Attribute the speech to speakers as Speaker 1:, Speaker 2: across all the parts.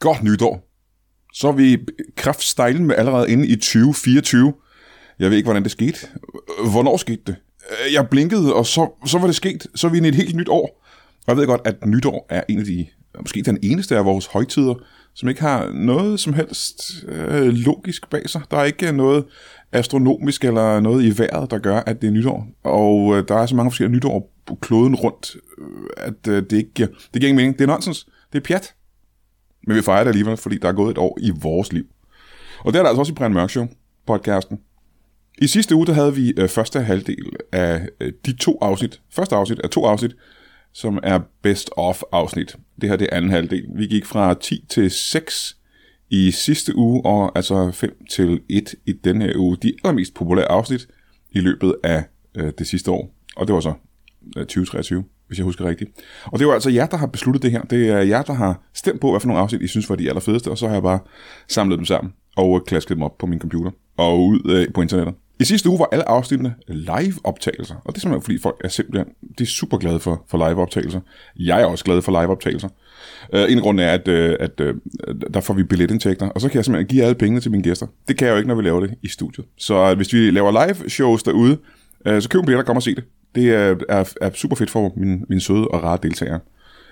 Speaker 1: godt nytår. Så er vi kraftstejlen med allerede inde i 2024. Jeg ved ikke, hvordan det skete. Hvornår skete det? Jeg blinkede, og så, så var det sket. Så er vi inde i et helt nyt år. Og jeg ved godt, at nytår er en af de, måske den eneste af vores højtider, som ikke har noget som helst øh, logisk bag sig. Der er ikke noget astronomisk eller noget i vejret, der gør, at det er nytår. Og øh, der er så mange forskellige nytår på kloden rundt, øh, at øh, det ikke giver, det giver ingen mening. Det er nonsens. Det er pjat. Men vi fejrer det alligevel, fordi der er gået et år i vores liv. Og det er der altså også i Brian Mørk Show, podcasten. I sidste uge, der havde vi øh, første halvdel af øh, de to afsnit. Første afsnit af to afsnit, som er best of afsnit. Det her det er anden halvdel. Vi gik fra 10 til 6 i sidste uge, og altså 5 til 1 i denne her uge. De allermest populære afsnit i løbet af øh, det sidste år. Og det var så øh, 2023, hvis jeg husker rigtigt. Og det var altså jer, der har besluttet det her. Det er jer, der har stemt på, hvad for nogle afsnit, I synes var de allerfedeste, og så har jeg bare samlet dem sammen og øh, klasket dem op på min computer og ud øh, på internettet. I sidste uge var alle afsnittene live-optagelser, og det er simpelthen fordi folk er simpelthen de er super glade for, for live-optagelser. Jeg er også glad for live-optagelser. Uh, en af grunden er, at, uh, at uh, der får vi billetindtægter, og så kan jeg simpelthen give alle pengene til mine gæster. Det kan jeg jo ikke, når vi laver det i studiet. Så uh, hvis vi laver live-shows derude, uh, så køb en billet og kom og se det. Det er, er, er super fedt for mine, mine søde og rare deltagere.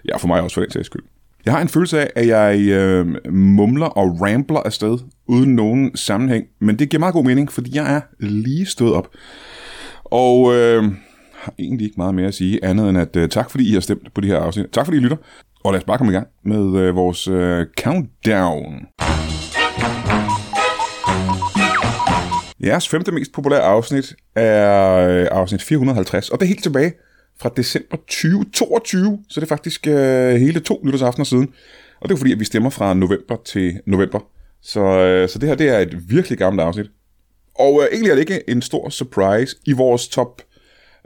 Speaker 1: Ja, for mig også for den sags skyld. Jeg har en følelse af, at jeg øh, mumler og rambler afsted, uden nogen sammenhæng. Men det giver meget god mening, fordi jeg er lige stået op. Og øh, har egentlig ikke meget mere at sige, andet end at øh, tak fordi I har stemt på de her afsnit. Tak fordi I lytter, og lad os bare komme i gang med øh, vores øh, countdown. Jeres femte mest populære afsnit er øh, afsnit 450, og det er helt tilbage fra december 2022, så det er faktisk øh, hele to nytårsaftener siden. Og det er jo fordi, at vi stemmer fra november til november. Så, øh, så det her det er et virkelig gammelt afsnit. Og øh, egentlig er det ikke en stor surprise. I vores top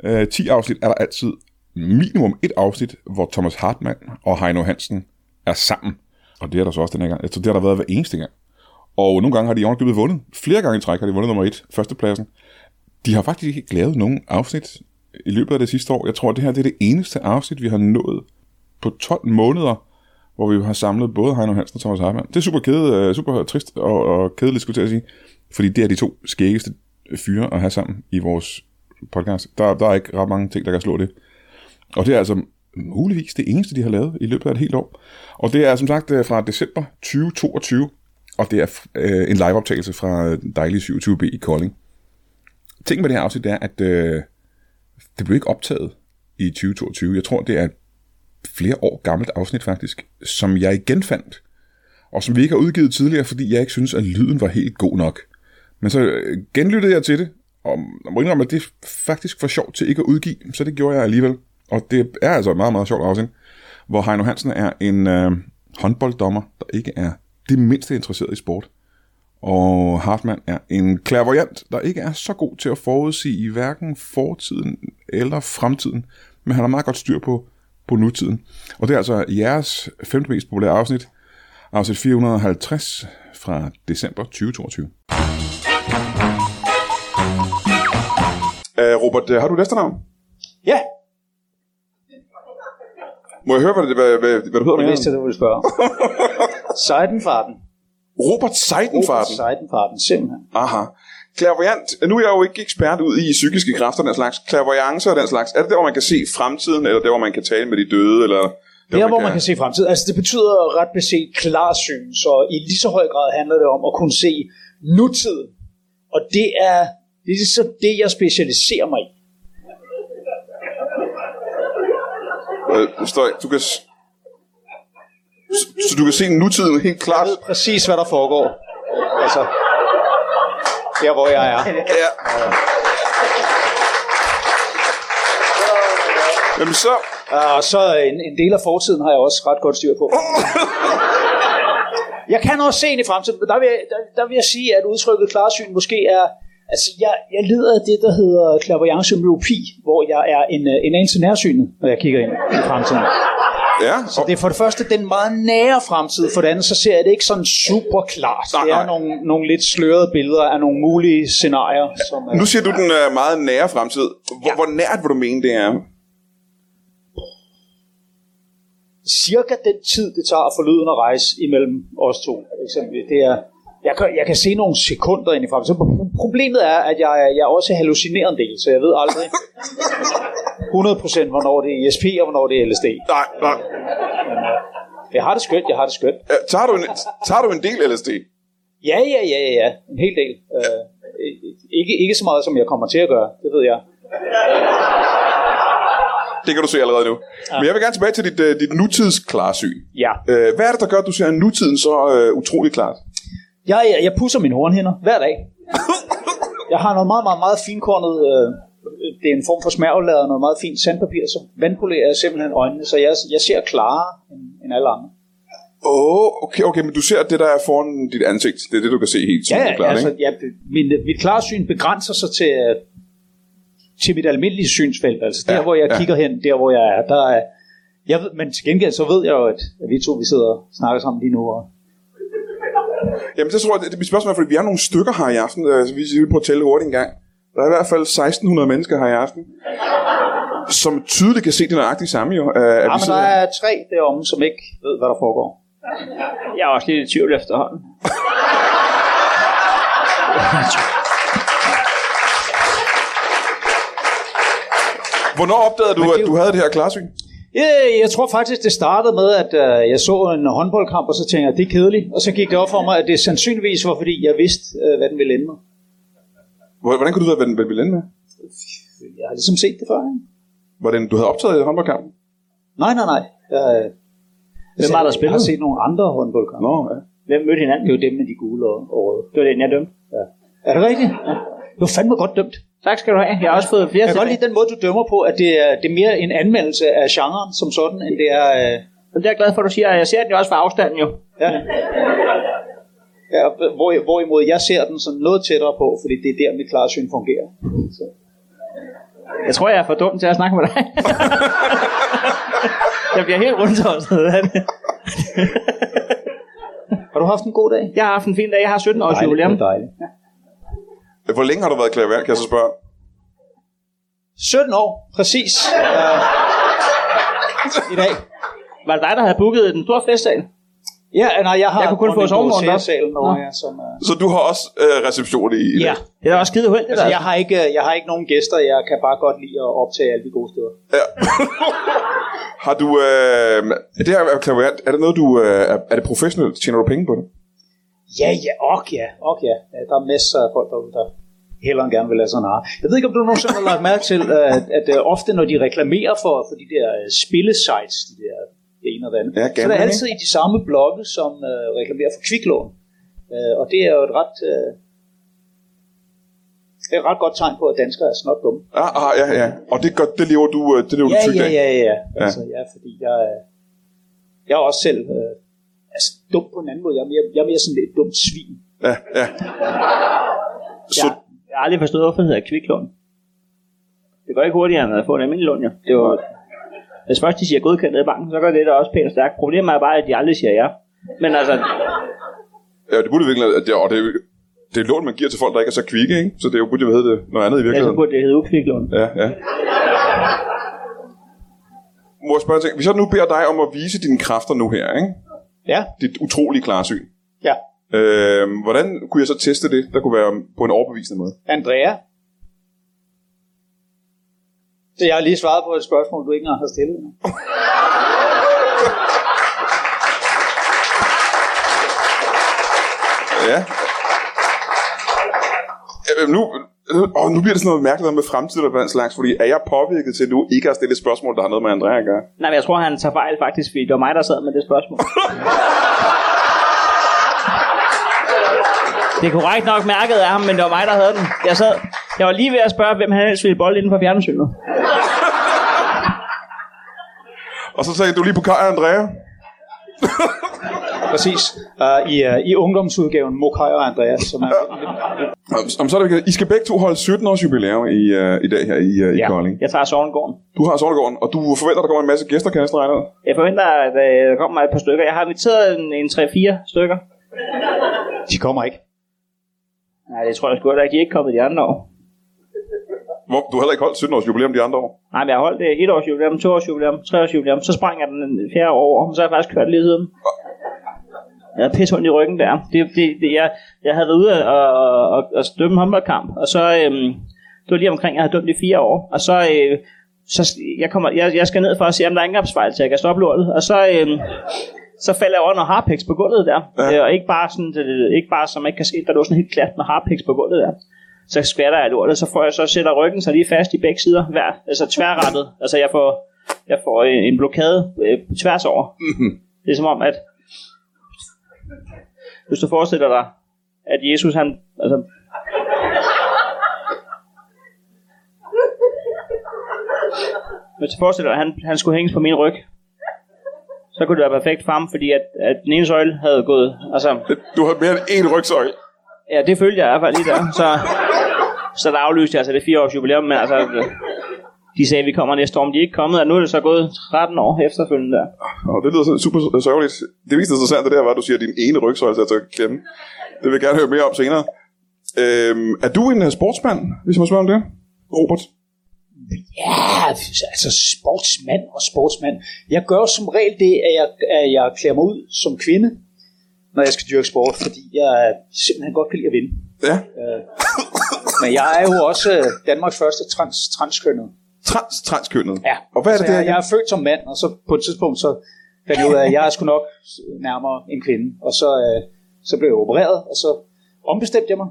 Speaker 1: øh, 10 afsnit er der altid minimum et afsnit, hvor Thomas Hartmann og Heino Hansen er sammen. Og det er der så også den her gang. Jeg tror, det har der været hver eneste gang. Og nogle gange har de ovenkøbet vundet. Flere gange i træk har de vundet nummer et, førstepladsen. De har faktisk ikke lavet nogen afsnit i løbet af det sidste år. Jeg tror, det her det er det eneste afsnit, vi har nået på 12 måneder, hvor vi har samlet både Heino Hansen og Thomas Hartmann. Det er super, kede, øh, super trist og, og kedeligt, skulle jeg til at sige. Fordi det er de to skæggeste fyre at have sammen i vores podcast. Der, der er ikke ret mange ting, der kan slå det. Og det er altså muligvis det eneste, de har lavet i løbet af et helt år. Og det er som sagt øh, fra december 2022, og det er øh, en liveoptagelse fra øh, den dejlige 27B i Kolding. Ting med det her afsnit det er, at øh, det blev ikke optaget i 2022. Jeg tror, det er et flere år gammelt afsnit faktisk, som jeg igen fandt, og som vi ikke har udgivet tidligere, fordi jeg ikke synes, at lyden var helt god nok. Men så øh, genlyttede jeg til det, og jeg må indrømme, at det er faktisk for sjovt til ikke at udgive, så det gjorde jeg alligevel. Og det er altså et meget, meget sjovt afsnit, hvor Heino Hansen er en øh, håndbolddommer, der ikke er det mindste interesseret i sport. Og Hartmann er en clairvoyant, der ikke er så god til at forudsige hverken fortiden eller fremtiden, men han har meget godt styr på, på nutiden. Og det er altså jeres femte mest populære afsnit, afsnit 450 fra december 2022. Uh, Robert, øh, har du et efternavn?
Speaker 2: Ja,
Speaker 1: Må jeg høre, hvad, det- hvad, hvad, hvad du hedder?
Speaker 2: jeg
Speaker 1: mere?
Speaker 2: vidste, at du ville spørge. Seidenfarten.
Speaker 1: Robert Seidenfarten.
Speaker 2: Seidenfarten, simpelthen.
Speaker 1: Aha. Klaverjant. Nu er jeg jo ikke ekspert ud i psykiske kræfter og den slags. Klaverjance og den slags. Er det der, hvor man kan se fremtiden, eller der, hvor man kan tale med de døde, eller...
Speaker 2: Det er, hvor man kan se fremtiden. Altså, det betyder ret beset klarsyn, så i lige så høj grad handler det om at kunne se nutiden. Og det er, det er så det, jeg specialiserer mig i.
Speaker 1: Øh, støj, du kan... s- Så, så du kan se nutiden helt klart?
Speaker 2: Jeg ved præcis, hvad der foregår. Altså, der hvor jeg er.
Speaker 1: Ja. Jamen så...
Speaker 2: Og så øh, en, en del af fortiden har jeg også ret godt styr på. Jeg kan også se ind i fremtiden, men der vil, jeg, der, der vil jeg sige, at udtrykket klarsyn måske er... Altså, jeg, jeg lider af det, der hedder clairvoyance myopi, hvor jeg er en, øh, en anelse nærsynet, når jeg kigger ind i fremtiden.
Speaker 1: Ja,
Speaker 2: Så det er for det første den meget nære fremtid, for det andet så ser jeg det ikke sådan super klart.
Speaker 1: Nej,
Speaker 2: Det er
Speaker 1: nej.
Speaker 2: nogle, nogle lidt slørede billeder af nogle mulige scenarier, som er
Speaker 1: nu siger du den øh, meget nære fremtid. Hvor, ja. hvor nært vil du mene, det er?
Speaker 2: cirka den tid, det tager for lyden at rejse imellem os to. Eksempelvis. Det er, jeg, kan, jeg kan se nogle sekunder ind i fremtiden. Pro- Problemet er, at jeg, jeg også hallucinerer en del, så jeg ved aldrig 100% hvornår det er ESP og hvornår det er LSD.
Speaker 1: Nej, nej.
Speaker 2: øh, Jeg har det skønt, jeg har det skønt.
Speaker 1: Øh, Tager du en, tager du en del LSD?
Speaker 2: Ja, ja, ja, ja, ja. En hel del. Øh, ikke, ikke så meget, som jeg kommer til at gøre, det ved jeg.
Speaker 1: Det kan du se allerede nu. Men jeg vil gerne tilbage til dit, øh, dit nutidsklarsyn.
Speaker 2: Ja.
Speaker 1: Øh, hvad er det, der gør, at du ser nutiden så øh, utrolig klart?
Speaker 2: Jeg, jeg, jeg pusser mine hornhænder hver dag. Jeg har noget meget, meget, meget finkornet... Øh, det er en form for smærvelad og noget meget fint sandpapir, så vandpolerer jeg simpelthen øjnene, så jeg, jeg ser klarere end, end alle andre.
Speaker 1: Åh, oh, okay, okay, men du ser det, der er foran dit ansigt. Det er det, du kan se helt
Speaker 2: Ja,
Speaker 1: soleklart,
Speaker 2: ja, altså,
Speaker 1: ikke?
Speaker 2: ja min, mit klarsyn begrænser sig til, øh, til mit almindelige synsfelt. Altså der,
Speaker 1: Ja,
Speaker 2: ja, hvor jeg
Speaker 1: ja.
Speaker 2: ja. kigger hen, der hvor jeg er, der er jeg ved, men til gengæld så ved jeg jo, at, at vi to vi sidder og snakker sammen lige nu. Og,
Speaker 1: Jamen, det tror jeg, det, det er mit spørgsmål, fordi vi er nogle stykker her i aften, øh, så vi skal lige prøve at tælle hurtigt en gang. Der er i hvert fald 1600 mennesker her i aften, som tydeligt kan se det nøjagtigt samme jo. Øh, at
Speaker 2: ja,
Speaker 1: vi
Speaker 2: Ah, men
Speaker 1: sidder
Speaker 2: der
Speaker 1: her.
Speaker 2: er tre deromme, som ikke ved, hvad der foregår.
Speaker 3: Jeg er også lidt i tvivl efterhånden.
Speaker 1: Hvornår opdagede du,
Speaker 2: Men det er
Speaker 1: at
Speaker 2: jo-
Speaker 1: du havde det her klarsyn?
Speaker 2: Ja, jeg tror faktisk, det startede med, at øh, jeg så en håndboldkamp, og så tænkte jeg, det er kedeligt. Og så gik det op for mig, at det sandsynligvis var, fordi jeg vidste, øh, hvad den ville ende med.
Speaker 1: Hvor- Hvordan kunne du vide, hvad den hvad den ville ende med?
Speaker 2: Jeg har ligesom set det før, ikke?
Speaker 1: Var det en, du havde optaget i håndboldkampen?
Speaker 2: Nej, nej, nej. Jeg, øh,
Speaker 3: Hvem var
Speaker 2: Jeg
Speaker 3: der
Speaker 2: har
Speaker 3: spillede?
Speaker 2: set nogle andre håndboldkampe.
Speaker 1: Nå, ja.
Speaker 3: Hvem mødte hinanden?
Speaker 2: Det er jo dem med de gule og, og røde.
Speaker 3: Det var den, jeg dømte.
Speaker 2: Er det rigtigt? Ja. Det var fandme godt dømt.
Speaker 3: Tak skal du have. Jeg har også fået flere
Speaker 2: Jeg kan godt
Speaker 3: tilbage.
Speaker 2: lide den måde, du dømmer på, at det er, det er mere en anmeldelse af genren som sådan, end det er... Øh,
Speaker 3: Og det er jeg glad for, at du siger. Jeg ser den jo også fra afstanden jo.
Speaker 2: ja. Ja, hvor, hvorimod jeg ser den sådan noget tættere på, fordi det er der, mit klarsyn fungerer. Så.
Speaker 3: Jeg tror, jeg er for dum til at snakke med dig. jeg bliver helt rundtosset af det.
Speaker 2: Har du haft en god dag?
Speaker 3: Jeg har haft en fin dag. Jeg har 17 års jubilæum.
Speaker 2: det er dejligt. Ja.
Speaker 1: Hvor længe har du været klaverant, kan jeg så spørge?
Speaker 2: 17 år, præcis. Øh, I dag.
Speaker 3: Var det dig, der havde booket den store festsal?
Speaker 2: Ja, nej, jeg har...
Speaker 3: Jeg kunne kun få
Speaker 2: dronning
Speaker 3: sovevognen op.
Speaker 2: Dorothea-salen over
Speaker 3: Nå.
Speaker 2: her, som... Øh,
Speaker 1: Så du har også øh, reception i, i dag?
Speaker 3: Ja. Det er da også skide uheldigt.
Speaker 2: Altså, jeg
Speaker 3: Altså,
Speaker 2: har, ikke, jeg har ikke nogen gæster, jeg kan bare godt lide at optage alle de gode steder.
Speaker 1: Ja. har du... Øh, det her er klaverant. Er det noget, du... Øh, er, er det professionelt? Tjener du penge på det?
Speaker 2: Ja, ja, og ja, og ja. Ja, Der er masser af folk derude, der hellere end gerne vil lade sig narre. Jeg ved ikke, om du nogensinde har lagt mærke til, øh, at, at øh, ofte når de reklamerer for, for de der øh, spillesites, de der det ene og det andet,
Speaker 1: Ja,
Speaker 2: så er det
Speaker 1: gambling,
Speaker 2: altid i de samme blokke, som øh, reklamerer for kviklån. Øh, og det er jo et ret... Øh, det er et ret godt tegn på, at danskere er snot dumme.
Speaker 1: Ah, ah, ja, ja. Og det, gør, det lever du, øh, det lever
Speaker 2: Ja,
Speaker 1: du tygt
Speaker 2: ja,
Speaker 1: af.
Speaker 2: ja, ja, ja. Altså, ja, fordi jeg, er- jeg er også selv øh, altså, dum på en anden måde. Jeg er mere, jeg er mere sådan et dumt svin.
Speaker 1: ja, ja. Så,
Speaker 3: jeg, jeg har aldrig forstået, hvorfor det hedder kviklån. Det går ikke hurtigere, end at få en almindelig lån, jo. Det var, hvis først de siger godkendt ned i banken, så gør det da også pænt stærkt. Problemet er bare, at de aldrig siger ja. Men altså,
Speaker 1: ja, det burde virkelig... At det, og det, er jo- det er lån, man giver til folk, der ikke er så kvikke, ikke? Så det er jo burde jo hedde det noget andet i
Speaker 3: ja, så
Speaker 1: virkeligheden.
Speaker 3: burde det hedde ukviklån.
Speaker 1: Ja, ja. Må jeg spørge en ting? Hvis jeg nu beder dig om at vise dine kræfter nu her, ikke?
Speaker 2: Ja,
Speaker 1: Dit utrolige klarsyn.
Speaker 2: ja.
Speaker 1: Øh, hvordan kunne jeg så teste det, der kunne være på en overbevisende måde?
Speaker 2: Andrea. Så jeg har lige svaret på et spørgsmål, du ikke engang har stillet. endnu.
Speaker 1: Ja. Øh, nu, åh, nu bliver det sådan noget mærkeligt noget med fremtiden og den slags, fordi er jeg påvirket til nu ikke at stille et spørgsmål, der har noget med Andrea at gøre?
Speaker 3: Nej, men jeg tror, han tager fejl faktisk, fordi det var mig, der sad med det spørgsmål. det er korrekt nok mærket af ham, men det var mig, der havde den. Jeg sad, jeg var lige ved at spørge, hvem han helst ville bolle inden for fjernsynet.
Speaker 1: Og så sagde du lige på kaj, Andrea.
Speaker 2: Præcis. Uh, i, uh, I ungdomsudgaven Mokai og Andreas, som er...
Speaker 1: Om, om så er det, I skal begge to holde 17 års jubilæum i, uh, i dag her i, uh, i Kolding.
Speaker 3: Jeg tager Sovengården.
Speaker 1: Du har Sortegården, og du forventer, der kommer en masse gæster, kan jeg regne ud?
Speaker 3: Jeg forventer, at øh, der kommer et par stykker. Jeg har inviteret en, en 3-4 stykker.
Speaker 2: De kommer ikke.
Speaker 3: Nej, det tror jeg sgu da ikke. De er ikke kommet de andre år.
Speaker 1: Hvor, du har heller ikke holdt 17 års jubilæum de andre år.
Speaker 3: Nej, men jeg holdt det et års jubilæum, to års jubilæum, tre års jubilæum, så sprang jeg den den fjerde år over, så har jeg faktisk kørt lige siden. Jeg havde pisse ondt i ryggen der. Det, det, det, jeg, jeg havde været ude og, og, og, og dømme en håndboldkamp, og så, øhm, det var lige omkring, jeg havde dømt i fire år, og så, øh, så jeg, kommer, jeg, jeg skal ned for at se, om der er indgangsfejl, så jeg kan stoppe lortet, og så, øhm, så falder jeg over noget harpiks på gulvet der, ja. øh, og ikke bare sådan, øh, ikke bare, som man ikke kan se, der lå sådan helt klat med harpiks på gulvet der så skvatter jeg lortet, så får jeg så sætter ryggen så lige fast i begge sider, hver, altså tværrettet. Altså jeg får, jeg får en en blokade øh, tværs over. Det er som om, at hvis du forestiller dig, at Jesus han, altså, hvis du forestiller dig, at han, han skulle hænges på min ryg, så kunne det være perfekt for ham, fordi at, at den ene søjle havde gået, altså,
Speaker 1: Du har mere end én rygsøjle.
Speaker 3: Ja, det følte jeg i hvert fald lige der. Så, så der aflyste jeg altså det fire års jubilæum, men altså, de sagde, at vi kommer næste år, men de er ikke kommet, og nu er det så gået 13 år efterfølgende der.
Speaker 1: Og det lyder sådan super øh, sørgeligt. Det mest interessante der var, at du siger, at din ene rygsøjle satte til klemme. Det vil jeg gerne høre mere om senere. Øhm, er du en øh, sportsmand, hvis jeg må spørge om det? Robert?
Speaker 2: Ja, altså sportsmand og sportsmand. Jeg gør jo som regel det, at jeg, at jeg klæder mig ud som kvinde, når jeg skal dyrke sport, fordi jeg simpelthen godt kan lide at vinde.
Speaker 1: Ja.
Speaker 2: Øh, men jeg er jo også øh, Danmarks første trans, transkønnet.
Speaker 1: Trans, transkønnet.
Speaker 2: Ja.
Speaker 1: Og hvad er det
Speaker 2: så
Speaker 1: der?
Speaker 2: Jeg, jeg er født som mand, og så på et tidspunkt så fandt jeg ud af, at jeg er sgu nok nærmere en kvinde. Og så, øh, så blev jeg opereret, og så ombestemte jeg mig.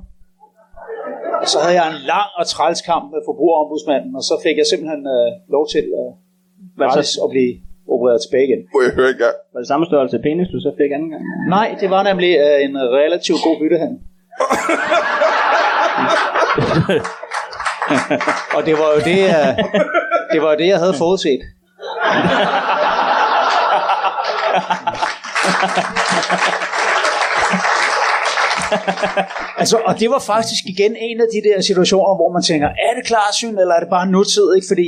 Speaker 2: Og så havde jeg en lang og træls kamp med forbrugerombudsmanden, og så fik jeg simpelthen øh, lov til øh,
Speaker 3: Var det,
Speaker 2: gratis
Speaker 3: så,
Speaker 2: at blive opereret tilbage igen.
Speaker 1: Må jeg høre en gang?
Speaker 3: var det samme størrelse penis, du så fik anden gang?
Speaker 2: Nej, det var nemlig øh, en relativt god byttehandel. og det var jo det, øh, det var jo det, jeg havde forudset. Altså, og det var faktisk igen en af de der situationer, hvor man tænker, er det klarsyn, eller er det bare nutid? Ikke? Fordi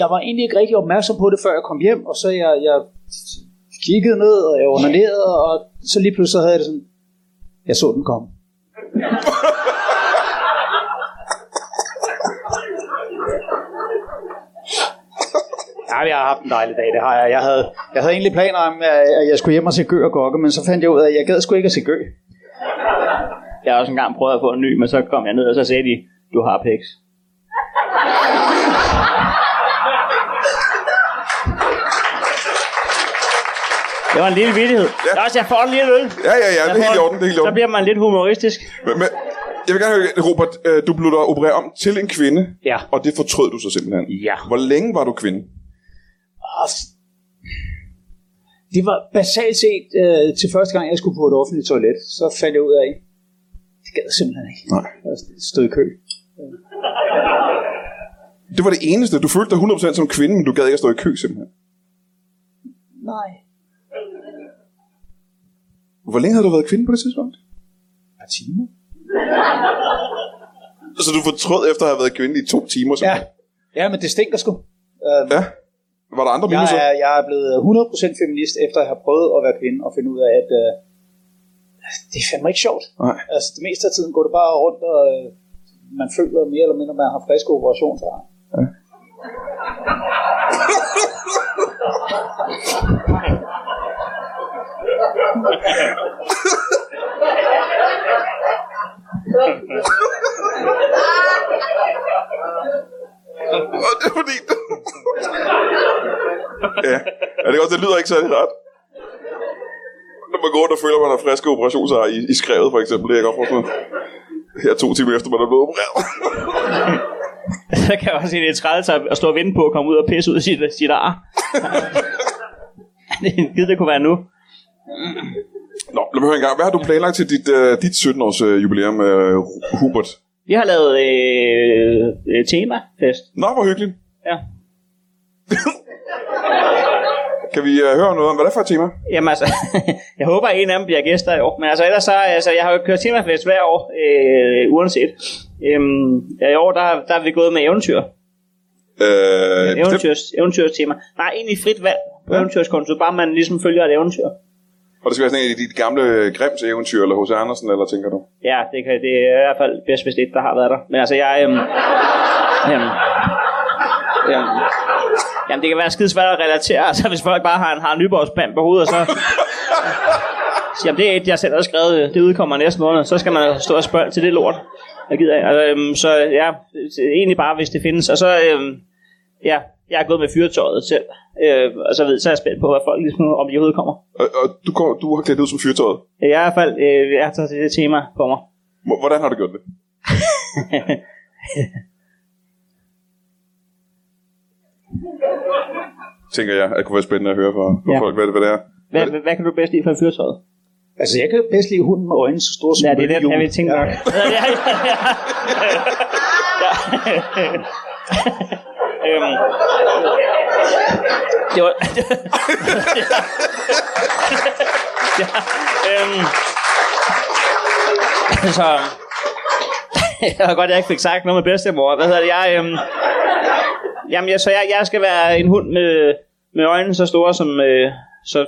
Speaker 2: jeg var egentlig ikke rigtig opmærksom på det, før jeg kom hjem, og så jeg, jeg kiggede ned, og jeg onanerede, og så lige pludselig så havde jeg det sådan, jeg så den komme. Ja, jeg har haft en dejlig dag, det har jeg. Jeg havde, jeg havde egentlig planer om, at- at jeg skulle hjem og se Gø og Gokke, men så fandt jeg ud af, at jeg gad sgu ikke at se Gø.
Speaker 3: Jeg har også engang prøvet at få en ny, men så kom jeg ned, og så sagde de, du har piks. Det var en lille vittighed. Ja. Også, jeg får en lille øl.
Speaker 1: Ja, ja, ja. Det
Speaker 3: Jeg
Speaker 1: er helt i
Speaker 3: får-
Speaker 1: orden. Det er helt i
Speaker 3: Så
Speaker 1: orden.
Speaker 3: bliver man lidt humoristisk.
Speaker 1: Men, men, jeg vil gerne høre, Robert, øh, du blev da opereret om til en kvinde,
Speaker 2: Ja.
Speaker 1: og det fortrød du så simpelthen.
Speaker 3: Ja.
Speaker 1: Hvor længe var du kvinde?
Speaker 2: Og f- Det var basalt set øh, til første gang, jeg skulle på et offentligt toilet, så fandt jeg ud af, det gad jeg simpelthen ikke.
Speaker 1: Nej.
Speaker 2: Jeg stod i kø.
Speaker 1: Det var det eneste. Du følte dig 100% som kvinde, men du gad ikke at stå i kø simpelthen.
Speaker 2: Nej.
Speaker 1: Hvor længe havde du været kvinde på det tidspunkt?
Speaker 2: Et par timer.
Speaker 1: Så du fortrød efter at have været kvinde i to timer
Speaker 2: Ja.
Speaker 1: simpelthen?
Speaker 2: ja, men det stinker sgu. Øh,
Speaker 1: Ja. Var der andre
Speaker 2: jeg,
Speaker 1: minuser?
Speaker 2: er, jeg er blevet 100% feminist, efter at have prøvet at være kvinde, og finde ud af, at øh, det er fandme ikke sjovt.
Speaker 1: Nej.
Speaker 2: Altså, det meste af tiden går det bare rundt, og øh, man føler mere eller mindre, at man har friske operationsar.
Speaker 1: Og det er fordi... ja. ja, det, er godt, det lyder ikke særlig ret. Når man går rundt og føler, at man har friske operationsar i, i skrevet, for eksempel, det er jeg godt forstå. Her to timer efter, man er blevet opereret.
Speaker 3: Så kan jeg også se, det er træls at at stå og vente på at komme ud og pisse ud af sit, sit ar. det er en skid, det kunne være nu.
Speaker 1: Nå, lad mig høre en gang. Hvad har du planlagt til dit, uh, dit 17-års uh, jubilæum, uh, Hubert?
Speaker 3: Vi har lavet øh, øh, temafest.
Speaker 1: Nå, hvor hyggeligt.
Speaker 3: Ja.
Speaker 1: Kan vi uh, høre noget om, hvad det er for et tema?
Speaker 3: Jamen altså, jeg håber, at en af dem bliver gæster i år. Men altså, ellers så, altså, jeg har jo kørt temafest hver år, øh, uanset. Øhm, ja, I år, der, der er vi gået med eventyr.
Speaker 1: Uh,
Speaker 3: Eventyrs, eventyrstema. Nej, egentlig frit valg på
Speaker 1: Ja.
Speaker 3: ja. eventyrskonto, bare man ligesom følger et eventyr.
Speaker 1: og det skal være sådan en af de gamle Grims eventyr, eller H.C. Andersen, eller tænker du?
Speaker 3: Ja, det, kan, det er i hvert fald bedst, hvis det ikke der har været der. Men altså, jeg... Øhm, Jamen. Jamen. Jamen, det kan være skide svært at relatere, altså hvis folk bare har en, har en nyborgsband på hovedet, og så... siger, Jamen, det er et, jeg selv har skrevet, øh, det udkommer næste måned, så skal man altså stå og spørge til det lort. Jeg gider ikke. Altså, øhm, så ja, det er egentlig bare, hvis det findes. Og så, øhm, ja, jeg er gået med fyretøjet selv, øh, og så, ved, så er jeg spændt på, hvad folk ligesom, om de overhovedet kommer.
Speaker 4: Og, og du, går, du har klædt ud som fyrtøjet.
Speaker 3: Jeg er i hvert fald, øh, jeg har taget det tema på mig.
Speaker 4: Hvor- Hvordan har du gjort det? Tænker jeg, at det kunne være spændende at høre fra, fra
Speaker 3: Ja.
Speaker 4: folk, hvad det, hvad det er.
Speaker 3: Hvad, hvad, hvad kan du bedst lide for fyrtøjet?
Speaker 2: Altså, jeg kan bedst lide hunden med øjnene så store som
Speaker 3: Ja, det er det,
Speaker 2: møllehjul.
Speaker 3: jeg vil tænke
Speaker 2: Ja.
Speaker 3: nok. Ja, ja, ja, ja. øhm. Det var... ja, øhm. Så... Det var godt, jeg ikke fik sagt noget med bedstemor. Hvad hedder det? Jeg, øhm... Jamen, jeg, så jeg, jeg skal være en hund med, med øjnene så store som... Øh, så,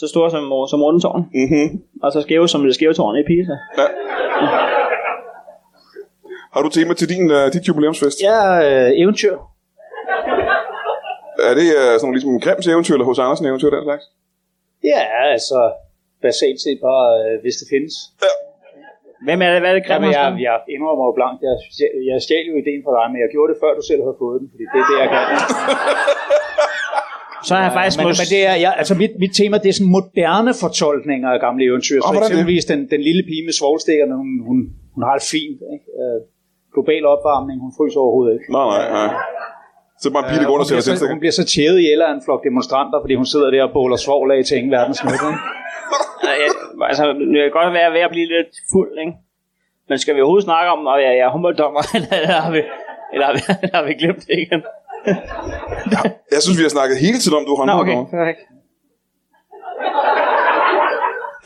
Speaker 3: så store som, som rundetårn.
Speaker 4: Mm-hmm.
Speaker 3: Og så skæve som det skæve tårn i Pisa.
Speaker 4: Ja. Har du tema til din, uh, dit jubilæumsfest?
Speaker 2: Jeg er øh, eventyr.
Speaker 4: Er det
Speaker 1: øh,
Speaker 4: uh, sådan nogle ligesom Grimms eventyr, eller hos Andersen eventyr, den slags?
Speaker 2: Ja, altså, basalt set bare, øh, hvis det findes.
Speaker 3: Hvem er det? Hvad er det,
Speaker 2: Ja, men
Speaker 3: Grimmer?
Speaker 2: jeg, jeg indrømmer jo blankt, jeg, stjæl- jeg stjal jo ideen fra dig, men jeg gjorde det, før du selv havde fået den, fordi det er det, jeg kan.
Speaker 4: Ah,
Speaker 3: Så har jeg faktisk...
Speaker 2: men,
Speaker 3: mås-
Speaker 2: men det er, jeg, altså mit, mit tema, det er sådan moderne fortolkninger af gamle eventyr.
Speaker 4: Og
Speaker 2: Så
Speaker 4: hvordan det?
Speaker 2: eksempelvis den, den lille pige med svovlstikkerne, hun, hun, hun har det fint. Ikke? Øh, global opvarmning, hun fryser overhovedet ikke.
Speaker 4: Nej, nej, nej. Så er det bare en pige, der går under og
Speaker 2: hun,
Speaker 4: sætter
Speaker 2: bliver så,
Speaker 4: selvstikker.
Speaker 2: hun bliver så tjæret ihjel af en flok demonstranter, fordi hun sidder der og båler svovl af til ingen verdens nyt. ikke?
Speaker 3: Nej, jeg- altså, det kan godt være ved at blive lidt fuld, ikke? Men skal vi overhovedet snakke om, at jeg jeg er håndbolddommer, eller, eller, har vi, eller, har vi, eller har vi glemt det igen?
Speaker 4: Jeg synes, vi har snakket hele tiden om, du har
Speaker 3: Nå,
Speaker 4: håndbold
Speaker 3: okay.
Speaker 4: over.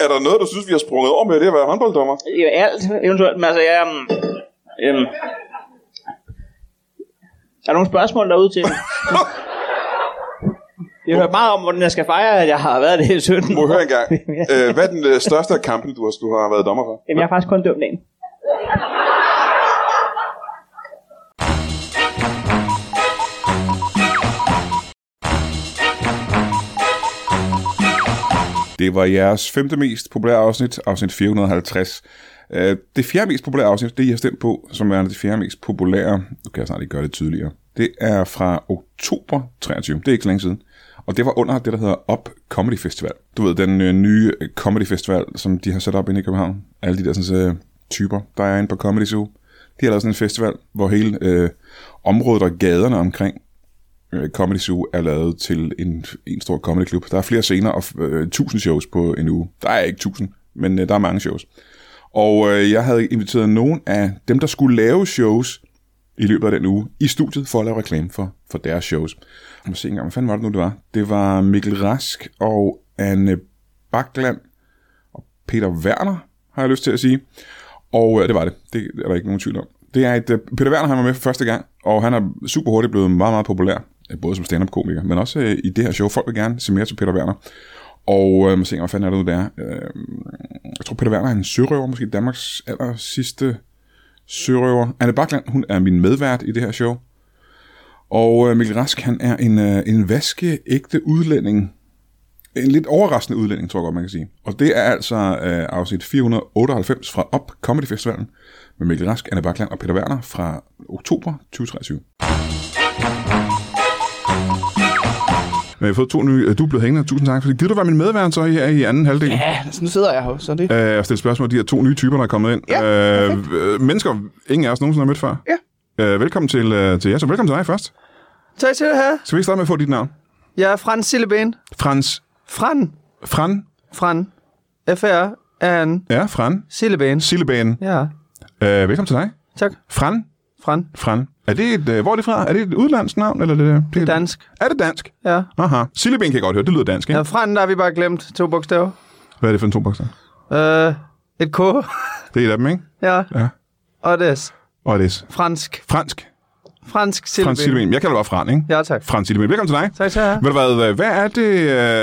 Speaker 4: Er der noget, du synes, vi har sprunget over med det at være håndbolddommer?
Speaker 3: Ja, Alt, eventuelt. Men altså, jeg... øhm, Øhm, er der nogle spørgsmål derude til? Jeg har hørt meget om, hvordan jeg skal fejre, at jeg har været det hele 17
Speaker 4: Må jeg høre engang.
Speaker 3: Ja.
Speaker 4: øh, hvad er den øh, største af kampen, du har, du har været dommer for?
Speaker 3: Jamen, jeg har faktisk kun dømt en.
Speaker 1: Det var jeres femte mest populære afsnit, afsnit 450. Øh, Det fjerde mest populære afsnit, det I har stemt på, som er det fjerde mest populære, nu kan jeg snart ikke gøre det tydeligere, det er fra oktober 23, det er ikke så længe siden. Og det var under det, der hedder Up Comedy Festival. Du ved, den øh, nye øh, comedy festival, som de har sat op inde i København. Alle de der sådan, øh, typer, der er inde på Comedy Zoo. De har lavet sådan en festival, hvor hele øh, området og gaderne omkring øh, Comedy Zoo er lavet til en, en stor comedyklub. Der er flere scener og øh, 1000 shows på en uge. Der er ikke 1000, men øh, der er mange shows. Og øh, jeg havde inviteret nogen af dem, der skulle lave shows i løbet af den uge, i studiet for at lave reklame for, for deres shows. Jeg må se engang, hvad fanden var det nu, det var? Det var Mikkel Rask og Anne Bakland Peter Werner, har jeg lyst til at sige. Og øh, det var det. Det er der ikke nogen tvivl om. Det er et, øh, Peter Werner han var med for første gang, og han er super hurtigt blevet meget, meget populær. øh, Både som stand-up-komiker, men også øh, i det her show. Folk vil gerne se mere til Peter Werner. Og øh, man ser, hvad fanden er det nu, det er. Øh, jeg tror, Peter Werner er en sørøver, måske Danmarks aller sidste sørøver. Anne Bakland, hun er min medvært i det her show. Og øh, Mikkel Rask, han er en, øh, en vaskeægte udlænding, en lidt overraskende udlænding, tror jeg godt, man kan sige. Og det er altså øh, afsnit 498 fra Op Comedy Festivalen med Mikkel Rask, Anne Bakland og Peter Werner fra oktober 2023. Men jeg har fået to nye. øh, Du er blevet hængende. Tusind tak. Fordi, gider du være min medvært så her i anden halvdel?
Speaker 5: Ja, sådan sidder jeg her, så det...
Speaker 1: Øh, og stille spørgsmål om de her to nye typer, der er kommet ind.
Speaker 5: Ja,
Speaker 1: øh, øh, mennesker, ingen af os nogensinde har mødt før.
Speaker 5: Ja.
Speaker 1: Øh, velkommen til, øh, til jer. Så velkommen til dig først.
Speaker 5: Tak til dig her.
Speaker 1: Skal vi ikke starte med at få dit navn?
Speaker 5: Jeg er Frans Silleben.
Speaker 1: Frans.
Speaker 5: Fran.
Speaker 1: Fran.
Speaker 5: Fran. FR er en
Speaker 1: Ja, Fran.
Speaker 5: Silleben.
Speaker 1: Sillebane.
Speaker 5: Ja,
Speaker 1: Øh, velkommen til dig.
Speaker 5: tak.
Speaker 1: Fran.
Speaker 5: Fran.
Speaker 1: Fran. Er det et, øh, hvor er det fra? Er det et udenlandsk navn? Eller er det, det, det
Speaker 5: Dansk.
Speaker 1: Er det dansk?
Speaker 5: Ja.
Speaker 1: Aha. Silleben kan jeg godt høre. Det lyder dansk, ikke?
Speaker 5: Ja, Fran, der har vi bare glemt to bogstaver.
Speaker 1: Hvad er det for en to bogstaver?
Speaker 5: Øh, et K.
Speaker 1: Det er et af dem, ikke?
Speaker 5: ja.
Speaker 1: Ja.
Speaker 5: Og det er
Speaker 1: Og det er
Speaker 5: fransk.
Speaker 1: fransk.
Speaker 5: Fransk
Speaker 1: Frans
Speaker 5: Silleben.
Speaker 1: Silleben. Jeg kalder det bare Fran, ikke?
Speaker 5: Ja, tak.
Speaker 1: Frans Silleben. Velkommen til dig.
Speaker 5: Tak til jer.
Speaker 1: Ved du hvad, øh, hvad er det,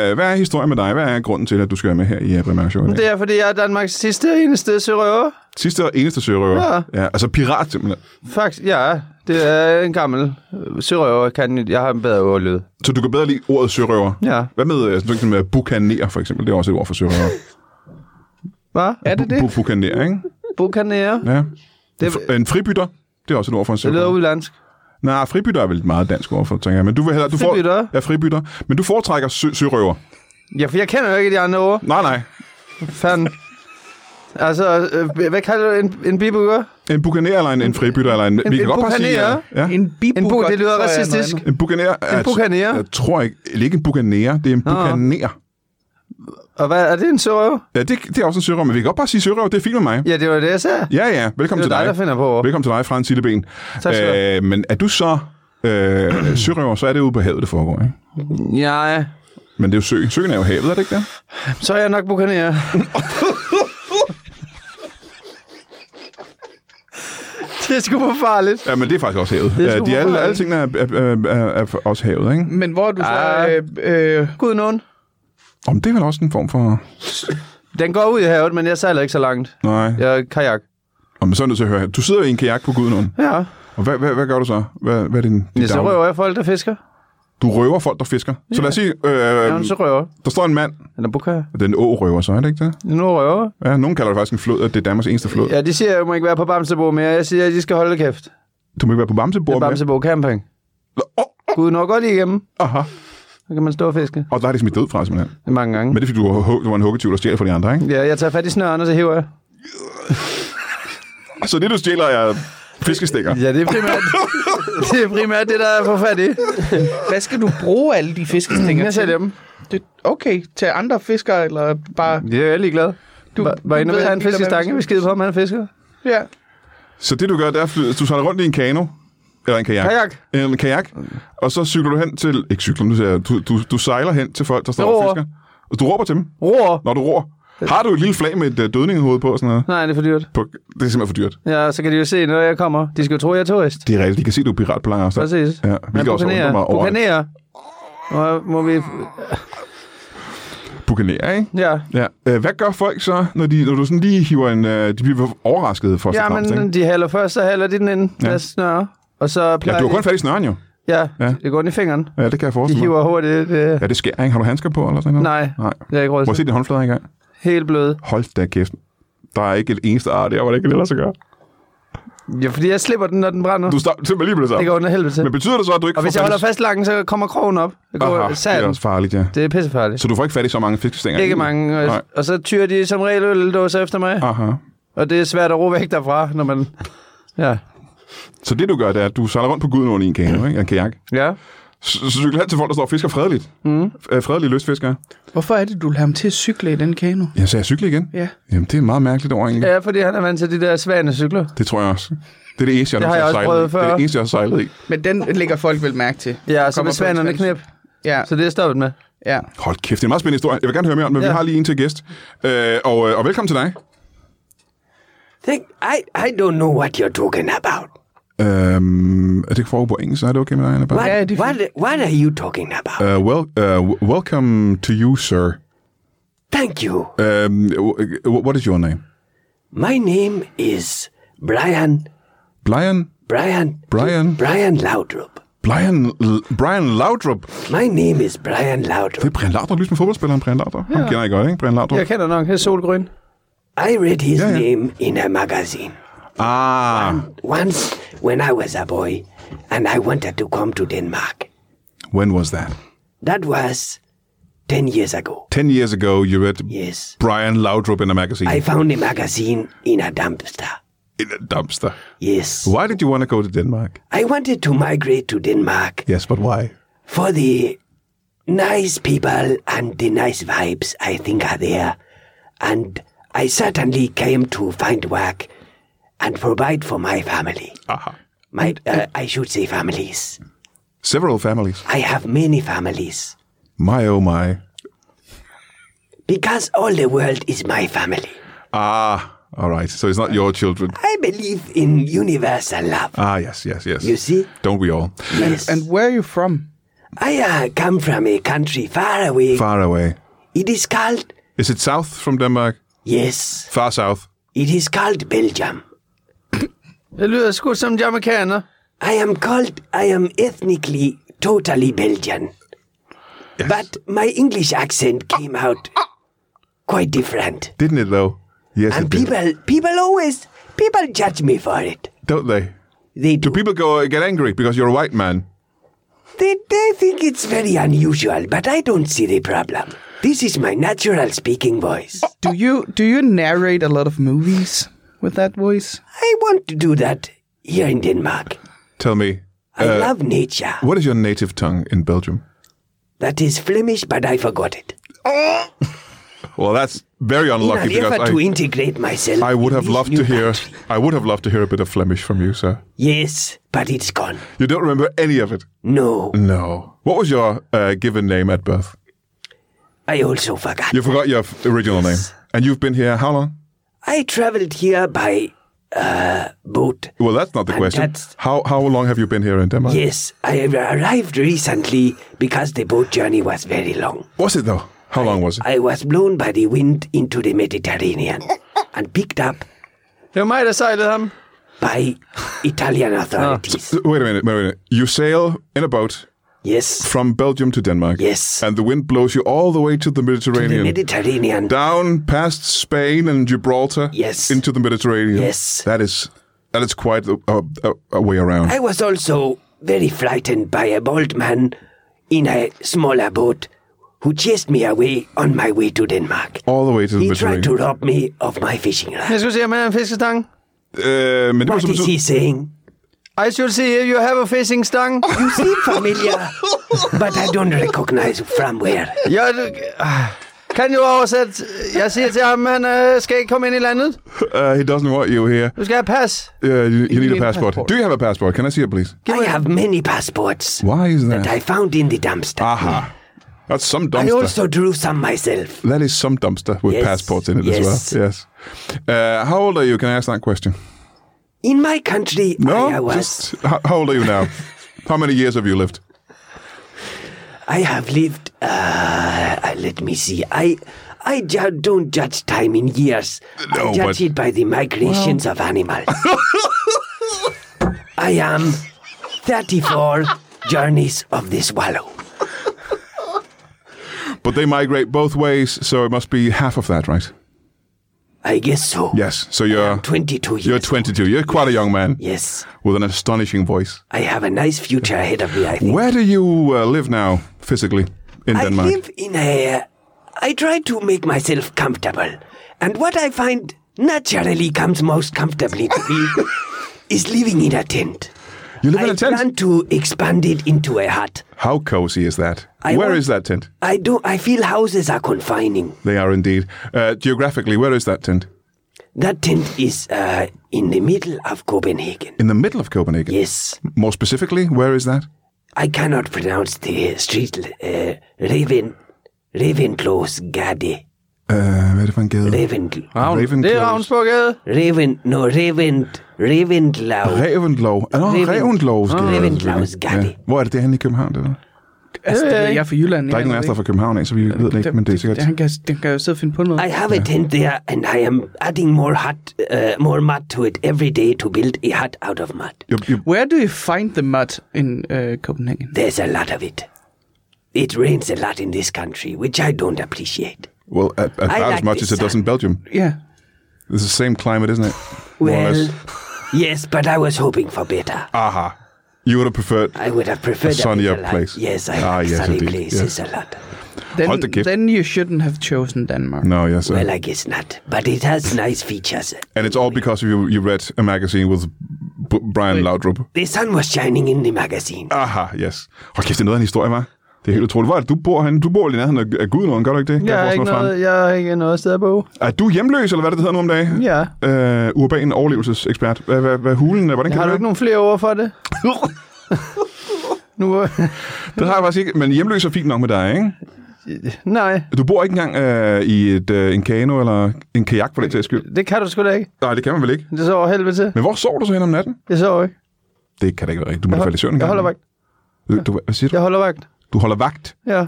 Speaker 1: øh, hvad er historien med dig? Hvad er grunden til, at du skal være med her i øh, Primære Show i dag?
Speaker 5: Det er, fordi jeg er Danmarks sidste og eneste sørøver.
Speaker 1: Sidste og eneste sørøver.
Speaker 5: Ja.
Speaker 1: ja. Altså pirat, simpelthen.
Speaker 5: Faktisk, ja.
Speaker 6: Det er en gammel øh, sørøver. Kan, jeg har en bedre ordlyd.
Speaker 1: Så du kan bedre lide ordet sørøver.
Speaker 6: Ja.
Speaker 1: Hvad med øh, sådan noget som øh, bukaner, for eksempel? Det er også et ord for sørøver.
Speaker 6: Hvad? Er det det?
Speaker 1: Bu- bu- bukaner, ikke?
Speaker 6: Bukanere?
Speaker 1: Ja.
Speaker 6: Det,
Speaker 1: F- en fribytter, det er også et ord for en
Speaker 6: det lyder
Speaker 1: sørøver.
Speaker 6: udlandsk.
Speaker 1: Nej, fribytter er vel et meget dansk ord for, tænker jeg. Men du vil hellere, du
Speaker 6: Fribytter?
Speaker 1: Får, ja, fribytter. Men du foretrækker sø- sørøver.
Speaker 6: Ja, for jeg kender jo ikke de andre ord.
Speaker 1: Nej, nej.
Speaker 6: Fanden. Altså, øh, hvad kalder du en, en bibukker?
Speaker 1: En bukaner eller en, en fribytter. Eller en, en, vi
Speaker 6: en
Speaker 1: kan godt bare sige...
Speaker 6: bukaner?
Speaker 1: øh, Ja.
Speaker 5: En bibu.
Speaker 6: En bu, det lyder racistisk.
Speaker 1: En bukaner. En
Speaker 6: bukaner?
Speaker 1: Jeg tror ikke, eller ikke en bukaner, det er en bukaner.
Speaker 6: Og hvad, er det en sørøver?
Speaker 1: Ja, det, det er også en sørøver, men vi kan godt bare sige sørøver, det er fint med mig.
Speaker 6: Ja, det var det, jeg sagde.
Speaker 1: Ja, ja, velkommen
Speaker 6: Det
Speaker 1: til
Speaker 6: er
Speaker 1: dig.
Speaker 6: dig, der finder på ord.
Speaker 1: Velkommen til dig, Frans Silleben.
Speaker 6: Tak skal du have.
Speaker 1: Øh, men er du så øh, sørøver, så er det ude på havet, det foregår, ikke?
Speaker 6: Ja,
Speaker 1: Men det er jo søen. Søen er jo havet, er det ikke det?
Speaker 6: så er jeg nok bukaner. det er sgu for farligt.
Speaker 1: Ja, men det er faktisk også havet.
Speaker 6: er sgu
Speaker 1: Øh, De alle,
Speaker 6: forfærdeligt.
Speaker 1: alle tingene er, er, er, er, er for- også havet, ikke?
Speaker 5: Men hvor er du så...
Speaker 6: Ah.
Speaker 5: Øh, øh,
Speaker 6: Gud nogen.
Speaker 1: Om det er vel også en form for...
Speaker 6: Den går ud i havet, men jeg sejler ikke så langt.
Speaker 1: Nej. Ja.
Speaker 6: Jeg er kajak.
Speaker 1: Om så er jeg nødt til at høre her. Du sidder i en kajak på Gudenåen.
Speaker 6: Ja,
Speaker 1: Og hvad, hvad, hvad gør du så? Hvad, hvad er din, din
Speaker 6: ja så
Speaker 1: daglige-
Speaker 6: røver jeg folk, der fisker.
Speaker 1: Du røver folk, der fisker. Ja. Så lad os sige,
Speaker 6: Jeg er
Speaker 1: øh,
Speaker 6: en sørøver.
Speaker 1: der står en mand.
Speaker 6: Eller bukaner.
Speaker 1: Det er en årøver, så er det ikke det?
Speaker 6: Nu røver.
Speaker 1: Ja, nogen kalder det faktisk en flod, at det er Danmarks eneste flod. Ja.
Speaker 6: Ja, de siger, at jeg må ikke være på Bamsebo mere. Jeg siger, at de skal holde kæft. Det
Speaker 1: Du må ikke være på
Speaker 6: er
Speaker 1: Bamsebord med.
Speaker 6: Bamsebo Camping.
Speaker 1: Åh,
Speaker 6: Gud når godt igennem.
Speaker 1: aha.
Speaker 6: Så kan man stå og fiske.
Speaker 1: Og der har de smidt død fra, simpelthen.
Speaker 6: Det er mange gange.
Speaker 1: Men det er, fordi du var, hu- du var en huggetyv, der stjæler fra de andre, ikke?
Speaker 6: Ja, jeg tager fat i snøren, og så hæver jeg.
Speaker 1: Så det, du stjæler, er fiskestikker.
Speaker 6: Ja, det er primært det, er primært det der er for fat i.
Speaker 5: hvad skal du bruge alle de fiskestænger
Speaker 6: Jeg tager dem.
Speaker 5: Det, okay, til andre fiskere, eller bare...
Speaker 6: Det er jeg ligeglad. Du var, var inde og
Speaker 5: ved
Speaker 6: have en
Speaker 5: ikke, hvad
Speaker 6: fiskestange, vi
Speaker 5: man-
Speaker 6: skidte på, om han fisker.
Speaker 5: Ja.
Speaker 1: Så det, du gør, det er, at fly- du sejler rundt i en kano. Eller en kajak.
Speaker 6: Kajak.
Speaker 1: En kajak. Og så cykler du hen til... Ikke cykler, men du, siger- du, du, du sejler hen til folk, der står
Speaker 6: Jeg
Speaker 1: og
Speaker 6: roer.
Speaker 1: fisker. Og du råber til dem,
Speaker 6: Roer.
Speaker 1: når du roer. Har du et lille flag med et øh, dødningehoved på og sådan noget?
Speaker 6: Nej, det er for dyrt.
Speaker 1: På, det er simpelthen for dyrt.
Speaker 6: Ja, så kan de jo se, når jeg kommer. De skal jo tro, jeg er turist.
Speaker 1: Det er rigtigt. De kan se, du er pirat på lang afstand.
Speaker 6: Præcis.
Speaker 1: Ja, hvilket også undrer mig over.
Speaker 6: Bukanerer. Må, må vi...
Speaker 1: Bukanerer, ikke?
Speaker 6: Ja.
Speaker 1: Ja. Øh, hvad gør folk så, når, de, når du sådan lige hiver en... Øh, de bliver overrasket for
Speaker 6: Ja,
Speaker 1: sig fremmest,
Speaker 6: men
Speaker 1: ikke?
Speaker 6: de hælder først, så hælder de den ind. Ja. Lad snøre. Og så
Speaker 1: Ja,
Speaker 6: plejer
Speaker 1: du har
Speaker 6: de-
Speaker 1: kun fat i snøren jo.
Speaker 6: Ja,
Speaker 1: Ja.
Speaker 6: det går ind i fingeren.
Speaker 1: Ja, det kan jeg
Speaker 6: De
Speaker 1: forestille mig.
Speaker 6: hiver hurtigt. øh, Det...
Speaker 1: Ja, det sker, ikke? Har du handsker på eller sådan noget?
Speaker 6: Nej,
Speaker 1: Nej.
Speaker 6: det er ikke råd
Speaker 1: Prøv at se
Speaker 6: til.
Speaker 1: din håndflader engang.
Speaker 6: Helt blød.
Speaker 1: Hold da kæft. Der er ikke et eneste ar der, hvor det ikke kan lade sig gøre.
Speaker 6: Ja, fordi jeg slipper den, når den brænder.
Speaker 1: Du stopper simpelthen lige med det
Speaker 6: Det
Speaker 1: samme.
Speaker 6: går under helvede til.
Speaker 1: Men betyder det så, at du ikke
Speaker 6: Og hvis
Speaker 1: får
Speaker 6: jeg holder
Speaker 1: fat i-
Speaker 6: fast langen, så kommer krogen op. Det, går,
Speaker 1: Aha,
Speaker 6: Aha,
Speaker 1: det er også farligt, ja.
Speaker 6: det er pissefarligt.
Speaker 1: Så du får ikke fat i så mange fiskestænger?
Speaker 6: Ikke mange. Og,
Speaker 1: Nej.
Speaker 6: og så tyrer de som regel øldåser efter mig.
Speaker 1: Aha.
Speaker 6: Og det er svært at ro væk derfra, når man... Ja.
Speaker 1: Så det, du gør, det er, at du sejler rundt på Gudenåen i en kano, ikke? En kajak.
Speaker 6: Mm. Ja.
Speaker 1: Så, så cykler hen til folk, der står og fisker fredeligt. Mm. Fredelige løsfiskere.
Speaker 5: Hvorfor er det, du vil have ham til at cykle i den kano?
Speaker 1: Ja, så jeg cykler igen?
Speaker 5: Ja.
Speaker 1: Jamen, det er meget mærkeligt over egentlig. Ja.
Speaker 6: Ja, fordi han er vant til de der svane cykler.
Speaker 1: Det tror jeg også. Det er det eneste, jeg,
Speaker 6: Det har
Speaker 1: nogensinde
Speaker 6: jeg også
Speaker 1: sejlet
Speaker 6: prøvet
Speaker 1: i. Det er
Speaker 6: før.
Speaker 1: det eneste, jeg har sejlet i.
Speaker 5: Men den lægger folk vel mærke til.
Speaker 6: Ja, så
Speaker 5: Kommer
Speaker 6: med
Speaker 5: på
Speaker 6: svanerne
Speaker 5: Instagram.
Speaker 6: knep.
Speaker 5: Ja,
Speaker 6: Så det er stoppet med.
Speaker 5: ja.
Speaker 1: Hold kæft, det er en meget spændende historie. Jeg vil gerne høre mere om det, men ja.
Speaker 6: Ja.
Speaker 1: vi har lige en til gæst. Øh, og, øh, og velkommen til dig.
Speaker 7: Think I I don't know what you're talking about.
Speaker 1: Øhm, er det ikke foregår på engelsk, så er det okay med dig, Anna Bang?
Speaker 7: What
Speaker 5: Ja, det er
Speaker 7: what what are you talking about?
Speaker 1: Uh, well, uh, w- welcome to you, sir.
Speaker 7: Thank you.
Speaker 1: Um, w- w- what is your name?
Speaker 7: My name is Brian
Speaker 1: Brian?
Speaker 7: Brian
Speaker 1: Brian?
Speaker 7: Brian Laudrup.
Speaker 1: Brian, L- Brian Laudrup.
Speaker 7: My name is Brian
Speaker 1: Det
Speaker 7: Laudrup.
Speaker 1: er Brian Laudrup, ligesom fodboldspilleren Brian Laudrup. Ja. Ham kender I godt, ikke? Brian Laudrup.
Speaker 6: Jeg kender nok. Det er solgrøn.
Speaker 7: I read his
Speaker 1: Yeah, yeah.
Speaker 7: name in a magazine.
Speaker 1: Ah,
Speaker 7: Once when I was a boy and I wanted to come to Denmark.
Speaker 1: when was that?
Speaker 7: That was ten years ago.
Speaker 1: Ten years ago, you read
Speaker 7: Yes.
Speaker 1: Brian Laudrup in a magazine.
Speaker 7: I found a magazine in a dumpster.
Speaker 1: in a dumpster.
Speaker 7: Yes.
Speaker 1: Why did you want to go to Denmark?
Speaker 7: I wanted to migrate to Denmark
Speaker 1: Yes, but why?
Speaker 7: for the nice people and the nice vibes I think are there. And I certainly came to find work and provide for my family.
Speaker 1: Aha.
Speaker 7: My, uh, I should say families.
Speaker 1: Several families.
Speaker 7: I have many families
Speaker 1: My oh my.
Speaker 7: because all the world is my family.
Speaker 1: Ah, all right. So it's not your children.
Speaker 7: I believe in universal love.
Speaker 1: Ah, yes, yes, yes.
Speaker 7: You see?
Speaker 1: Don't we all?
Speaker 7: Yes.
Speaker 5: And where are you from?
Speaker 7: I uh, come from a country far away.
Speaker 1: Far away.
Speaker 7: it is called,
Speaker 1: Is it south from Denmark?
Speaker 7: yes,
Speaker 1: Far south.
Speaker 7: it is called Belgium.
Speaker 6: Det lyder sgu som jamaikaner.
Speaker 7: I am called, I am ethnically totally Belgian. But my English accent came out quite different.
Speaker 1: Didn't it though? Yes,
Speaker 7: And
Speaker 1: it did.
Speaker 7: people, people always, people judge me for it.
Speaker 1: don't they?
Speaker 7: They
Speaker 1: Do people go uh, get angry because you're a white man?
Speaker 7: They, they think it's very unusual, but I don't see the problem. This is my natural speaking voice.
Speaker 8: Do you do you narrate a lot of movies with that voice?
Speaker 7: I want to do that here in Denmark.
Speaker 1: Tell me,
Speaker 7: I
Speaker 1: Uh,
Speaker 7: love nature.
Speaker 1: what is your native tongue in Belgium?
Speaker 7: That is Flemish, but I forgot it.
Speaker 1: Well, that's very
Speaker 7: In
Speaker 1: unlucky
Speaker 7: an
Speaker 1: because
Speaker 7: effort
Speaker 1: I,
Speaker 7: to integrate myself,
Speaker 1: I would
Speaker 7: in
Speaker 1: have
Speaker 7: this
Speaker 1: loved
Speaker 7: new
Speaker 1: to hear
Speaker 7: country.
Speaker 1: I would have loved to hear a bit of Flemish from you, sir.
Speaker 7: Yes, but it's gone.
Speaker 1: You don't remember any of it.
Speaker 7: No,
Speaker 1: No. What was your uh, given name at birth?
Speaker 7: I also forgot.
Speaker 1: You forgot your f- original name, and you've been here how long?
Speaker 7: I traveled here by uh, boat.
Speaker 1: Well, that's not the
Speaker 7: And
Speaker 1: question.
Speaker 7: that's-
Speaker 1: How how long have you been here in Denmark?
Speaker 7: Yes, I arrived recently because the boat journey was very long.
Speaker 1: Was it though? How long was it?
Speaker 7: I was blown by the wind into the Mediterranean and picked up
Speaker 6: Det var mig, der sejlede ham.
Speaker 7: by Italian authorities.
Speaker 1: Uh, Wait a minute, wait a minute. You sail in a boat
Speaker 7: Yes,
Speaker 1: from Belgium to Denmark.
Speaker 7: Yes.
Speaker 1: And the wind blows you all the way to the
Speaker 7: the
Speaker 1: Mediterranean.
Speaker 7: Mediterranean.
Speaker 1: down past Spain and Gibraltar.
Speaker 7: Yes.
Speaker 1: Into the Mediterranean.
Speaker 7: Yes.
Speaker 1: That is that is quite a, a, a- a way around.
Speaker 7: I was also very frightened by a bold man in a smaller boat who chased me away on my way to Denmark.
Speaker 1: all the way to the
Speaker 7: He tried to
Speaker 1: Mediterranean.
Speaker 7: rob me of my fishing rod.
Speaker 6: Jeg skulle se, om han havde en fiskestang.
Speaker 1: Uh, men det var
Speaker 7: What
Speaker 1: som,
Speaker 7: is he saying?
Speaker 6: I should see if you have a fishing stang.
Speaker 7: You seem familiar, but I don't recognize from where.
Speaker 6: Jeg, Ah. kan du oversætte? Jeg siger til ham, han øh, skal ikke komme ind i landet.
Speaker 1: uh, he doesn't want you here.
Speaker 6: Du skal have pas.
Speaker 1: Uh, you, you need a
Speaker 8: need a
Speaker 1: passport.
Speaker 8: passport.
Speaker 1: Do you have a passport? Can I see it, please?
Speaker 7: I have many passports
Speaker 1: Why is
Speaker 7: that I
Speaker 1: that?
Speaker 7: found in the dumpster.
Speaker 1: Aha. That's some
Speaker 7: I
Speaker 1: dumpster.
Speaker 7: also drew some myself.
Speaker 1: that is some dumpster with
Speaker 7: Yes.
Speaker 1: passports in it as
Speaker 7: Yes.
Speaker 1: well. Yes. Uh, how old are you? Can I ask that question?
Speaker 7: In my country,
Speaker 1: No,
Speaker 7: I was.
Speaker 1: just how, how old are you now? how many years have you lived?
Speaker 7: I have lived. Uh, uh, let me see. I I ju- don't judge time in years.
Speaker 1: No,
Speaker 7: I judge
Speaker 1: but-
Speaker 7: it by the migrations of animals. I am thirty-four journeys of the swallow.
Speaker 1: But they migrate both ways, so it must be half of that, right?
Speaker 7: I guess so.
Speaker 1: Yes. So you're
Speaker 7: Twenty-two years.
Speaker 1: you're 22. You're quite a young man.
Speaker 7: Yes,
Speaker 1: With an astonishing voice.
Speaker 7: I have a nice future ahead of me. I think.
Speaker 1: Where do you uh, live now, physically, in
Speaker 7: I
Speaker 1: Denmark?
Speaker 7: live in a. I try to make myself comfortable, and what I find naturally comes most comfortably to me is living in a tent.
Speaker 1: you live
Speaker 7: I
Speaker 1: in a tent.
Speaker 7: plan to expand it into a hut.
Speaker 1: How cozy is that? Where
Speaker 7: I want-
Speaker 1: is that tent?
Speaker 7: I do. I feel houses are confining.
Speaker 1: They are indeed. Uh, geographically, where is that tent?
Speaker 7: That tent is uh, in the middle of Copenhagen.
Speaker 1: In the middle of Copenhagen.
Speaker 7: Yes,
Speaker 1: More specifically, where is that?
Speaker 7: I cannot pronounce the street. Uh, Raven, Ravenclaw's Gade.
Speaker 1: Uh, hvad er det for en gade?
Speaker 7: Raven,
Speaker 6: Ravn.
Speaker 1: Ravenclaw.
Speaker 6: Det er Ravnsborgade.
Speaker 7: Raven. No, Raven, Ravenclaw.
Speaker 1: Ravenclaw. Ah, Nå,
Speaker 7: Raven-
Speaker 1: Ravenclaws. gade,
Speaker 7: Ravenclaws
Speaker 1: selvfølgelig.
Speaker 7: gade.
Speaker 1: Ja. Hvor er det, det er henne i København? Det der?
Speaker 8: Altså, det ved jeg fra Jylland.
Speaker 1: der er ikke nogen af os, der er fra København af, så vi ved det ikke, men det er sikkert.
Speaker 8: Han kan, den kan jo sidde og finde på noget.
Speaker 7: I have a tent there, and I am adding more hut, uh, more mud to it every day to build a hut out of mud.
Speaker 1: Jo, jo,
Speaker 8: Where do you find the mud in uh, Copenhagen?
Speaker 7: There's a lot of it. It rains a lot in this country, which I don't appreciate.
Speaker 1: well, at, at about as
Speaker 7: like
Speaker 1: much
Speaker 7: this
Speaker 1: as it does in
Speaker 7: sun.
Speaker 1: Belgium.
Speaker 8: Yeah.
Speaker 1: It's the same climate, isn't it? More or
Speaker 7: Well,
Speaker 1: less.
Speaker 7: yes, but I was hoping for better.
Speaker 1: Aha. You would have preferred.
Speaker 7: I would have preferred a
Speaker 1: sunnier
Speaker 7: better life.
Speaker 1: place.
Speaker 7: Yes, I
Speaker 1: Ah,
Speaker 7: like
Speaker 1: yes,
Speaker 7: sunny
Speaker 1: indeed, yes.
Speaker 7: places a lot.
Speaker 1: Hold da
Speaker 8: Then,
Speaker 1: kæft.
Speaker 8: then you shouldn't have chosen Denmark.
Speaker 1: No, yes. Sir.
Speaker 7: Well, I guess not, but it has nice features.
Speaker 1: and it's all because you you read a magazine with B- Brian Laudrup.
Speaker 7: The sun was shining in the magazine.
Speaker 1: Aha, yes. Hold kæft, det er noget af en historie, var. Det er helt utroligt. Hvor er det, du bor henne? Du bor lige nærheden af- af Gudnåen, gør du ikke det?
Speaker 6: Jeg har
Speaker 1: Gerhardsen
Speaker 6: ikke
Speaker 1: og Fran.
Speaker 6: noget, jeg har ikke noget sted at bo.
Speaker 1: Er du hjemløs, eller hvad er det, det hedder nu om dagen?
Speaker 6: Ja.
Speaker 1: Øh, urban overlevelsesekspert. Hvad, hvad, hvad hulen er? Hvordan kan
Speaker 6: Har du
Speaker 1: det
Speaker 6: ikke
Speaker 1: være?
Speaker 6: nogen flere ord for det? nu, øh,
Speaker 1: Det har jeg faktisk ikke, men hjemløs er fint nok med dig, ikke?
Speaker 6: nej,
Speaker 1: Du bor ikke engang øh, i et, øh, en kano eller en kajak, for den til skyld.
Speaker 6: det kan du sgu da ikke.
Speaker 1: Nej, det kan man vel ikke.
Speaker 6: Det sover helvede til.
Speaker 1: Men hvor sover du så hen om natten?
Speaker 6: Jeg sover ikke.
Speaker 1: Det kan da ikke være rigtigt. Du må da
Speaker 6: Jeg,
Speaker 1: falde i søvn en
Speaker 6: jeg
Speaker 1: gang.
Speaker 6: holder vagt.
Speaker 1: Du, du, hvad siger du?
Speaker 6: Jeg holder vagt.
Speaker 1: Du holder vagt.
Speaker 6: Ja.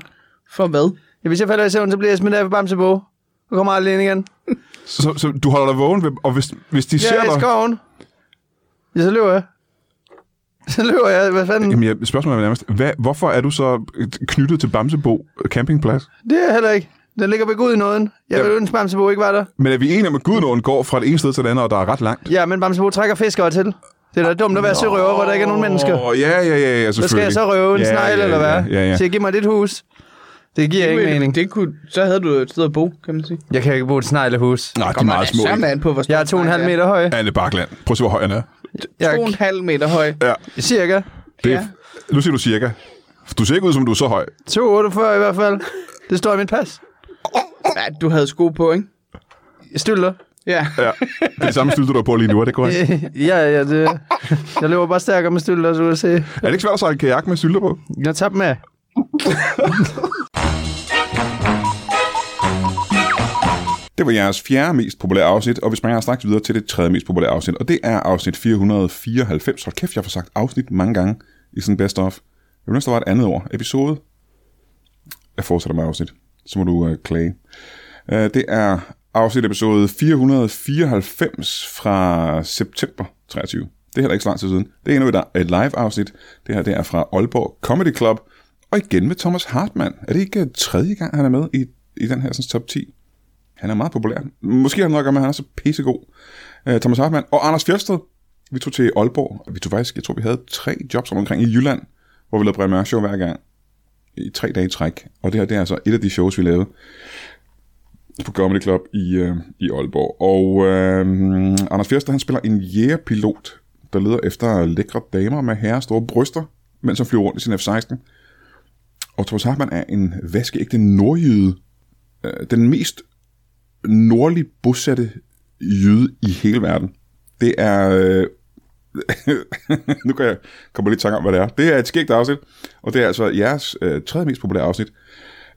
Speaker 8: For hvad?
Speaker 6: ja hvis jeg falder i søvn, så bliver jeg smidt af på Bamse Bo. Og kommer aldrig ind igen.
Speaker 1: Så, så du holder dig vågen, ved, og hvis, hvis de
Speaker 6: Jeg
Speaker 1: ser
Speaker 6: er i
Speaker 1: dig...
Speaker 6: skoven. Ja, så løber jeg. Så løber jeg. Hvad fanden?
Speaker 1: Jamen, jeg, spørgsmålet er nærmest, hvad, hvorfor er du så knyttet til Bamsebo campingplads?
Speaker 6: Det er jeg heller ikke. Den ligger ved Gud i nåden. Jeg vil
Speaker 1: Ja.
Speaker 6: ønske, Bamsebo ikke var der.
Speaker 1: Men er vi enige om, at Gudenåen går fra det ene sted til det andet, og der er ret langt?
Speaker 6: Ja, men Bamsebo trækker fiskere til. Det er da dumt at være sørøver, hvor der ikke er nogen mennesker.
Speaker 1: Åh, oh, ja, ja, ja, ja, selvfølgelig.
Speaker 6: Hvad skal jeg så røve en
Speaker 1: ja,
Speaker 6: snegl,
Speaker 1: ja,
Speaker 6: eller hvad?
Speaker 1: Ja, ja,
Speaker 6: Så
Speaker 1: ja.
Speaker 6: jeg giver mig dit hus. Det giver ikke mening.
Speaker 5: Det kunne, så havde du et sted at bo, kan man sige.
Speaker 6: Jeg kan ikke bo i et sneglehus.
Speaker 1: Nej, de er meget små.
Speaker 5: Så
Speaker 1: ikke?
Speaker 5: man på, hvor stor
Speaker 6: Jeg er to og en halv meter høj.
Speaker 1: Anne Bakland. Prøv at se, hvor høj han er.
Speaker 6: Jeg
Speaker 5: To og en halv meter høj.
Speaker 6: er cirka
Speaker 1: Det er
Speaker 5: Ja.
Speaker 1: Nu siger du cirka. Du ser ikke ud, som du er så høj.
Speaker 6: 2,48 i hvert fald. Det står i mit pas.
Speaker 5: Ja, du havde sko på, ikke?
Speaker 6: Stylter.
Speaker 5: Ja.
Speaker 1: Ja. Det er det samme stylte, du er på lige nu, er det korrekt?
Speaker 6: ja, ja, det... Jeg løber bare stærkere med stylter, så du kan se.
Speaker 1: Er det ikke svært at sejle kajak med sylter på?
Speaker 6: Jeg tager dem af.
Speaker 9: Det var jeres fjerde mest populære afsnit, og vi springer straks videre til det tredje mest populære afsnit, og det er afsnit 494. Hold kæft, jeg får sagt afsnit mange gange i sådan en best of. Jeg vil næsten der var et andet ord. Episode. Jeg fortsætter med afsnit. Så må du øh, klage. Øh, det er afsnit episode 494 fra september 23. Det er heller ikke så lang tid siden. Det er endnu et, et live afsnit. Det her det er fra Aalborg Comedy Club. Og igen med Thomas Hartmann. Er det ikke øh, tredje gang, han er med i, i den her sådan, top 10? Han er meget populær. Måske har det noget at gøre med, at han er så pissegod. Øh, Thomas Hartmann og Anders Fjelsted. Vi tog til Aalborg. og Vi tog faktisk, jeg tror, vi havde tre jobs rundt omkring i Jylland, hvor vi lavede Brian Mørk Show hver gang. I tre dage i træk. Og det her, det er altså et af de shows, vi lavede på Comedy Club i, øh, i Aalborg. Og øh, Anders Fjelsted, han spiller en jægerpilot, der leder efter lækre damer med herre store bryster, mens han flyver rundt i sin F-16. Og Thomas Hartmann er en vaskeægte nordjyde. Øh, den mest nordligt bosatte jøde i hele verden. Det er... Øh, nu kan jeg komme lidt i tanke om, hvad det er. Det er et skægt afsnit, og det er altså jeres øh, tredje mest populære afsnit.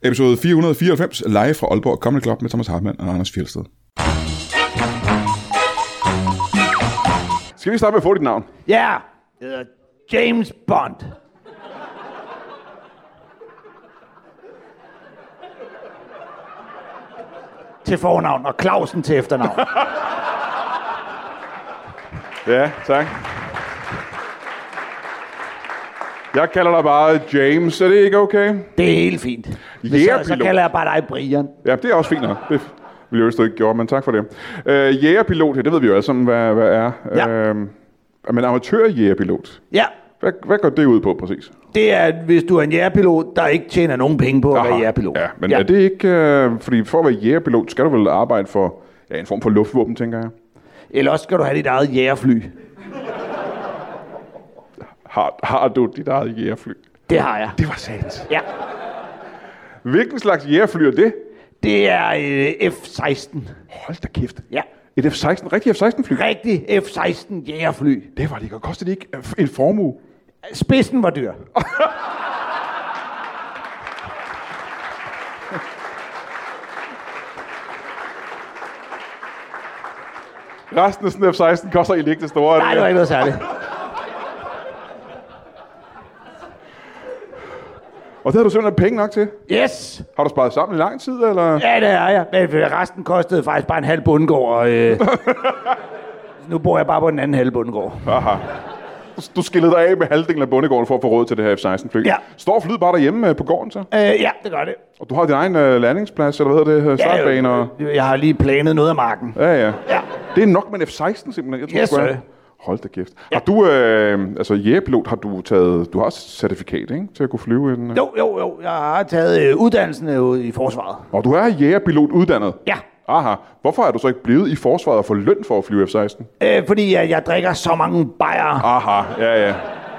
Speaker 9: Episode 494, live fra Aalborg Comedy Club med Thomas Hartmann og Anders Fjeldsted.
Speaker 1: Skal vi starte med at få dit navn?
Speaker 10: Ja, det hedder James Bond. til fornavn og Clausen til efternavn.
Speaker 1: Ja, tak. Jeg kalder dig bare James, er det ikke okay?
Speaker 10: Det er helt fint. Men
Speaker 1: Jægerpilot.
Speaker 10: så, så kalder jeg bare dig Brian.
Speaker 1: Ja, det er også fint nok. Det ville jeg jo ikke gjorde, men tak for det. Øh, jægerpilot, ja, det ved vi jo alle sammen, hvad, hvad er.
Speaker 10: Ja.
Speaker 1: Øh, men amatør-jægerpilot,
Speaker 10: Ja,
Speaker 1: hvad, hvad går det ud på præcis?
Speaker 10: det er, hvis du er en jægerpilot, der ikke tjener nogen penge på at være jægerpilot.
Speaker 1: Ja, men ja. er det ikke... Øh, fordi for at være jægerpilot, skal du vel arbejde for ja, en form for luftvåben, tænker jeg.
Speaker 10: Eller også skal du have dit eget jægerfly.
Speaker 1: Har, har du dit eget jægerfly?
Speaker 10: Det har jeg.
Speaker 1: Det var sandt.
Speaker 10: Ja.
Speaker 1: Hvilken slags jægerfly er det?
Speaker 10: Det er øh, F-16.
Speaker 1: Hold da kæft.
Speaker 10: Ja.
Speaker 1: Et F-16, rigtig F-16-fly.
Speaker 10: Rigtig F-16 jægerfly.
Speaker 1: Det var det ikke. Og kostede det ikke øh, en formue?
Speaker 10: Spidsen var dyr.
Speaker 1: Resten af sådan en F-16 koster egentlig ikke det store.
Speaker 10: Nej, det var ikke noget særligt.
Speaker 1: Og det har du simpelthen penge nok til.
Speaker 10: Yes!
Speaker 1: Har du sparet sammen i lang tid, eller?
Speaker 10: Ja, det er jeg. Men øh, resten kostede faktisk bare en halv bundgård. Og, øh, nu bor jeg bare på den anden halve bundgård.
Speaker 1: Du skillede dig af med halvdelen af bondegården for at få råd til det her F-16-fly.
Speaker 10: Ja.
Speaker 1: Står flyet bare derhjemme øh, på gården så?
Speaker 10: Øh, ja, det gør det.
Speaker 1: Og du har din egen øh, landingsplads, eller hvad hedder det? øh, Startbane og...
Speaker 10: jeg, jeg har lige planet noget af marken.
Speaker 1: Ja, ja.
Speaker 10: Ja.
Speaker 1: Det er nok med en F-16 simpelthen. Jeg tror,
Speaker 10: Yes,
Speaker 1: sgu, jeg-
Speaker 10: sir.
Speaker 1: Hold da kæft. Har du, øh, altså jægerpilot, har du taget, du har også certifikat, ikke? Til at kunne flyve en... Øh.
Speaker 10: Jo, jo, jo. Jeg har taget øh, uddannelsen øh, i forsvaret.
Speaker 1: Og du er jægerpilot uddannet?
Speaker 10: Ja.
Speaker 1: Aha. Hvorfor er du så ikke blevet i forsvaret og får løn for at flyve F-16?
Speaker 10: Øh, fordi jeg, jeg drikker så mange bajer,
Speaker 1: Aha, ja, ja.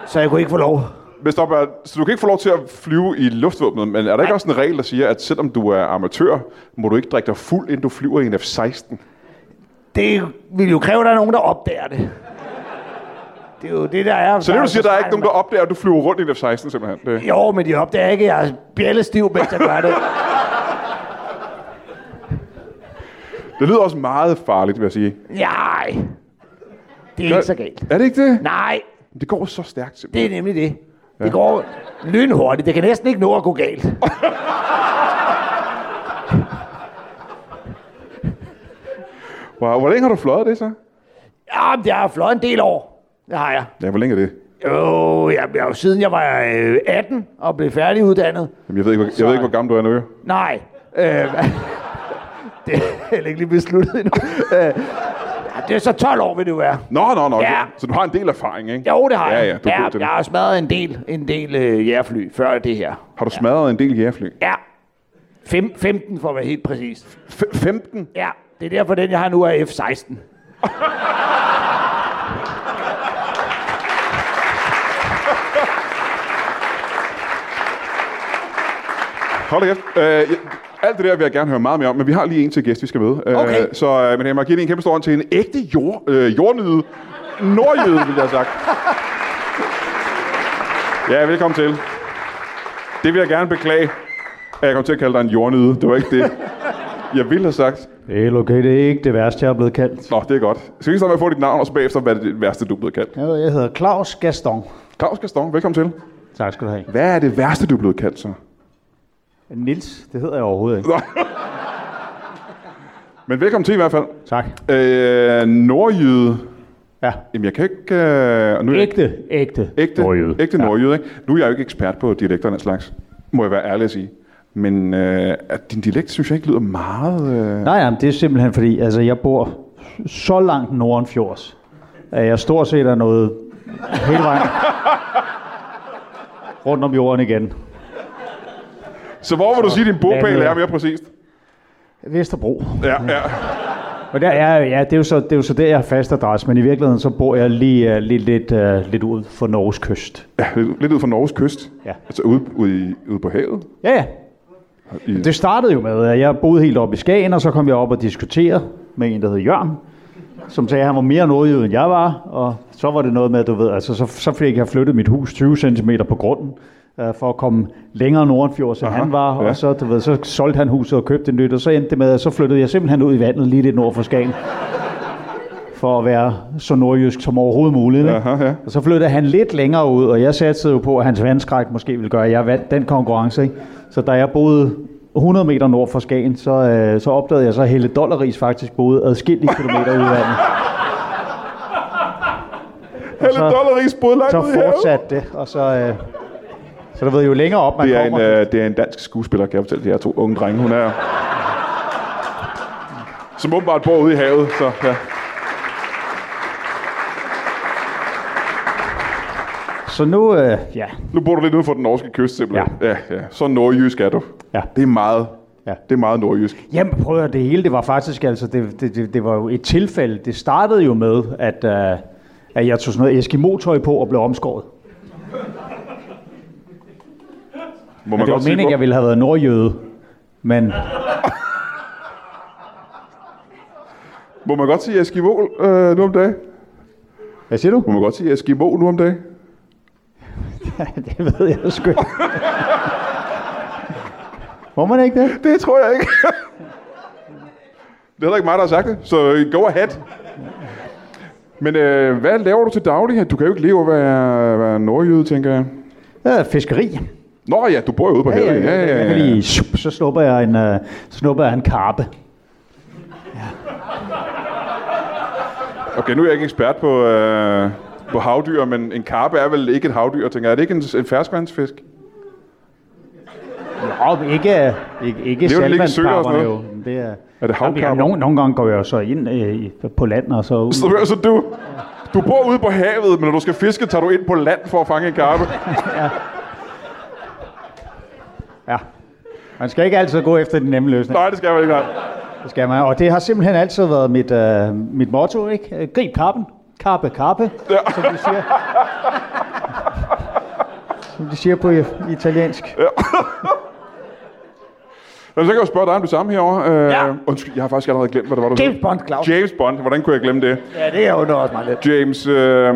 Speaker 10: så jeg kunne ikke få lov.
Speaker 1: Men stop, er- så du kan ikke få lov til at flyve i luftvåbnet, men er der ikke også en regel, der siger, at selvom du er amatør, må du ikke drikke dig fuld, inden du flyver i en F-16?
Speaker 10: Det vil jo kræve, at der er nogen, der opdager det. Det er jo det, der er.
Speaker 1: Så det vil sige, at der er ikke nogen, der opdager, at du flyver rundt i en F-16 simpelthen? Det.
Speaker 10: Jo, men de opdager ikke, at jeg er bjællestiv, mens jeg gør det.
Speaker 1: det lyder også meget farligt, vil jeg sige.
Speaker 10: Nej. Det er ikke så galt.
Speaker 1: Er det ikke det?
Speaker 10: Nej,
Speaker 1: Det går så stærkt simpelthen.
Speaker 10: det er nemlig det. Det går lynhurtigt. Det kan næsten ikke nå at gå galt.
Speaker 1: Wow. Hvor længe har du fløjet det så?
Speaker 10: Jamen, det har jeg fløjet en del år. Det har jeg.
Speaker 1: Ja, hvor længe er det?
Speaker 10: Jo, jeg, jeg, siden jeg var øh, 18 og blev færdiguddannet.
Speaker 1: Jamen, jeg, ved ikke, hvor, jeg ved ikke, hvor gammel du er nu. jo.
Speaker 10: Nej. Øh, det er heller ikke lige besluttet endnu. Øh, ja, det er så 12 år, vil det jo være.
Speaker 1: Nå, nå, nå.
Speaker 10: Ja.
Speaker 1: Så du har en del erfaring, ikke?
Speaker 10: Jo, det har
Speaker 1: ja,
Speaker 10: jeg.
Speaker 1: Ja, du er god til det.
Speaker 10: jeg har smadret en del, en del øh, jægerfly før det her.
Speaker 1: Har du smadret en del jægerfly?
Speaker 10: Ja. Fem, 15 for at være helt præcis.
Speaker 1: F- 15?
Speaker 10: Ja, det er derfor, den jeg har nu er F-16.
Speaker 1: Hold da kæft. Øh, ja, alt det der vil jeg gerne høre meget mere om, men vi har lige en til gæst, vi skal med. Øh,
Speaker 10: Okay.
Speaker 1: Så øh, men jeg må give en kæmpe stor hånd til en ægte jord, øh, jordnyde. Nordjyde, vil jeg have sagt. Ja, velkommen til. Det vil jeg gerne beklage, at jeg kom til at kalde dig en jordnyde. Det var ikke det, jeg ville have sagt.
Speaker 11: Det er helt okay, det er ikke det værste, jeg er blevet kaldt.
Speaker 1: Nå, det er godt. Skal vi ikke starte med at få dit navn, og så bagefter, hvad er det værste, du er blevet kaldt?
Speaker 11: Jeg, ved, jeg hedder Claus Gaston.
Speaker 1: Claus Gaston, velkommen til.
Speaker 11: Tak skal du have.
Speaker 1: Hvad er det værste, du er blevet kaldt så?
Speaker 11: Nils, det hedder jeg overhovedet ikke.
Speaker 1: Men velkommen til i hvert fald.
Speaker 11: Tak.
Speaker 1: Øh, nordjyde.
Speaker 11: Ja.
Speaker 1: Jamen, jeg kan ikke... Øh, og nu er jeg-
Speaker 11: Ægte, ægte.
Speaker 1: Ægte
Speaker 11: nordjyde.
Speaker 1: Ægte nordjyde, ikke? Nu er jeg jo ikke ekspert på dialekter og den slags, må jeg være ærlig at sige. Men øh, at din dialekt, synes jeg ikke lyder meget... Øh...
Speaker 11: Nej, jamen, det er simpelthen fordi, altså jeg bor så langt nordenfjords, at jeg stort set er noget hele vejen rundt om jorden igen.
Speaker 1: Så hvor vil du sige, din bogpæl
Speaker 11: landet.
Speaker 1: er mere præcist?
Speaker 11: Vesterbro.
Speaker 1: Ja, ja.
Speaker 11: Og der er, ja, det er, jo så, det er jo så der, jeg har fast adresse, men i virkeligheden så bor jeg lige, øh, lige lidt, uh, lidt ud for Norges kyst.
Speaker 1: ja lidt, lidt ud fra Norges kyst.
Speaker 11: Ja.
Speaker 1: Altså ude, ude, i, ude på havet.
Speaker 11: Ja, ja.
Speaker 1: I-
Speaker 11: Det startede jo med, at jeg boede helt oppe i Skagen, og så kom jeg op og diskuterede med en, der hed Jørgen, som sagde, at han var mere nordjyde, end jeg var, og så var det noget med, du ved, altså så, så fik jeg flyttet mit hus 20 cm på grunden, øh, for at komme længere nordenfjords, end
Speaker 1: Aha,
Speaker 11: han var,
Speaker 1: ja.
Speaker 11: og så, du ved, så solgte han huset og købte et nyt, og så endte det med, at så flyttede jeg simpelthen ud i vandet lige lidt nord for Skagen, for at være så nordjysk som overhovedet muligt. Ikke?
Speaker 1: Aha, ja.
Speaker 11: Og så flyttede han lidt længere ud, og jeg satsede jo på, at hans vandskræk måske ville gøre, at jeg vandt den konkurrence. Ikke? Så da jeg boede 100 meter nord for Skagen, så, øh, så opdagede jeg så, at Helle Dollaris faktisk boede adskillige kilometer ude i vandet.
Speaker 1: Helle
Speaker 11: så-
Speaker 1: Dolleris både langt
Speaker 11: Så
Speaker 1: ude i havet.
Speaker 11: fortsatte det, og så... Øh, så du ved, jo længere op man
Speaker 1: Det er, en,
Speaker 11: kommer...
Speaker 1: øh, det er en dansk skuespiller, kan jeg fortælle de her to unge drenge. Hun er... Som åbenbart bor ude i havet, så ja.
Speaker 11: Så nu... Øh, ja,
Speaker 1: Nu bor du lidt uden for den norske kyst, simpelthen. Ja. ja, ja. Så nordjysk er du.
Speaker 11: Ja.
Speaker 1: Det er meget, ja.
Speaker 11: Ja.
Speaker 1: det er meget nordjysk.
Speaker 11: Jamen prøv at høre, det hele, det var faktisk altså, det, det, det, det var jo et tilfælde. Det startede jo med, at, øh, at jeg tog sådan noget Eskimo-tøj på og blev omskåret.
Speaker 1: Må
Speaker 11: Men det var
Speaker 1: godt sige,
Speaker 11: meningen,
Speaker 1: hvor-
Speaker 11: jeg ville have været nordjøde. Men
Speaker 1: Må man godt sige Eskimo øh, nu om dagen?
Speaker 11: hvad siger du?
Speaker 1: Må man godt sige Eskimo nu om dagen?
Speaker 11: det ved jeg sgu ikke. Må man ikke det?
Speaker 1: Det tror jeg ikke. det er heller ikke mig, der har sagt det, så go ahead. Men øh, hvad laver du til daglig? Du kan jo ikke leve af at være, være nordjyde, tænker jeg.
Speaker 11: Ja, fiskeri.
Speaker 1: Nå ja, du bor jo ude på havet. Ja, ja,
Speaker 11: Jeg kan
Speaker 1: ja.
Speaker 11: lige, sup, så snupper jeg en, uh, snupper jeg en karpe.
Speaker 1: Okay, nu er jeg ikke ekspert på, øh, på havdyr, men en karpe er vel ikke et havdyr, tænker jeg. Er det ikke en, en ferskvandsfisk?
Speaker 11: Nå, men ikke, øh, ikke, ikke
Speaker 1: Lever den ikke i søer og
Speaker 11: salvandskarperne
Speaker 1: sådan
Speaker 11: jo.
Speaker 1: noget?
Speaker 11: Det er,
Speaker 1: Er det havkarper?
Speaker 11: Jamen, Nogle, nogle gange går jeg jo så ind øh, i- på land og så ud.
Speaker 1: Så, så du, du bor ude på havet, men når du skal fiske, tager du ind på land for at fange en karpe.
Speaker 11: Ja. Man skal ikke altid gå efter den nemme løsning.
Speaker 1: Nej, det skal jeg vel ikke. nej.
Speaker 11: Det skal man. Og det har simpelthen altid været mit, øh, mit motto, ikke? Øh, Grib karpen. Karpe, karpe, ja. som de siger. som de siger på i- italiensk. Ja.
Speaker 1: Jamen, så kan jeg jo spørge dig om det samme herovre. Øh,
Speaker 10: Ja.
Speaker 1: Undskyld, jeg har faktisk allerede glemt, hvad det var, du
Speaker 10: James
Speaker 1: hed.
Speaker 10: Bond, Claus.
Speaker 1: James Bond. Hvordan kunne jeg glemme det?
Speaker 10: Ja, det er under også mig lidt.
Speaker 1: James, øh,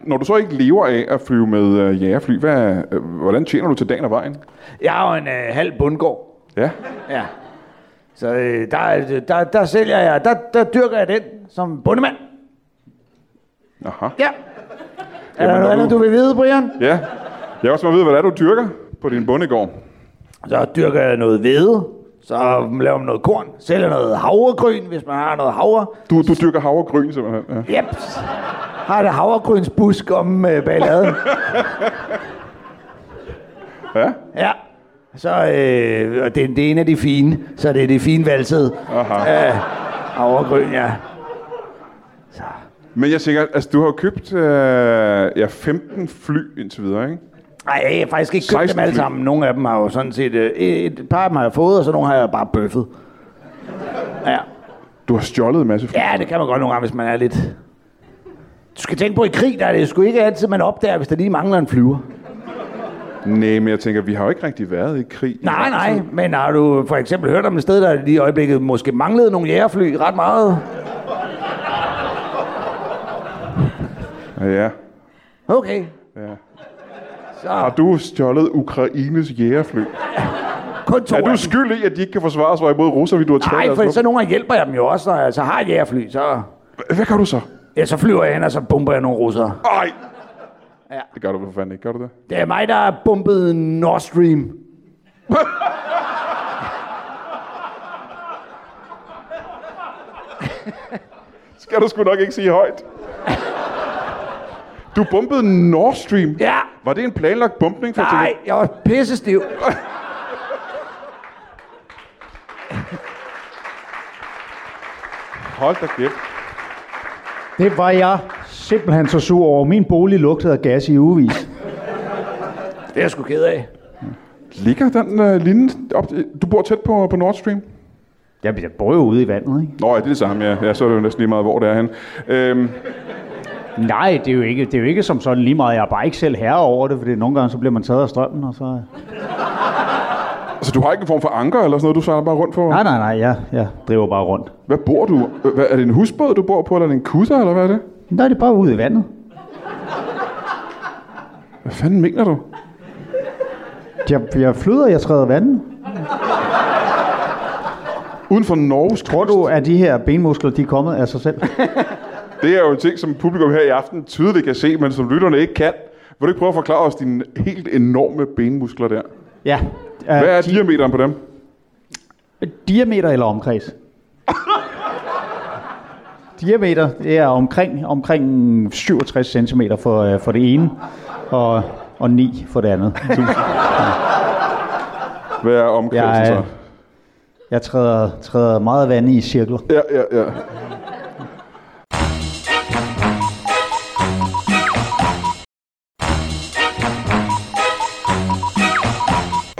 Speaker 1: når du så ikke lever af at flyve med øh, jægerfly, hvad, øh, hvordan tjener du til dagen og vejen?
Speaker 10: Jeg er jo en øh, halv bundgård.
Speaker 1: Ja.
Speaker 10: Ja. Så øh, der, der, der sælger jeg, der, der dyrker jeg den som bundemand.
Speaker 1: Aha.
Speaker 10: Ja. Er der
Speaker 1: når
Speaker 10: noget
Speaker 1: du-
Speaker 10: andet, du vil vide, Brian?
Speaker 1: Ja. Jeg vil også bare vide, hvad det er, du dyrker på din bondegård.
Speaker 10: Så dyrker jeg noget hvede, så laver man noget korn, sælger noget havregryn, hvis man har noget havre.
Speaker 1: Du, du dyrker havregryn, simpelthen. Ja.
Speaker 10: Yep. har et havregrynsbusk om øh, balladen.
Speaker 6: Ja?
Speaker 10: Ja. Så, øh, og det, det er en af de fine, så det er de fine valsede.
Speaker 6: Aha.
Speaker 10: Øh, havregryn, ja.
Speaker 6: Men jeg tænker, altså du har jo købt øh, ja, 15 fly indtil videre, ikke?
Speaker 10: Nej, jeg har faktisk ikke købt
Speaker 6: 16
Speaker 10: dem alle
Speaker 6: fly.
Speaker 10: sammen. Nogle af dem har jo sådan set... Øh, et et par af dem har jeg fået, og så nogle har jeg bare bøffet. Ja.
Speaker 6: Du har stjålet en masse fly.
Speaker 10: Ja, det kan man godt nogle gange, hvis man er lidt... Du skal tænke på, i krig, der er det sgu ikke altid, man opdager, hvis der lige mangler en flyver.
Speaker 6: Nej, men jeg tænker, vi har jo ikke rigtig været i krig.
Speaker 10: Nej, nej,
Speaker 6: altså-
Speaker 10: men har du for eksempel hørt om et sted, der lige i øjeblikket måske manglede nogle jægerfly ret meget?
Speaker 6: Ja.
Speaker 10: Okay.
Speaker 6: ja.
Speaker 10: Så.
Speaker 6: Har du stjålet Ukraines jægerfly?
Speaker 10: Kun to
Speaker 6: er
Speaker 10: af
Speaker 6: du skyld i, at de ikke kan forsvare sig imod russer, fordi du har taget
Speaker 10: Nej,
Speaker 6: deres
Speaker 10: for
Speaker 6: våben?
Speaker 10: så nogle gange hjælper jeg dem jo også, når jeg så har et jægerfly, så...
Speaker 6: Hvad gør du så?
Speaker 10: Ja, så flyver jeg hen, og så bomber jeg nogle russere.
Speaker 6: Ej!
Speaker 10: Ja.
Speaker 6: Det gør du for fanden ikke, gør du det?
Speaker 10: Det er mig, der har bombet Nord Stream.
Speaker 6: Skal du sgu nok ikke sige højt. Du bombede Nord Stream.
Speaker 10: Ja,
Speaker 6: Var det en planlagt bombning? For jeg
Speaker 10: nej,
Speaker 6: tænker-
Speaker 10: jeg var pissestiv.
Speaker 6: Hold da kæft.
Speaker 11: Det var jeg simpelthen så sur over. Min bolig lugtede af gas i ugevis.
Speaker 10: Det er jeg sgu ked af.
Speaker 6: Ligger den øh, linje op? Du bor tæt på, på Nord Stream?
Speaker 11: Jeg, jeg bor jo ude i vandet, ikke?
Speaker 6: Nå ja, det er det samme, ja. ja så er det jo næsten lige meget, hvor det er henne. Øhm,
Speaker 11: Nej, det er, jo ikke, det er jo ikke som sådan lige meget. Jeg er bare ikke selv herre over det, fordi nogle gange så bliver man taget af strømmen, og så...
Speaker 6: så Altså, du har ikke en form for anker eller sådan noget, du sejler bare rundt for?
Speaker 11: Nej, nej, nej, jeg, jeg driver bare rundt.
Speaker 6: Hvad bor du? Øh, Hvad, er det en husbåd, du bor på, eller er det en kutter, eller hvad er det?
Speaker 11: Nej, det er bare ude i vandet.
Speaker 6: Hvad fanden mener du?
Speaker 11: Jeg, jeg flyder, jeg træder vandet.
Speaker 6: Uden for Norges
Speaker 11: Tror du, at de her benmuskler, de er kommet af sig selv?
Speaker 6: Det er jo en ting, som publikum her i aften tydeligt kan se, men som lytterne ikke kan. Vil du ikke prøve at forklare os dine helt enorme benmuskler der?
Speaker 11: Ja.
Speaker 6: Hvad er diameteren på dem?
Speaker 11: Diameter eller omkreds? Diameter, det er omkring, omkring 67 cm for, øh, for det ene, og, og 9 for det andet.
Speaker 6: Hvad er omkredsen
Speaker 11: Jeg,
Speaker 6: så?
Speaker 11: øh, jeg træder, træder meget vand i cirkler.
Speaker 6: Ja, ja, ja.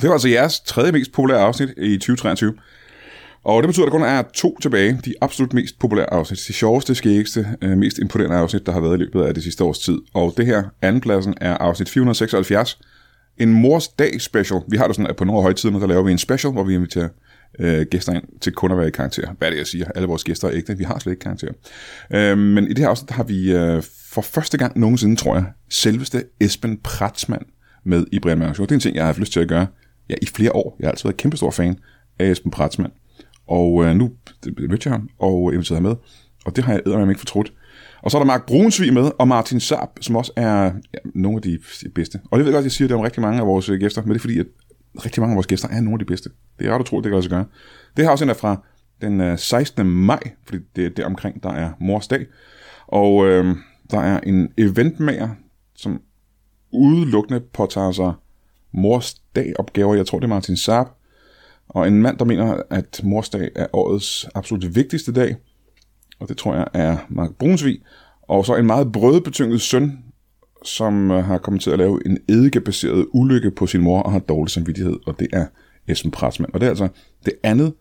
Speaker 1: Det var altså jeres tredje mest populære afsnit i 2023. Og det betyder, at der kun er to tilbage. De absolut mest populære afsnit. De sjoveste, skæggeste, øh, mest imponerende afsnit, der har været i løbet af det sidste års tid. Og det her, andenpladsen, er afsnit 476. En mors dag special. Vi har det sådan, at på nogle af højtiderne, der laver vi en special, hvor vi inviterer øh, gæster ind til kun at være i karakter. Hvad er det, jeg siger? Alle vores gæster er ægte. Vi har slet ikke karakter. Øh, men i det her afsnit, der har vi øh, for første gang nogensinde, tror jeg, selveste Esben Pratsmann med i Brian Mørk Show. Det er en ting, jeg har haft lyst til at gøre ja, i flere år. Jeg har altid været kæmpe stor fan af Esben Pratsmann. Og øh, nu mødte jeg ham og inviterede ham med, og det har jeg eddermame ikke fortrudt. Og så er der Mark Brunsvig med, og Martin Saab, som også er ja, nogle af de bedste. Og det ved jeg godt, jeg siger det om rigtig mange af vores øh, gæster, men det er fordi, at rigtig mange af vores gæster er nogle af de bedste. Det er ret utroligt, det kan lade sig gøre. Det her afsnit er fra den øh, 16. maj, fordi det er der omkring, der er mors dag. Og øh, der er en eventmager, som udelukkende påtager sig mors dag opgaver. Jeg tror, det er Martin Saab. Og en mand, der mener, at mors dag er årets absolut vigtigste dag. Og det tror jeg er Mark Brunsvig. Og så en meget brødbetynget søn, som øh, har kommet til at lave en eddikebaseret ulykke på sin mor og har dårlig samvittighed. Og det er Esben Pressmann. Og det er altså det andet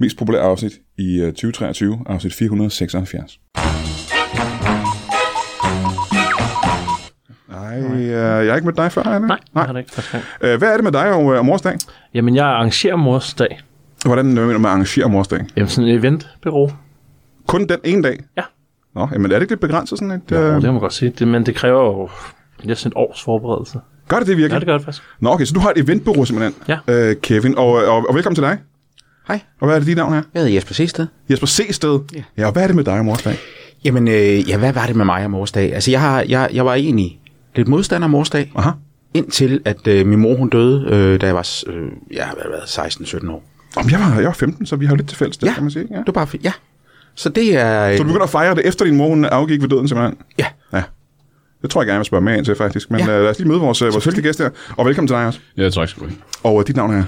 Speaker 1: mest populære afsnit i øh, 2023, afsnit 476. Nej, øh, jeg har ikke mødt dig før, Anna. Nej,
Speaker 12: Nej. har det ikke første gang.
Speaker 1: Øh, Hvad er det med dig og, og mors dag?
Speaker 12: Jamen, jeg arrangerer mors dag.
Speaker 1: Hvordan øh, mener du med at arrangere mors dag?
Speaker 12: Jamen, sådan et eventbyrå.
Speaker 1: Kun den ene dag?
Speaker 12: Ja.
Speaker 1: Nå, jamen er det ikke lidt begrænset sådan et...
Speaker 12: Jo,
Speaker 1: øh,
Speaker 12: det må man godt sige. Det, men det kræver jo næsten et års forberedelse.
Speaker 1: Gør det det virkelig?
Speaker 12: Ja, det gør det faktisk.
Speaker 1: Nå, okay, så du har et eventbureau simpelthen,
Speaker 12: ja.
Speaker 1: øh, Kevin, og, og, og velkommen til dig.
Speaker 13: Hej.
Speaker 1: Og hvad er det, dit navn er?
Speaker 13: Jeg hedder Jesper Sested.
Speaker 1: Jesper Sested? Ja. ja, og hvad er det med dig og morsdag?
Speaker 13: Jamen, øh, ja, hvad var det med mig og morsdag? Altså, jeg, har, jeg, jeg var egentlig lidt modstander af morsdag.
Speaker 1: Aha.
Speaker 13: Indtil at øh, min mor, hun døde, øh, da jeg var s- øh, ja, hvad, hvad, 16-17 år.
Speaker 1: Om jeg var, jeg var 15, så vi har jo lidt til fælles, det ja. kan man sige. Ja.
Speaker 13: Du bare, ja. Så det er...
Speaker 1: Så du begynder at fejre det, efter din mor hun afgik ved døden simpelthen?
Speaker 13: Ja.
Speaker 1: ja. Det tror jeg gerne, jeg vil spørge mere ind til, faktisk. Men ja. lad os lige møde vores, øh, vores første gæst her. Og velkommen til dig også.
Speaker 14: Ja, tak skal du have.
Speaker 1: Og øh, dit navn er?
Speaker 14: Jeg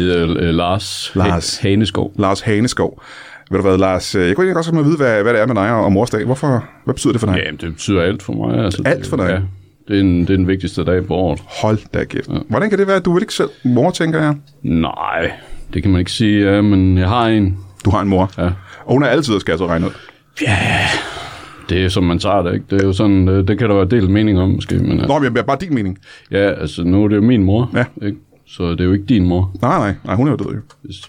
Speaker 14: hedder øh, Lars,
Speaker 1: Lars.
Speaker 14: Ha- Haneskov.
Speaker 1: Lars Haneskov. Ved du hvad, Lars, øh, jeg kunne egentlig godt tænke mig at vide, hvad, hvad det er med dig og, og morsdag. Hvorfor, hvad betyder det for dig?
Speaker 14: Jamen, det betyder alt for mig. Altså,
Speaker 1: Alt for dig?
Speaker 14: Ja, det, er en, det er den vigtigste dag på året.
Speaker 1: Hold da kæft. Ja. Hvordan kan det være, at du vil ikke selv mor, tænker jeg?
Speaker 14: Nej, det kan man ikke sige, ja, men jeg har en.
Speaker 1: Du har en mor?
Speaker 14: Ja.
Speaker 1: Og hun er altid skal jeg så regne ud.
Speaker 14: Det er som man tager det, ikke? Det er jo sådan, øh, det, det kan der være delt mening om, måske. Men, øh.
Speaker 1: Nå, men jeg bare din mening.
Speaker 14: Ja, altså nu er det jo min mor, ja. ikke? Så det er jo ikke din mor.
Speaker 1: Nej, nej, nej hun er jo død, jo.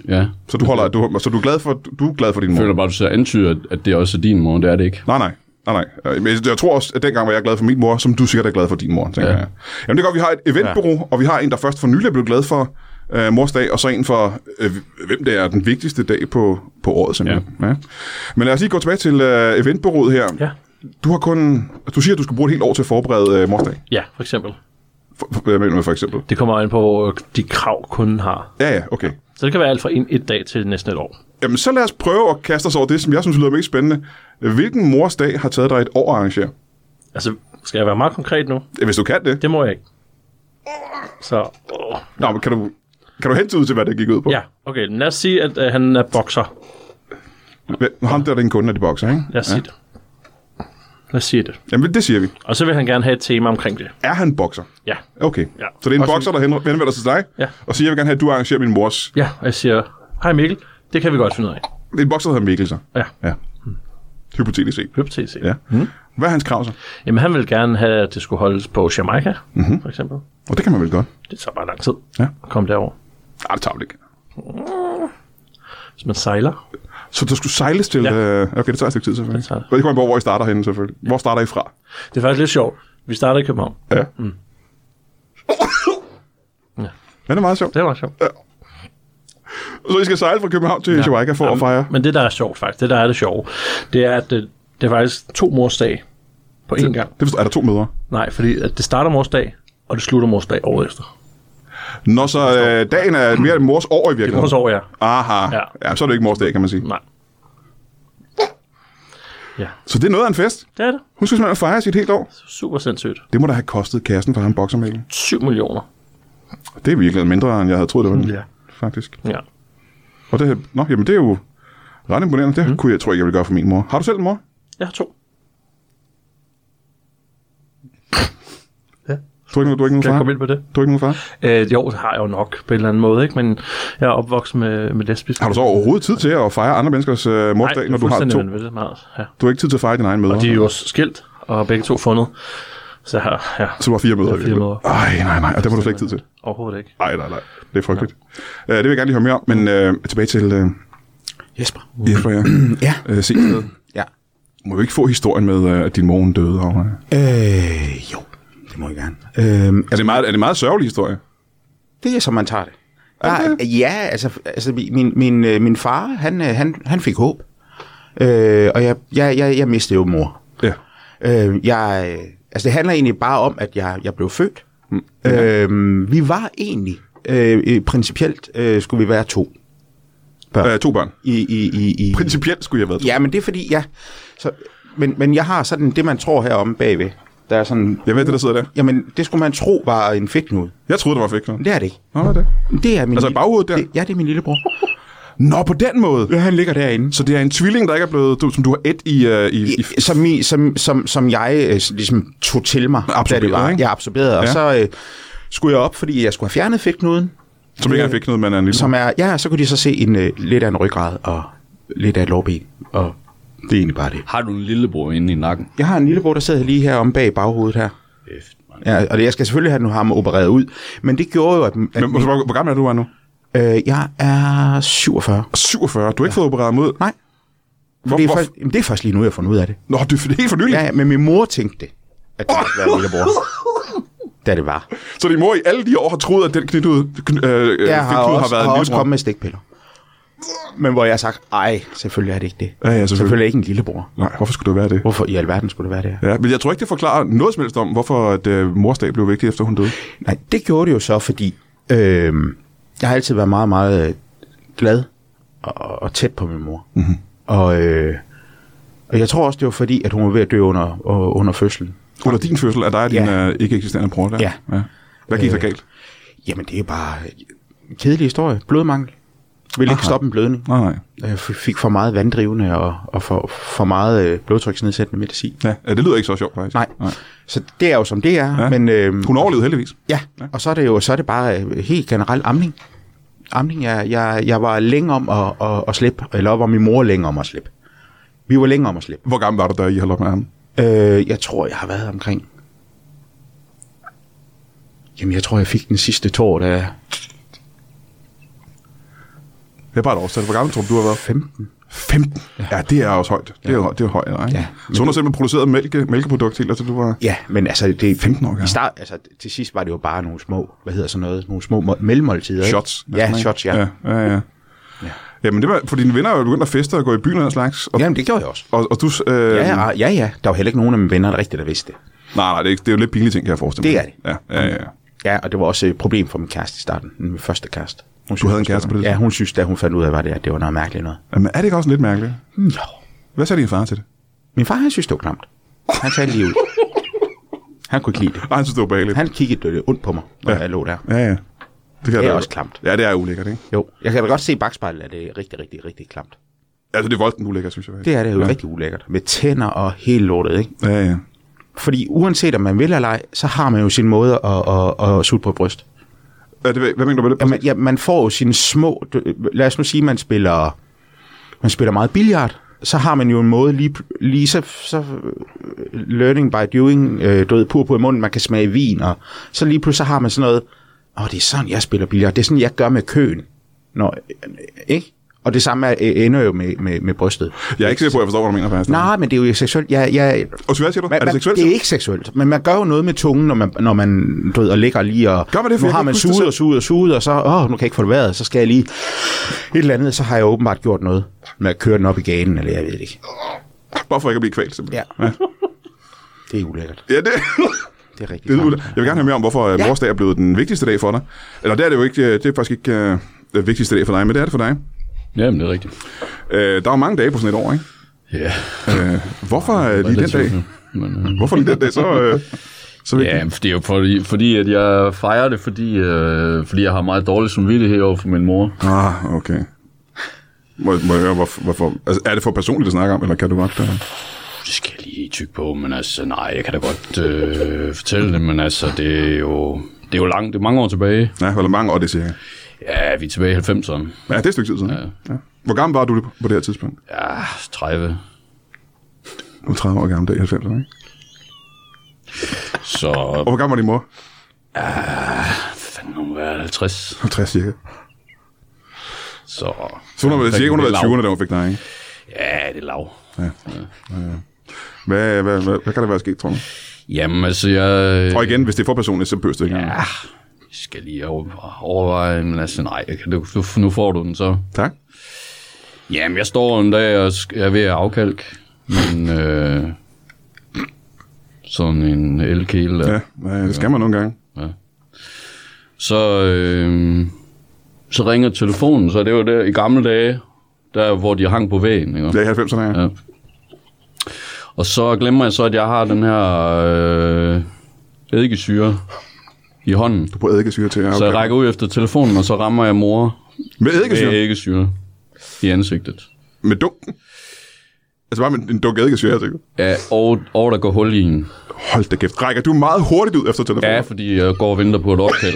Speaker 14: Ja.
Speaker 1: Så du, holder, du, så du er glad for, du er glad for din mor?
Speaker 14: Jeg føler bare, du så antyder, at- at det også er din mor. Det er det ikke.
Speaker 1: Nej, nej. Nej, nej. Øh, men Jeg tror også, at dengang var jeg glad for min mor, som du sikkert er glad for din mor, tænker ja. jeg. Jamen det er godt, vi har et eventbureau, ja. og vi har en, der først for nylig blev glad for øh, morsdag, og så en for, øh, hvem det er den vigtigste dag på, på året, simpelthen. Ja. Ja. Men lad os lige gå tilbage til øh, eventbureauet her. Ja. Du har kun, du siger, at du skulle bruge et helt år til at forberede øh, morsdag.
Speaker 12: Ja, for eksempel.
Speaker 1: For, for, hvad mener du med for eksempel?
Speaker 12: Det kommer an på, hvor de krav kunden har.
Speaker 1: Ja, ja, okay.
Speaker 12: Så det kan være alt fra en, et dag til næsten et år.
Speaker 1: Jamen så lad os prøve at kaste os over det, som jeg synes lyder mest spændende. Hvilken morsdag har taget dig et år at arrangere?
Speaker 12: Altså, skal jeg være meget konkret nu?
Speaker 1: Hvis du kan det.
Speaker 12: Det må jeg ikke. Så...
Speaker 1: Nå, men kan du, kan du hentyde til, hvad det gik ud på?
Speaker 12: Ja, okay. Men lad os sige, at øh, han er bokser.
Speaker 1: Hvem- Ham der er den kunde, når de bokser, ikke?
Speaker 12: Lad os sige det. Lad os sige det.
Speaker 1: Jamen, det siger vi.
Speaker 12: Og så vil han gerne have et tema omkring det.
Speaker 1: Er han bokser?
Speaker 12: Ja.
Speaker 1: Okay.
Speaker 12: Ja.
Speaker 1: Så det er en
Speaker 12: Også-
Speaker 1: bokser, der henv- henvender sig til dig,
Speaker 12: Ja.
Speaker 1: og siger, jeg vil gerne have, at du arrangerer min mors.
Speaker 12: Ja, og jeg siger, hej Mikkel, det kan vi godt finde ud af.
Speaker 1: Det er en bokser, der hedder Mikkel, så.
Speaker 12: Ja.
Speaker 1: ja. Hypotetisk set.
Speaker 12: Hypotetisk set.
Speaker 1: Ja. Mm. Hvad er hans krav så?
Speaker 12: Jamen, han ville gerne have, at det skulle holdes på Jamaica, mm-hmm. for eksempel.
Speaker 1: Og det kan man vel godt.
Speaker 12: Det tager bare lang tid
Speaker 1: Ja.
Speaker 12: at komme derover.
Speaker 1: Nej, det tager vel ikke.
Speaker 12: Hvis man sejler.
Speaker 1: Så der skulle sejles til... Ja. Øh, okay, det tager et stykke tid, selvfølgelig. Det,
Speaker 12: tager det.
Speaker 1: det kommer på, hvor I starter henne, selvfølgelig. Hvor starter I fra?
Speaker 12: Det er faktisk lidt sjovt. Vi starter i København.
Speaker 1: Ja.
Speaker 12: Mm.
Speaker 1: Men det er meget sjovt.
Speaker 12: Det er meget sjovt.
Speaker 1: Ja. Så I skal sejle fra København til ja. Jamaica for at fejre?
Speaker 12: Men det, der er sjovt faktisk, det der er det sjove, det er, at det, det er faktisk to morsdag på én gang.
Speaker 1: Det forstår, er der to møder?
Speaker 12: Nej, fordi at det starter morsdag, og det slutter morsdag året efter.
Speaker 1: Nå, så øh, dagen er mere mors år i virkeligheden.
Speaker 12: Det er mors år, ja.
Speaker 1: Aha. Ja. ja. så er det ikke mors dag, kan man sige.
Speaker 12: Nej. Ja.
Speaker 1: Så det er noget af en fest.
Speaker 12: Det er det.
Speaker 1: Hun skal simpelthen fejre sit helt år.
Speaker 12: Super sindssygt.
Speaker 1: Det må da have kostet kassen for ham boksermælen.
Speaker 12: 7 millioner.
Speaker 1: Det er virkelig mindre, end jeg havde troet, det var.
Speaker 12: Ja.
Speaker 1: Faktisk.
Speaker 12: Ja.
Speaker 1: Og det, nå, jamen det er jo ret imponerende.
Speaker 12: Mhm.
Speaker 1: Det mm. kunne jeg, tror jeg, jeg ville gøre for min mor. Har du selv en mor?
Speaker 12: Jeg har to.
Speaker 1: Du har ikke, du har ikke nogen
Speaker 12: Kan
Speaker 1: far?
Speaker 12: jeg komme ind på det?
Speaker 1: Du har ikke nogen far?
Speaker 12: Øh, jo, det har jeg jo nok på en eller anden måde, ikke? men jeg er opvokset med, med lesbisk.
Speaker 1: Har du så overhovedet tid til at fejre andre menneskers øh, morsdag, når du har to?
Speaker 12: Vanvittigt, meget. Ja.
Speaker 1: Du har ikke tid til at fejre din egen møder?
Speaker 12: Og de er jo også skilt, og har begge to fundet. Så jeg har, ja.
Speaker 1: Så du har fire møder?
Speaker 12: Jeg har fire møder.
Speaker 1: Nej, nej, nej. Og det må du slet ikke tid til.
Speaker 12: Overhovedet ikke.
Speaker 1: Nej, nej, nej. Det er frygteligt. Ja. Øh, det vil jeg gerne lige høre mere om, men øh, tilbage til... Øh,
Speaker 13: Jesper.
Speaker 1: Jesper, ja.
Speaker 13: ja.
Speaker 1: Øh, se sted.
Speaker 13: Ja.
Speaker 1: Må vi ikke få historien med, øh, at din mor hun døde? Og, øh.
Speaker 13: Øh, jo, det må jeg gerne. Øhm,
Speaker 1: er, det meget, er det en meget sørgelig historie?
Speaker 13: Det er, som man tager det. Der, ja, altså, altså min, min, øh, min far, han, øh, han, han fik håb. Øh, og jeg, jeg, jeg, jeg mistede jo mor.
Speaker 1: Ja.
Speaker 13: Øh, jeg, øh, altså, det handler egentlig bare om, at jeg, jeg blev født. Mm. Øh, vi var egentlig, øh, øh, principielt øh, skulle vi være to. Børn.
Speaker 1: Øh, to børn.
Speaker 13: I, i, i, i,
Speaker 1: Principielt skulle jeg have været to.
Speaker 13: Ja, men det er fordi, ja. Så, men, men jeg har sådan det, man tror heromme bagved. Der er sådan...
Speaker 1: Jeg ved det, der sidder der.
Speaker 13: Jamen, det skulle man tro var en fedtknude.
Speaker 1: Jeg troede, det var fedtknude.
Speaker 13: Det er det ikke.
Speaker 1: Nå, hvad er det?
Speaker 13: Det er min
Speaker 1: Altså i baghovedet der?
Speaker 13: Det, ja, det er min lillebror.
Speaker 1: Nå, på den måde?
Speaker 13: Ja, han ligger derinde.
Speaker 1: Så det er en tvilling, der ikke er blevet, du, som du har et i... Øh, i, i
Speaker 13: Som, i, som, som, som jeg øh, ligesom tog til mig. da det var.
Speaker 1: Absorberet, ikke?
Speaker 13: Jeg absorberede, og
Speaker 1: Ja.
Speaker 13: så øh, skulle jeg op, fordi jeg skulle have fjernet fedtknuden.
Speaker 1: som ikke er en fedtknude, men er en lille...
Speaker 13: Som er, ja, så kunne de så se en, øh, lidt af en ryggrad og lidt af et lårben. Og det er egentlig bare det.
Speaker 14: Har du en lillebror inde i nakken?
Speaker 13: Jeg har en lillebror, der sidder lige her om bag baghovedet her. Ja, og det, jeg skal selvfølgelig have nu ham opereret ud. Men det gjorde jo, at... at
Speaker 1: Men, hvor, hvor, hvor gammel er du er nu?
Speaker 13: øh, jeg er 47.
Speaker 1: 47. Du har ikke fået opereret mod?
Speaker 13: Nej.
Speaker 1: Hvor,
Speaker 13: det, er
Speaker 1: hvor,
Speaker 13: først, jamen, det er først lige nu, jeg har fundet ud af det.
Speaker 1: Nå, det er for- det er helt for nylig.
Speaker 13: Ja, ja, men min mor tænkte det, at det skulle være lillebror. da det var.
Speaker 1: Så din mor i alle de år har troet, at den knitud, kn, øh, øh,
Speaker 13: jeg har
Speaker 1: fedtknude
Speaker 13: også,
Speaker 1: har været
Speaker 13: har
Speaker 1: en
Speaker 13: også
Speaker 1: lillebror?
Speaker 13: kommet med stikpiller. Men hvor jeg har sagt, ej, selvfølgelig er det ikke det.
Speaker 1: Ja, ja, selvfølgelig.
Speaker 13: selvfølgelig er det ikke en lillebror.
Speaker 1: Nej, hvorfor skulle det være det?
Speaker 13: Hvorfor i alverden skulle det være det her?
Speaker 1: Ja, men jeg tror ikke, det forklarer noget som helst om, hvorfor at, øh, morsdag blev vigtig, efter hun døde.
Speaker 13: Nej, det gjorde det jo så, fordi øh, jeg har
Speaker 1: Mhm.
Speaker 13: altid været meget, meget øh, glad og, og tæt på min mor. Mm-hmm. Og, øh, Og jeg tror også, det var fordi, at hun var ved at dø under, og- under fødslen.
Speaker 1: Under din fødsel, er dig og din øh, ikke eksisterende bror der?
Speaker 13: Ja.
Speaker 1: ja. Hvad gik der galt?
Speaker 13: Øh, Jamen, det er bare en kedelig historie. Blodmangel. Vil ikke
Speaker 1: Aha.
Speaker 13: stoppe en blødning.
Speaker 1: Nej.
Speaker 13: Jeg f- fik for meget vanddrivende og, og for, for meget øh, blodtryksnedsættende medicin.
Speaker 1: Ja, ja, det lyder ikke så sjovt faktisk.
Speaker 13: Nej. Nej. Så det er jo som det er. Ja. Men, øh,
Speaker 1: Hun overlevede heldigvis.
Speaker 13: Ja, og så er det jo så er det bare øh, helt generelt amning. Amning, jeg, jeg, jeg var længe om at, at, at slippe, eller var min mor længe om at slippe. Vi var længe om at slippe.
Speaker 1: Hvor gammel var du, da I holdt op med ham?
Speaker 13: Øh, jeg tror, jeg har været omkring... Jamen, jeg tror, jeg fik den sidste tår, da jeg...
Speaker 1: Det er bare et årstal. Hvor gammel tror du, du har været?
Speaker 13: 15.
Speaker 1: 15? Ja, det er også højt. Det er, ja. det er højt, nej? Ja. Så hun har simpelthen produceret mælke, mælkeprodukt helt, til du var...
Speaker 13: Ja, men altså... Det,
Speaker 1: 15 år, ja.
Speaker 13: I start, altså, til sidst var det jo bare nogle små, hvad hedder sådan noget, nogle små må- mellemmåltider. ikke?
Speaker 1: Shots.
Speaker 13: Ja,
Speaker 1: næsten, ikke?
Speaker 13: shots, ja.
Speaker 1: Ja, ja, ja. ja. Jamen, det var, for dine venner er jo begyndt at feste og gå i byen og den slags. Og,
Speaker 13: Jamen, det gjorde jeg også.
Speaker 1: Og, og du... Øh,
Speaker 13: Ja, ah, ja, ja, ja. Der var heller ikke nogen af mine venner, der rigtigt der vidste det.
Speaker 1: Nej, nej, det er, det er jo lidt pinlige ting, kan jeg forestille
Speaker 13: Det
Speaker 1: mig.
Speaker 13: er det.
Speaker 1: Ja, ja, ja. ja.
Speaker 13: Ja, og det var også et problem for min kæreste i starten, min første kæreste. Hun
Speaker 1: Du havde en kæreste på det
Speaker 13: Ja, hun synes, da hun fandt ud af, hvad det, er, at det var noget mærkeligt noget.
Speaker 1: Jamen, er det ikke også lidt mærkeligt?
Speaker 13: Jo.
Speaker 1: Hvad sagde din far til det?
Speaker 13: Min far, han synes, det var klamt. Han sagde lige ud. Han kunne ikke lide det.
Speaker 1: Og han synes, det var behageligt.
Speaker 13: Han kiggede øh, ondt på mig, når ja. jeg lå der.
Speaker 1: Ja, ja. Det, kan
Speaker 13: Det
Speaker 1: jeg
Speaker 13: er
Speaker 1: da-
Speaker 13: også klamt.
Speaker 1: Ja, det er ulækkert, ikke?
Speaker 13: Jo, jeg kan da godt se i bagspejlet, at øh, det er rigtig, rigtig, rigtig klamt.
Speaker 1: Altså, det er voldsomt ulækkert, synes jeg.
Speaker 13: Det er det jo
Speaker 1: ja.
Speaker 13: ja. rigtig ulækkert. Med tænder og hele lortet, ikke?
Speaker 1: Ja, ja.
Speaker 13: Fordi uanset om man vil eller ej, så har man jo sin måde at, at, at, at sutte på et bryst.
Speaker 1: Ja, det, hvad mener du med det?
Speaker 13: Ja, man, ja, man får jo sine små... du- Lad os nu sige, man spiller, man spiller meget billiard. Så har man jo en måde lige, lige så, så øh, learning by doing, øh, du ved, pur på i munden, man kan smage vin, og så lige pludselig så har man sådan noget, åh, det er sådan, jeg spiller billiard, det er sådan, jeg gør med køen. Nå, øh, ikke? Og det samme er, øh, ender jo med, med, med brystet.
Speaker 1: Jeg er ikke sikker på, at jeg forstår, hvad du mener, faktisk.
Speaker 13: Nej, men det er jo seksuelt. Jeg, jeg,
Speaker 1: Og så hvad siger du?
Speaker 13: man,
Speaker 1: er det seksuelt?
Speaker 13: Det er ikke seksuelt, men man gør jo noget med tungen, når man, når man du ved, og ligger lige, og
Speaker 1: Gør man det, for
Speaker 13: nu
Speaker 1: jeg
Speaker 13: har
Speaker 1: kan
Speaker 13: man
Speaker 1: ikke huske det selv.
Speaker 13: suget og suget og suget, og så, åh, nu kan jeg ikke få det vejret, så skal jeg lige et eller andet, så har jeg åbenbart gjort noget med at køre den op i ganen, eller jeg ved det ikke.
Speaker 1: Bare for ikke at blive kvalt, simpelthen.
Speaker 13: Ja. Det er ulækkert.
Speaker 1: Ja, det...
Speaker 13: Det er rigtig
Speaker 1: Det er
Speaker 13: klamt.
Speaker 1: ud- jeg vil gerne høre mere om, hvorfor ja. morsdag er blevet den vigtigste dag for dig. Eller det er det jo ikke, øh, det er faktisk ikke øh, den vigtigste dag for dig, men det er det for dig.
Speaker 14: Jamen, det er rigtigt.
Speaker 1: Øh, der er jo mange dage på sådan et år, ikke?
Speaker 14: Ja.
Speaker 1: Øh, hvorfor øh, lige den
Speaker 14: Relativt,
Speaker 1: dag?
Speaker 14: ja. Men, øh,
Speaker 1: Hvorfor lige den dag så? Øh, så vigtigt?
Speaker 14: Ja, men det er jo fordi, fordi at jeg fejrer det, fordi, øh, fordi jeg har meget dårlig samvittighed over for min mor.
Speaker 1: Ah, okay. Må, må jeg høre, hvorfor? hvorfor? Altså, er det for personligt at snakke om, eller kan du godt? Øh?
Speaker 14: Det skal jeg lige tykke på, men altså, nej, jeg kan da godt øh, fortælle det, men altså, det er jo, det er jo langt, det er mange år tilbage.
Speaker 1: Ja, hvor mange år det cirka?
Speaker 14: Ja, vi er tilbage i 90'erne.
Speaker 1: Ja, det er et stykke tid siden. Ja. Ja. Hvor gammel var du på det her tidspunkt?
Speaker 14: Ja, 30.
Speaker 1: Du er 30 år gammel, det er i 90'erne, ikke?
Speaker 14: Så... Ah,
Speaker 1: Og hvor gammel var din mor?
Speaker 14: fanden, hun var 50.
Speaker 1: 50 cirka.
Speaker 14: Så...
Speaker 1: Så hun har været cirka hun har
Speaker 14: Det
Speaker 1: været
Speaker 14: er
Speaker 1: 20,
Speaker 14: lav.
Speaker 1: da hun fik dig, ikke?
Speaker 14: Ja, det er lav.
Speaker 1: Ja. ja. Hvad, hvad, hvad, hvad kan der være sket, tror du?
Speaker 14: Jamen, altså, jeg...
Speaker 1: Og igen, hvis det er for personligt, så bøster ikke. Ja.
Speaker 14: skal lige over- overveje, men altså nej, jeg kan- du, du, nu får du den så.
Speaker 1: Tak.
Speaker 14: Jamen, jeg står en dag og sk- jeg er ved at afkalke, men øh, sådan en elkæle der.
Speaker 1: Ja, det skal man nogle gange.
Speaker 14: Ja. Så, øh, så ringer telefonen, så det var der i gamle dage, der hvor de hang på væggen. Ikke?
Speaker 1: Ja, i 90'erne, ja.
Speaker 14: ja. Og så glemmer jeg så, at jeg har den her øh, eddikesyre i hånden.
Speaker 1: Du bruger eddikesyre til at
Speaker 14: Så jeg rækker ud efter telefonen, og så rammer jeg mor
Speaker 1: Med eddikesyre?
Speaker 14: med eddikesyre i ansigtet.
Speaker 1: Med dunken? Altså bare med en dunk eddikesyre, altså.
Speaker 14: Ja, og, og der går hul i en.
Speaker 1: Hold da kæft. Rækker du meget hurtigt ud efter telefonen?
Speaker 14: Ja, fordi jeg går og venter på et opkald.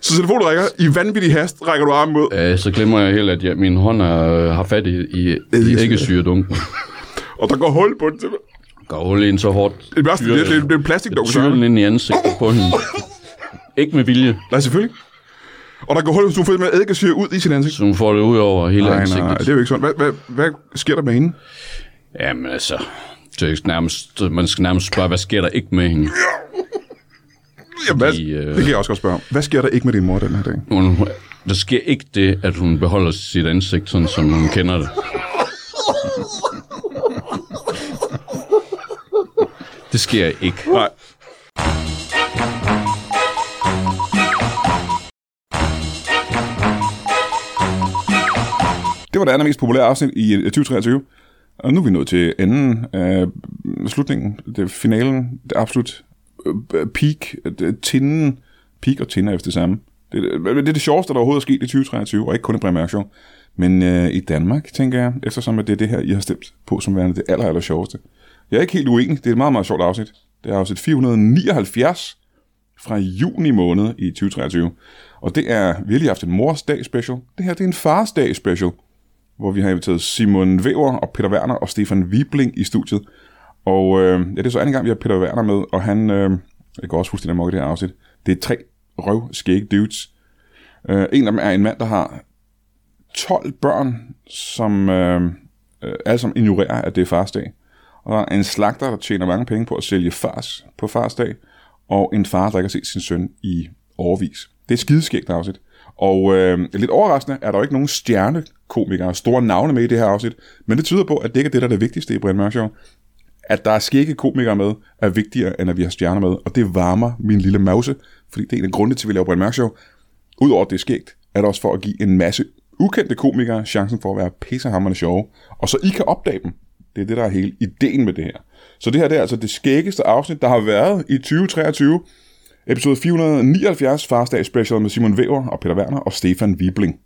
Speaker 1: Så telefonen rækker, i vanvittig hast rækker du armen ud,
Speaker 14: Ja, så glemmer jeg helt, at jeg, min hånd er, øh, har fat i, i, i æggesyredunken.
Speaker 1: og der går hul på den simpelthen.
Speaker 14: Går hul i en så hårdt. øh,
Speaker 1: Det er bare- det er- det er- det er en plastikdunk, så.
Speaker 14: Tyren ind i ansigtet på hende. Ikke med vilje.
Speaker 1: Nej, selvfølgelig. Og der går hul, så hun får med eddikesyre ud i sin ansigt.
Speaker 14: Så hun får det ud over hele
Speaker 1: nej,
Speaker 14: ansigtet.
Speaker 1: Nej, det er jo ikke sådan. Hvad, hvad, hvad sker der med hende?
Speaker 14: Jamen altså, det er jo nærmest, man skal nærmest spørge, hvad sker der ikke med hende?
Speaker 1: Jamen, hvad,
Speaker 14: Fordi, øh,
Speaker 1: det kan jeg også godt spørge om. Hvad sker der ikke med din mor den her dag?
Speaker 14: Hun, der sker ikke det, at hun beholder sit ansigt, sådan som hun kender det. Det sker ikke.
Speaker 1: Nej. Det var det andet mest populære afsnit i øh, 2023. Og nu er vi nået til enden, øh, slutningen, det er finalen, det er absolut øh, peak, øh, det er tinden, peak og tinder efter det samme. Det, er- det er det sjoveste, der overhovedet er sket i 2023, og ikke kun i Bremer Show, men øh, i Danmark, tænker jeg, eftersom at det er det her, I har stemt på som værende det aller, aller sjoveste. Jeg er ikke helt uenig, det er et meget, meget sjovt afsnit. Det er afsnit 479 fra juni måned i 2023, og det er, vi har lige haft en mors dag special, det her det er en fars dag special hvor vi har inviteret Simon Væver og Peter Werner og Stefan Wibling i studiet. Og øh, ja, det er så anden gang, vi har Peter Werner med, og han, øh, jeg går også fuldstændig amok i det her afsnit, det er tre røv skægge dudes. Øh, en af dem er en mand, der har 12 børn, som øh, øh, alle sammen ignorerer, at det er fars dag. Og der er en slagter, der tjener mange penge på at sælge fars på fars dag, og en far, der ikke har set sin søn i overvis. Det er skideskægt afsnit. Og øh, lidt overraskende er der jo ikke nogen stjernekomikere, store navne med i det her afsnit, men det tyder på, at det ikke er det, der er det vigtigste i Brian Mørk Show. At der er skægge komikere med, er vigtigere, end at vi har stjerner med, og det varmer min lille mause, fordi det er en af grundene til, at vi laver Brian Mørk Show. Udover at det er skægt, er det også for at give en masse ukendte komikere chancen for at være pissehammerende sjove, og så I kan opdage dem. Det er det, der er hele ideen med det her. Så det her det er altså det skæggeste afsnit, der har været i 2023. Episode 479, Farsdag Special med Simon Væver og Peter Werner og Stefan Wibling.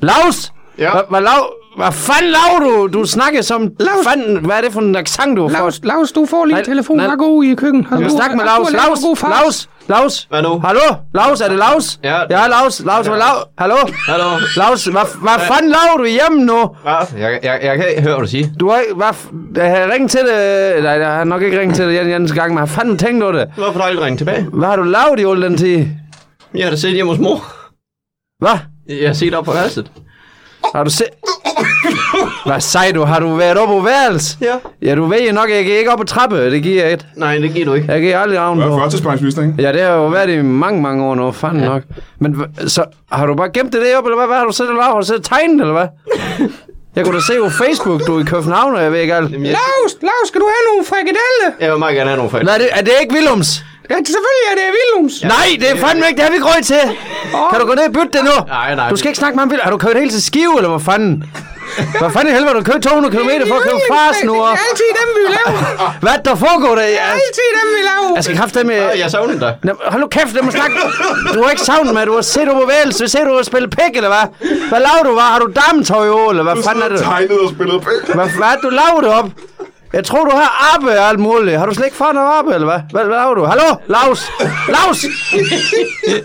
Speaker 5: Laus! Ja? Hvad hva, lav- hva fanden laver du? Du snakker som... Laus. Fanden, hvad er det for en accent, du har Laus,
Speaker 15: Laus, du får lige
Speaker 5: Nej,
Speaker 15: telefonen.
Speaker 5: nej.
Speaker 15: Vær god i køkkenet. Har
Speaker 5: Du
Speaker 15: du-
Speaker 5: snakker med
Speaker 15: har du
Speaker 5: Laus.
Speaker 15: lært en
Speaker 5: Laus,
Speaker 15: god fars?
Speaker 5: Laus, Laus. Hvad nu? Hallo? Laus, er det Laus? Ja. Ja, Laus. Laus, hvad lav? Hallo? Hallo? Laus, hvad, hvad fanden laver du hjemme nu?
Speaker 16: Hvad? Jeg, jeg, jeg kan ikke høre, hvad du siger.
Speaker 5: Du har ikke... Hvad... f- Jeg har ringet til dig... Nej, jeg har nok ikke ringet til dig den anden gang, men har fanden tænkt over det?
Speaker 16: Hvorfor har du ikke ringet tilbage?
Speaker 5: Hvad har du lavet i al den tid?
Speaker 16: Jeg har da siddet hjemme hos mor.
Speaker 5: Hvad?
Speaker 16: Jeg har set op på værelset.
Speaker 5: Har du set... Hvad sej du? Har du været oppe på værelse?
Speaker 16: Ja.
Speaker 5: Ja, du ved jo nok, jeg gik ikke op på trappe. Det giver jeg et.
Speaker 16: Nej, det giver du ikke.
Speaker 5: Jeg gik aldrig ravn på.
Speaker 1: Du er førtidspensionist, ikke?
Speaker 5: Ja, det har jo været i mange, mange år nu. Fanden ja. nok. Men hva- så har du bare gemt det deroppe, eller hvad? Hvad har du siddet og lavet? Har du siddet og tegnet, eller hvad? Jeg kunne da se på Facebook, du er i København, og jeg ved ikke alt. Jamen, jeg...
Speaker 15: Laus, Laus, skal du have nogle frikadelle?
Speaker 16: Jeg vil meget gerne have nogle forældre.
Speaker 5: Nej, det, er det ikke Willums?
Speaker 15: Ja, selvfølgelig er det Willums.
Speaker 5: Ja. Nej, det er fandme ikke. Det har vi ikke råd til. Oh. Kan du gå ned og bytte det nu?
Speaker 16: Nej, nej.
Speaker 5: Du skal ikke snakke med ham. Vil- Har du kørt helt til Skive, eller hvor fanden? Hvad fanden i helvede har du kørt 200 km for at købe fars nu?
Speaker 15: Det er altid dem, vi laver.
Speaker 5: Hvad der foregår der?
Speaker 15: Det
Speaker 5: Altså,
Speaker 15: er
Speaker 5: Jeg,
Speaker 15: altid dem, vi laver.
Speaker 5: jeg skal kræfte med...
Speaker 16: Jeg savner dig.
Speaker 5: øh, Nå, hold nu kæft, lad mig snakke. Du har ikke savnet mig. Du har set over værelse. Ser du at spille pik, eller hvad? Hvad laver du? Hvad? Har du dametøj på, eller hvad fanden er det?
Speaker 4: Tegnet og spillet pæk.
Speaker 5: Hvad, hvad er det, du laver det op? Jeg tror, du har arbejde og alt muligt. Har du slet ikke fået noget arbejde, eller hvad? Hvad, hvad laver du? Hallo? Laus? Laus?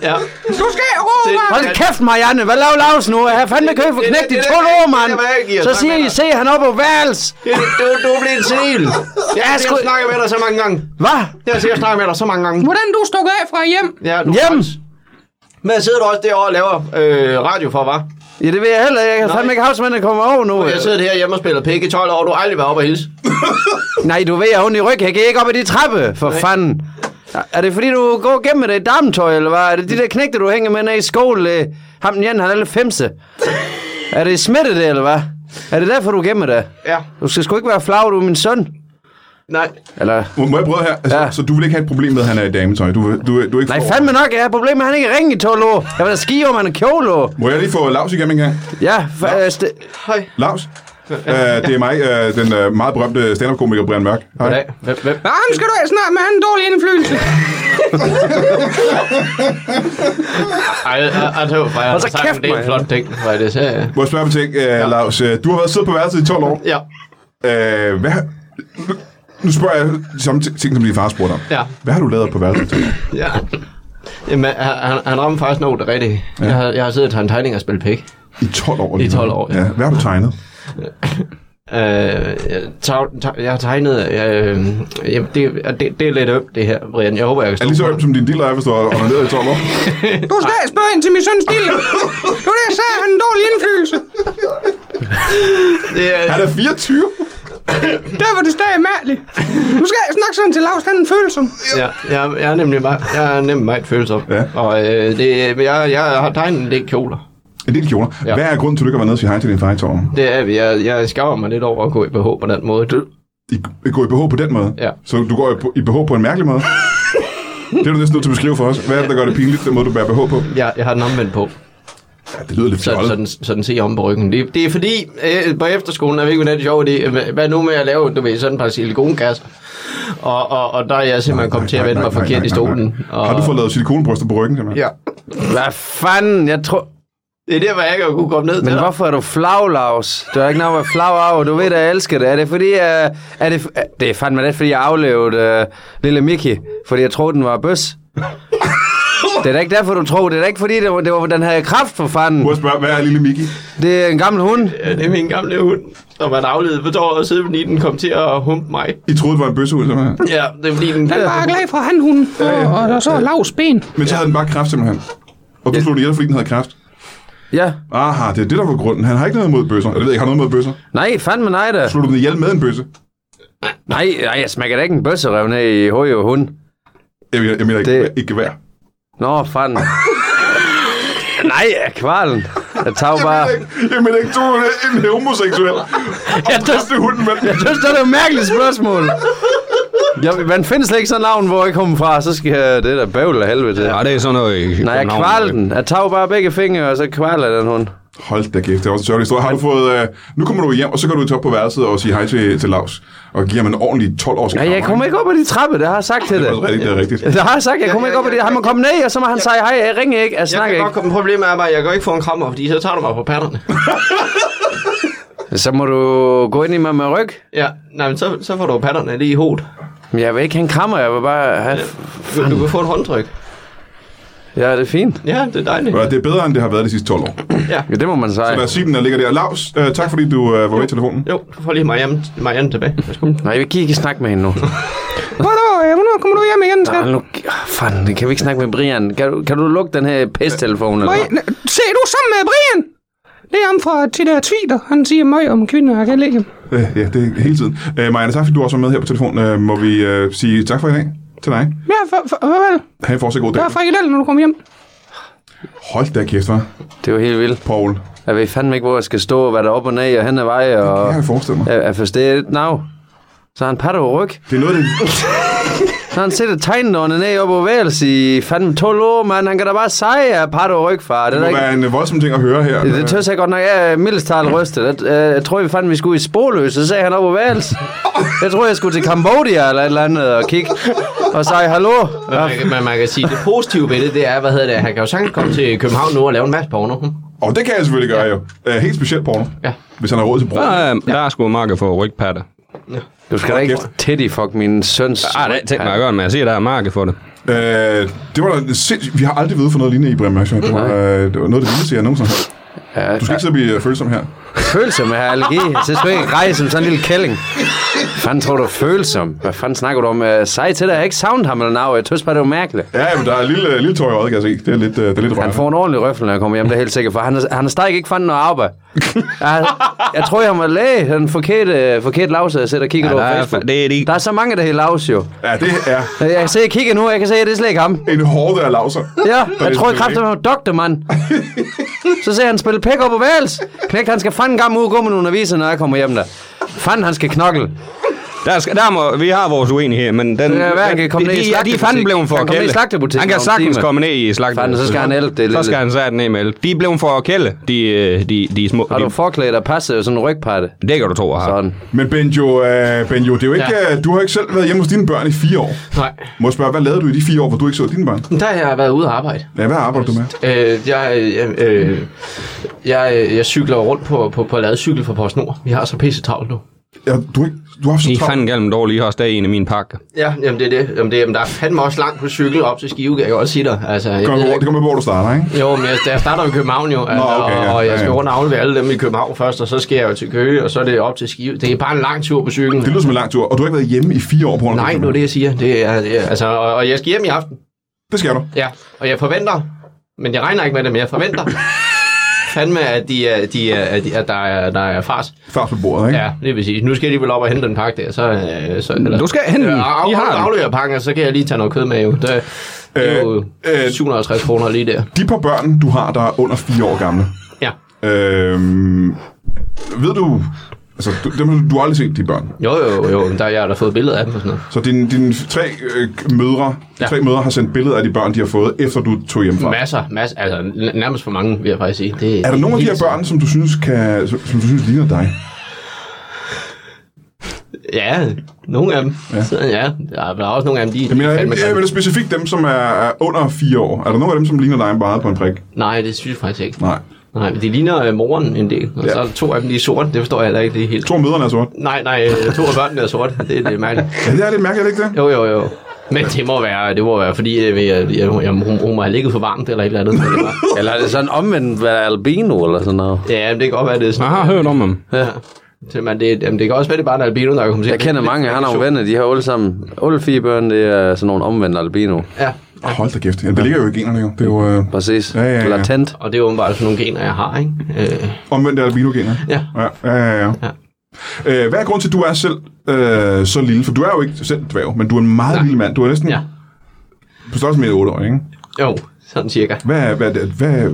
Speaker 16: ja.
Speaker 15: Du skal råbe mig.
Speaker 5: Hold kæft, Marianne. Hvad laver Laus nu? Jeg har fandme købt for
Speaker 16: Det- det-
Speaker 5: knægt i
Speaker 16: det-
Speaker 5: 12 år,
Speaker 16: det- det-
Speaker 5: mand.
Speaker 16: det- det- det- det-
Speaker 5: Så
Speaker 16: det-
Speaker 5: siger
Speaker 16: det-
Speaker 5: I,
Speaker 16: det-
Speaker 5: se, han er oppe på værelse.
Speaker 16: Det, du, du er blevet en senil. Jeg har sgu... snakket med dig så mange gange.
Speaker 5: Hvad?
Speaker 16: Jeg har sikkert snakket med dig så mange gange.
Speaker 15: Hvordan du er stukket af fra hjem?
Speaker 16: Ja, du Hjem! Men sidder du også derovre og laver øh, radio for, hva'?
Speaker 5: Ja, det ved jeg heller ikke. Jeg kan
Speaker 16: Nej.
Speaker 5: fandme ikke havsmanden at komme over nu. øh.
Speaker 16: Jeg sidder her hjemme og spiller pik i 12 år, du har aldrig været oppe og hilse.
Speaker 5: Nej, du ved, jeg har ondt i ryggen. Jeg kan ikke op ad de trappe, for Nej. fanden. Er- Er det fordi, du går gennem med det i dametøj, eller hvad? Er det de der knægte, du hænger med nede i skole? øh, Ham den ene, han er lidt femse. er det smittet det, eller hvad? Er det derfor, du gemmer det?
Speaker 16: Ja.
Speaker 5: Du skal sgu ikke være flag, du er min søn.
Speaker 16: Nej.
Speaker 5: Eller...
Speaker 1: Må, må jeg prøve her? Altså, ja. Så du vil ikke have et problem med, at han er i dametøj? Du, vil- du, vil- du er ikke
Speaker 5: Nej,
Speaker 1: for-
Speaker 5: fandme nok, jeg har problemer med, at han ikke ringer i 12 år. Jeg vil da skige om, han er kjole.
Speaker 1: Må jeg lige få Lars igennem en gang?
Speaker 5: Ja, øh, fast...
Speaker 16: Hej.
Speaker 1: Lars? Øh, det er mig, øh, den øh, meget berømte stand-up-komiker Brian Mørk. Hej.
Speaker 16: Goddag. Hvem, hvem?
Speaker 15: Ja, ham skal du have snart med, han er en dårlig indflydelse.
Speaker 16: Ej, jeg, jeg tøver fra, jeg har
Speaker 15: så
Speaker 16: sagt
Speaker 15: kæft,
Speaker 16: en del
Speaker 15: mand.
Speaker 16: flot ting, var det sagde. jeg.
Speaker 1: Må jeg spørge om en ting, øh, ja. Lars? Øh, Du har været siddet på værelset i 12 år.
Speaker 16: Ja.
Speaker 1: Øh, hvad, nu spørger jeg de samme ting, ting, som din far spurgte om.
Speaker 16: Ja.
Speaker 1: Hvad har du lavet på værelset?
Speaker 16: Ja. Jamen, han, han- han rammer faktisk noget rigtigt. Ja. Jeg, har, jeg har siddet og taget en tegning og spillet pik.
Speaker 1: I 12 år?
Speaker 16: I 12 år,
Speaker 1: ja. Hvad har du tegnet?
Speaker 16: Øh, jeg, tag, tag, jeg har tegnet... Øh, jamen, det, det, det er lidt ømt, det her, Brian. Jeg håber, jeg kan
Speaker 1: Er lige så ømt som din dealer er, hvis du har onaneret i 12 år?
Speaker 15: Du skal have spørge ind til min søns dille. Det var det, jeg sagde, han er en dårlig indflydelse.
Speaker 16: Det er...
Speaker 1: Han er 24!
Speaker 15: Der var det stadig mærkeligt. Du skal jeg snakke sådan til Lars, han er en følsom.
Speaker 16: Ja, jeg, jeg er nemlig meget, jeg er nemlig meget følsom. Ja. Og øh, det, men jeg, jeg har tegnet en del kjoler.
Speaker 1: En del kjoler. Ja. Hvad er grunden til, at du ikke har været nede og sige hej til din far i 12 år?
Speaker 16: Det er, jeg, jeg skammer mig lidt over at gå i BH på den måde. Du,
Speaker 1: Gå i BH på den måde?
Speaker 16: Ja.
Speaker 1: Så du går i b- i BH på en mærkelig måde? det er du næsten nødt til at beskrive for os. Hvad er det, der gør det pinligt, den måde, du bærer BH på?
Speaker 16: jeg, jeg har den omvendt på.
Speaker 1: det lyder lidt
Speaker 16: sådan, sådan, sådan se om på ryggen. Det, det er fordi, øh, på efterskolen er vi ikke med den sjov idé. Hvad- Hvad nu med at lave, du ved, sådan et par silikongasser? Og, og, og der er jeg simpelthen kommet til at vende mig forkert i stolen. Og...
Speaker 1: Har du fået lavet silikonbryster på ryggen, simpelthen?
Speaker 16: Ja.
Speaker 5: Hvad fanden? Mm, Jeg tror...
Speaker 16: Det er der, hvor jeg ikke kunne komme ned
Speaker 5: Men hvorfor er du flav, Lars? Du er ikke noget med flav af. Du ved, at jeg elsker det. Er det fordi... Uh, er det, uh, det er fandme lidt, fordi jeg aflevede uh, lille Mickey. Fordi jeg troede, den var bøs. Det er da ikke derfor, du tror. Det er da ikke fordi, det var, det var, den havde kraft for fanden. Må
Speaker 1: spørge, hvad er lille Mickey?
Speaker 5: Det er en gammel hund.
Speaker 16: Ja, det er min gamle hund, som var dagledet på tåret og siden i den kom til at humpe mig.
Speaker 1: I troede, det var en bøssehund, simpelthen?
Speaker 16: Ja, det er fordi den...
Speaker 15: Han var glad for hanhunden, og, og, og så lavs ben.
Speaker 1: Men så havde den bare kræft, simpelthen. Og du slog det ihjel, fordi den havde kræft.
Speaker 5: Ja.
Speaker 1: Aha, det er det, der var grunden. Han har ikke noget mod bøsser. Jeg ved ikke, har han noget mod bøsser.
Speaker 5: Nej, fandme nej da.
Speaker 1: Slog du den ihjel med en bøsse?
Speaker 5: Nej, nej jeg smækker da ikke en bøsserev ned i hovedet og hund.
Speaker 1: Jeg, jeg, jeg mener ikke, det... ikke gevær.
Speaker 5: Nå, fanden. nej, kvalen. Jeg tager bare...
Speaker 1: Jeg mener ikke, du er en homoseksuel.
Speaker 5: Jeg synes,
Speaker 1: hunden, men...
Speaker 5: jeg synes, det er et mærkeligt spørgsmål. Ja, man finder slet ikke sådan navn, hvor jeg kommer fra, så skal jeg, det der bøvl af helvede til.
Speaker 17: Ja, det er sådan noget...
Speaker 5: Nej, jeg kvalte den. Jeg tager bare begge fingre, og så kvaler jeg den hund.
Speaker 1: Hold da kæft, det er også en sørgelig historie. Har du fået, øh, nu kommer du hjem, og så går du top på værelset og siger hej til, til Lars. Og giver ham en ordentlig 12 års
Speaker 5: Nej, jeg kommer ikke op ad de trappe, det har jeg sagt til
Speaker 1: Det
Speaker 5: dig.
Speaker 1: er også rigtigt, det er rigtigt.
Speaker 5: Det har jeg sagt, jeg kommer ikke op ad de... Han må komme ned, og så må han sige, hej, jeg ringer ikke, jeg
Speaker 16: Jeg
Speaker 5: snakker
Speaker 16: kan
Speaker 5: ikke.
Speaker 16: godt komme problemet er bare, at jeg kan ikke få en krammer, fordi så tager du mig på patterne.
Speaker 5: Så må du gå ind i mig med ryg.
Speaker 16: Ja, nej, men så, så får du patterne lige i hovedet.
Speaker 5: Men jeg vil ikke have en krammer, jeg vil bare have...
Speaker 16: Du, du kan få et håndtryk.
Speaker 5: Ja, det er fint.
Speaker 16: Ja, det er dejligt.
Speaker 1: Ja, det er bedre, end det har været de sidste 12 år.
Speaker 16: Ja.
Speaker 5: ja det må man sige.
Speaker 1: Så lad os sige, den der ligger der. Lars, øh, tak fordi du øh, var med i telefonen.
Speaker 16: Jo, du får lige Marianne, Marianne tilbage. Værsgo.
Speaker 5: Nej, vi kan ikke snakke med hende nu.
Speaker 15: Hvornår, øh, hvornår kommer du hjem igen,
Speaker 5: Nej,
Speaker 15: skat?
Speaker 5: nu... Oh, fanden, kan vi ikke snakke med Brian? Kan du, kan du lukke den her pesttelefon?
Speaker 15: Må
Speaker 5: Eller?
Speaker 15: jeg- Se, du er sammen med Brian! Det er ham fra til der Twitter. Han siger meget om kvinder, jeg kan lide ham.
Speaker 1: Øh, ja, det er hele tiden. Øh, Marianne, tak fordi du også var med her på telefonen. Øh, må vi øh, sige tak for i dag til dig.
Speaker 15: Ja, for, for, farvel.
Speaker 1: Ha' en fortsat god dag.
Speaker 15: Der er frikadelle, når du kommer hjem.
Speaker 1: Hold da kæft, hva'?
Speaker 5: Det var helt vildt.
Speaker 1: Paul.
Speaker 5: Jeg ved fandme ikke, hvor jeg skal stå, og hvad der er op og ned, og hen ad vej, og... Det kan
Speaker 1: jeg forestille mig.
Speaker 5: Jeg, jeg forstår lidt nav. Så har han patter over ryg.
Speaker 1: Det er noget, det...
Speaker 5: Så har han sætter tegnene ned op over værelse i fandme 12 år, mand. Han kan da bare seje af patter over ryg, far.
Speaker 1: Det
Speaker 5: er
Speaker 1: må
Speaker 5: da ikke...
Speaker 1: være en øh, voldsom ting at høre her.
Speaker 5: Det, det tøs jeg godt nok af Mildestal rystet. Jeg, øh, jeg tror, vi fandt, vi skulle i sporløs, så sagde han over Vals. Jeg tror, jeg skulle til Cambodia eller et eller andet og kigge og sige hallo.
Speaker 16: Men man, kan- men man kan sige, det positive ved det, det er, hvad hedder det, han kan jo sagtens komme til København nu og lave en masse porno.
Speaker 1: Og det kan jeg selvfølgelig gøre, jo. Øh, helt specielt porno.
Speaker 16: Ja.
Speaker 1: Hvis han har råd til brug.
Speaker 17: Der, er- der er sgu marker for rygpatter.
Speaker 5: Du skal da ikke tæt fuck min søns...
Speaker 17: Ej, det tænker mig at gøre, men jeg siger, der er marker for det.
Speaker 1: Øh, det var da sindssygt. Vi har aldrig ved for noget lignende, Ibrahim Mørkshøj. Det, var, øh, det var noget, det vildeste, jeg nogensinde har
Speaker 5: hørt.
Speaker 1: Du skal ikke sidde og blive øh, følsom her.
Speaker 5: Følsom med allergi. Jeg synes, du ikke rejse som sådan en lille kælling. Fanden tror du er følsom? Hvad fanden snakker du om? Øh, Sej til dig. Jeg har ikke savnet ham eller noget. Jeg synes bare, det var mærkeligt.
Speaker 1: Ja, men der er en lille, øh, lille tår i øjet, kan jeg se. Det er lidt, øh, det er lidt
Speaker 5: Han
Speaker 1: rørende.
Speaker 5: får en ordentlig røffel, når jeg kommer hjem, det er jeg helt sikkert. For han, er- han har stadig ikke fandt noget arbejde. Jeg, jeg tror, jeg var læge. Den forkerte, forkerte lavs, jeg sidder og kigger
Speaker 17: Ja,
Speaker 5: ja, over
Speaker 17: der er
Speaker 5: Facebook.
Speaker 17: fa- det er de-
Speaker 5: Der er så mange, der hedder lavs, jo.
Speaker 1: Ja, det er
Speaker 5: Jeg kan se, jeg kigger nu, og jeg kan se, at det er slet ikke ham.
Speaker 1: en hårde af lavser.
Speaker 5: Ja, jeg tror kraftigt, han var doktor, mand. Så ser han spille pæk op på væls. Knægt, han skal fanden gammel ud og gå med nogle aviser, når jeg kommer hjem der. Fanden, han skal knokle.
Speaker 17: Der, skal, der må, vi har vores uenighed, men den,
Speaker 5: Det kan være, han kan komme
Speaker 17: de,
Speaker 5: ned i
Speaker 17: de, ja, de er
Speaker 5: slagterbutik.
Speaker 17: fandme blevet for
Speaker 5: Han kan komme ned i
Speaker 17: kælde.
Speaker 5: slagterbutikken
Speaker 17: Han kan
Speaker 5: om en
Speaker 17: sagtens
Speaker 5: time.
Speaker 17: komme ned i slagterbutikken.
Speaker 5: Fanden, så skal han ælde det
Speaker 17: Så
Speaker 5: lille-
Speaker 17: skal han sætte ned med ælde. De er blevet for kælde, de, øh, de, de små.
Speaker 5: Har du forklæde, der passer jo sådan en rygpatte?
Speaker 17: Det kan du tro, jeg har.
Speaker 5: Sådan.
Speaker 1: Men Benjo, øh, Benjo det er jo ikke,
Speaker 16: Ja.
Speaker 1: ja. du har ikke selv været hjemme hos dine børn i fire år.
Speaker 16: Nej.
Speaker 1: Må jeg spørge, hvad lavede du i de fire år, hvor du ikke så dine børn?
Speaker 16: Der har jeg været ude at arbejde.
Speaker 1: Ja, hvad arbejder du med?
Speaker 16: Øh, jeg, øh, øh, jeg, øh, jeg cykler rundt på, på, på ladcykel for PostNord. Vi har så pisse travlt nu.
Speaker 1: Ja, du, du har haft
Speaker 17: så travlt. I fanden galt dårlige også, der er en af mine pakker.
Speaker 16: Ja, jamen det er det. Jamen, det jamen, der er fandme også langt på cykel op til Skive, kan jeg godt sige dig. Altså, jeg
Speaker 1: Kom,
Speaker 16: ved
Speaker 1: hvor,
Speaker 16: ikke-
Speaker 1: det kommer, hvor du starter, ikke?
Speaker 16: Jo, men jeg, jeg starter i København jo, altså,
Speaker 1: okay, ja,
Speaker 16: og, og
Speaker 1: ja,
Speaker 16: jeg skal
Speaker 1: ja.
Speaker 16: rundt og aflevere alle dem i København først, og så skal jeg jo til Køge, og så er det op til Skive. Det er bare en lang tur på cyklen.
Speaker 1: Det lyder som en lang tur, og du har ikke været hjemme i fire år på grund af
Speaker 16: Nej, det er det, jeg siger. Det er, det er, altså, og, og jeg skal hjem i aften.
Speaker 1: Det skal du.
Speaker 16: Ja, og jeg forventer, men jeg regner ikke med det, men jeg forventer fandme, at, de, er- de, er- at, de, at der, er, der er fars.
Speaker 1: Fars på bordet, ikke?
Speaker 16: Ja, lige præcis. Nu skal de vel op og hente den pakke der. Så, øh, så, eller,
Speaker 17: Mm, Du skal hente den.
Speaker 16: Øh, af,
Speaker 17: I har den.
Speaker 16: afleverer pakken, og så kan jeg lige tage noget kød med. Jo. Det, det
Speaker 1: Øh,
Speaker 16: er jo 750 kroner lige der.
Speaker 1: De par børn, du har, der er under fire år gamle.
Speaker 16: Ja.
Speaker 1: Øhm, ved du, Altså, du, dem har du- du har aldrig set, de børn.
Speaker 16: Jo, jo, jo. men Der, jeg har da fået billeder af dem og sådan noget.
Speaker 1: Så dine, dine tre øh, mødre, ja. tre mødre har sendt billeder af de børn, de har fået, efter du tog hjem fra.
Speaker 16: Masser, masser. Altså, n- nærmest for mange, vil jeg faktisk sige. Det,
Speaker 1: Er der nogen af de
Speaker 16: helt-
Speaker 1: her børn, som du synes, kan, som, som du synes ligner dig?
Speaker 16: Ja, nogle af dem. Ja. Så, ja. Der er, der er også nogle af dem, de... Jeg mener,
Speaker 1: Ja, men det er specifikt dem, som er, er under fire år. Er der nogen af dem, som ligner dig meget på en prik?
Speaker 16: Nej, det synes jeg faktisk ikke.
Speaker 1: Nej.
Speaker 16: Nej, men de ligner øh, moren en del. Og ja. så er der to af dem, de er sorte. Det forstår jeg heller ikke lige helt.
Speaker 1: To af møderne er sorte?
Speaker 16: Nej, nej. øh, To af børnene er sorte. Det er lidt mærkeligt.
Speaker 1: Ja, det er lidt mærkeligt, ikke det?
Speaker 16: Jo, jo, jo. Men det må være, det må være fordi øh, jeg, jeg, jeg, jeg, hun, hun må have ligget for varmt eller et eller andet. Eller,
Speaker 5: Eller er det sådan omvendt hvad er albino eller sådan noget?
Speaker 16: Ja, men det kan godt være, det er sådan. Jeg har hørt om ham. Ja. Så, man, det, jamen, det kan også være, det er bare en albino, der kommer til.
Speaker 5: Jeg kender mange, han har jo venner, de har alle sammen. Alle fire børn, det er sådan nogle omvendte albino.
Speaker 16: Ja.
Speaker 1: Oh, hold da kæft. Ja, det ligger jo i generne, jo. Det er jo... Øh...
Speaker 5: Præcis.
Speaker 1: Ja, ja, ja.
Speaker 5: Latent.
Speaker 16: Og det er åbenbart sådan nogle gener, jeg har, ikke? Øh.
Speaker 1: Omvendt albinogener?
Speaker 16: Ja.
Speaker 1: Ja, ja, ja. ja. ja. Øh, hvad er grunden til, at du er selv øh, så lille? For du er jo ikke selv dværg, men du er en meget Nej. lille mand. Du er næsten ja. på størrelse med en 8 år, ikke?
Speaker 16: Jo, sådan cirka.
Speaker 1: Hvad, er- hvad, hvad, hvad,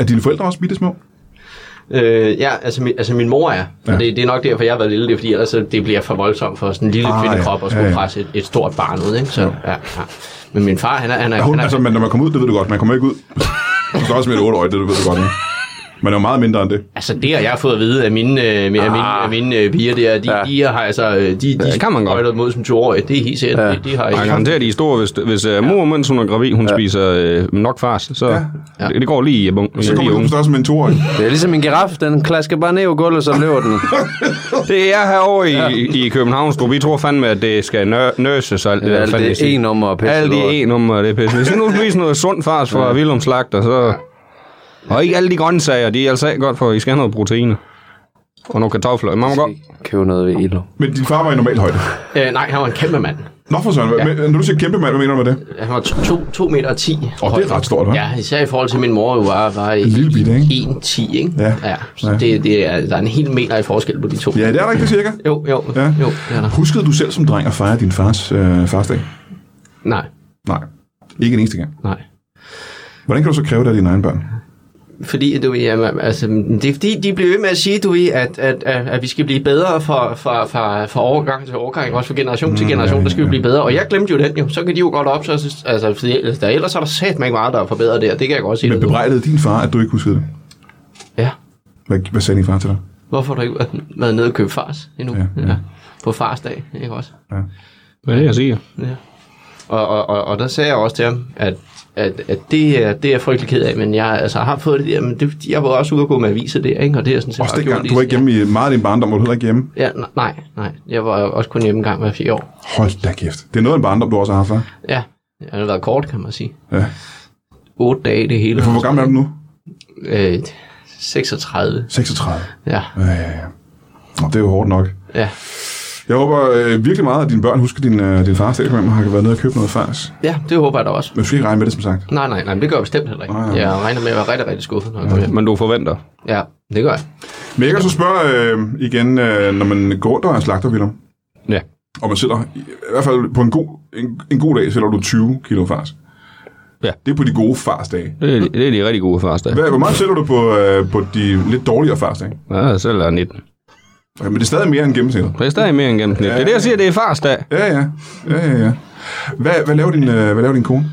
Speaker 1: er dine forældre også bitte små?
Speaker 16: Øh, ja, altså, min, altså min mor er. Ja. Og det, det er nok derfor, jeg har været lille. Det er fordi, ellers så det bliver for voldsomt for sådan en lille
Speaker 1: Ah,
Speaker 16: ah,
Speaker 1: ja.
Speaker 16: kvindekrop at skulle
Speaker 1: Ja,
Speaker 16: ja,
Speaker 1: ja.
Speaker 16: ja. presse et, et stort barn ud. Ikke? Så, ja, ja. Men min far, han er... Han er,
Speaker 1: Ja, hun,
Speaker 16: han er
Speaker 1: altså, men når man kommer ud, det ved du godt. Man kommer ikke ud på størrelse med en 8 år, det ved du godt, ikke? Man er jo meget mindre end det.
Speaker 16: Altså det har jeg fået at vide af mine, øh, af mine,
Speaker 1: Ah.
Speaker 16: af mine øh, piger der, de, ja. de har altså, øh, de, de ja, kan man godt. mod som toårige, det er helt sikkert, ja. det, de har
Speaker 17: Jeg
Speaker 16: ikke.
Speaker 17: garanterer, de er store, hvis, hvis uh, mor, mens hun er gravid, hun ja. spiser øh, nok fars, så ja. det, det går lige i bunken.
Speaker 5: Så kommer
Speaker 17: lige
Speaker 5: du
Speaker 17: i
Speaker 5: på
Speaker 17: ungen.
Speaker 1: størrelse med en toårig.
Speaker 5: Det er ligesom en giraf, den klasker bare ned i gulvet, så løber den.
Speaker 17: Det er herovre i, ja. i København, vi tror fandme, at det skal nør- nørses og alt det
Speaker 5: Ja,
Speaker 17: der.
Speaker 5: alt
Speaker 17: fandme
Speaker 5: det
Speaker 17: siger.
Speaker 5: E-nummer og pisse
Speaker 17: Alt det
Speaker 5: lort.
Speaker 17: E-nummer og det pisse. Hvis nu spiser noget sundt fars fra
Speaker 5: Ja.
Speaker 17: ja. Willum Slagter, så... Og ikke alle de grøntsager, de er altså ikke godt for, I skal have noget protein. Og nogle kartofler. Man må godt
Speaker 5: købe noget ved Ilo.
Speaker 1: Men din far var i normal højde?
Speaker 16: Øh, nej, han var en kæmpe mand.
Speaker 1: Nå for søren, ja. men, når du siger kæmpe mand, hvad mener du med det?
Speaker 16: Han var 2 meter 10.
Speaker 1: Og det er ret stort, hva'?
Speaker 16: Ja, især i forhold til min mor, jo var, var en
Speaker 1: lille bitte,
Speaker 16: ikke? 1,10, ikke? Ja. ja så ja. Det, det er, der er en hel meter i forskel på de to.
Speaker 1: Ja, det er der ikke det cirka?
Speaker 16: Jo, jo,
Speaker 1: ja.
Speaker 16: jo, det er der.
Speaker 1: Huskede du selv som dreng at fejre din fars øh, farsdag?
Speaker 16: Nej.
Speaker 1: Nej. Ikke en eneste gang?
Speaker 16: Nej.
Speaker 1: Hvordan kan du så kræve det af dine egne børn?
Speaker 16: Fordi, du ved, jamen, altså, det er fordi, de bliver ved med at sige, du ved, at, at, at, at vi skal blive bedre fra, fra, fra, fra årgang til årgang, ikke? også fra generation
Speaker 1: Mm,
Speaker 16: til generation, der skal vi blive bedre. Og jeg glemte jo den jo, så kan de jo godt op, så, altså, fordi ellers, der, ellers er der satme ikke meget, der er forbedret der, det kan jeg godt sige.
Speaker 1: Men bebrejdede din far, at du ikke huskede det?
Speaker 16: Ja.
Speaker 1: Hvad, hvad sagde din far til dig?
Speaker 16: Hvorfor har du ikke været- været nede og købe fars endnu? Ja, ja. På fars dag, ikke også?
Speaker 1: Ja.
Speaker 17: Hvad er det, jeg siger?
Speaker 16: Ja. Og, og, og, og der sagde jeg også til ham, at, at, at det, er, det er jeg frygtelig ked af, men jeg altså, har fået det der, men det, er fordi, jeg var også ude og gå med aviser der, ikke? og det er sådan set
Speaker 1: Også
Speaker 16: bare gjort
Speaker 1: dengang,
Speaker 16: lige
Speaker 1: du var ikke hjemme i meget af din barndom, var du heller ikke hjemme.
Speaker 16: Ja, n- nej, nej. Jeg var også kun hjemme en gang hver fire år.
Speaker 1: Hold da kæft. Det er noget af en barndom, du også har haft, hva'?
Speaker 16: Ja, det har været kort, kan man sige.
Speaker 1: Ja.
Speaker 16: 8 dage det hele.
Speaker 1: Ja, for hvor gammel er du nu?
Speaker 16: Øh, 36.
Speaker 1: 36?
Speaker 16: Ja.
Speaker 1: Ja, ja, ja. Nå, det er jo hårdt nok.
Speaker 16: Ja.
Speaker 1: Jeg håber øh, virkelig meget, at dine børn husker din, øh, din fars dag, og har været nede og købe noget fars.
Speaker 16: Ja, det håber jeg da også.
Speaker 1: Men du skal ikke regne med det, som sagt.
Speaker 16: Nej, nej, nej, men det gør jeg bestemt heller ikke.
Speaker 1: Nej, nej.
Speaker 16: Jeg regner med at være rigtig, rigtig skuffet, når jeg kommer hjem.
Speaker 17: Men du forventer?
Speaker 16: Ja, det gør jeg.
Speaker 1: Men jeg kan så spørge øh, igen, øh, når man går rundt og er slagter, Willem.
Speaker 17: Ja.
Speaker 1: Og man sidder, i, i hvert fald på en god, en, en god dag, sælger du 20 kilo fars.
Speaker 17: Ja.
Speaker 1: Det er på de gode farsdage.
Speaker 17: Det er, det er de rigtig gode farsdage.
Speaker 1: Hvad, hvor meget sælger du på, øh, på de lidt dårligere farsdage?
Speaker 17: Ja, jeg sælger 19.
Speaker 1: Okay, men det er stadig mere end gennemsnittet.
Speaker 17: Det er stadig mere end gennemsnit. Ja. Det er det, jeg siger, det er farsdag.
Speaker 1: Ja, ja. ja, ja, ja. Hvad, hvad, laver din, øh, hvad laver din kone?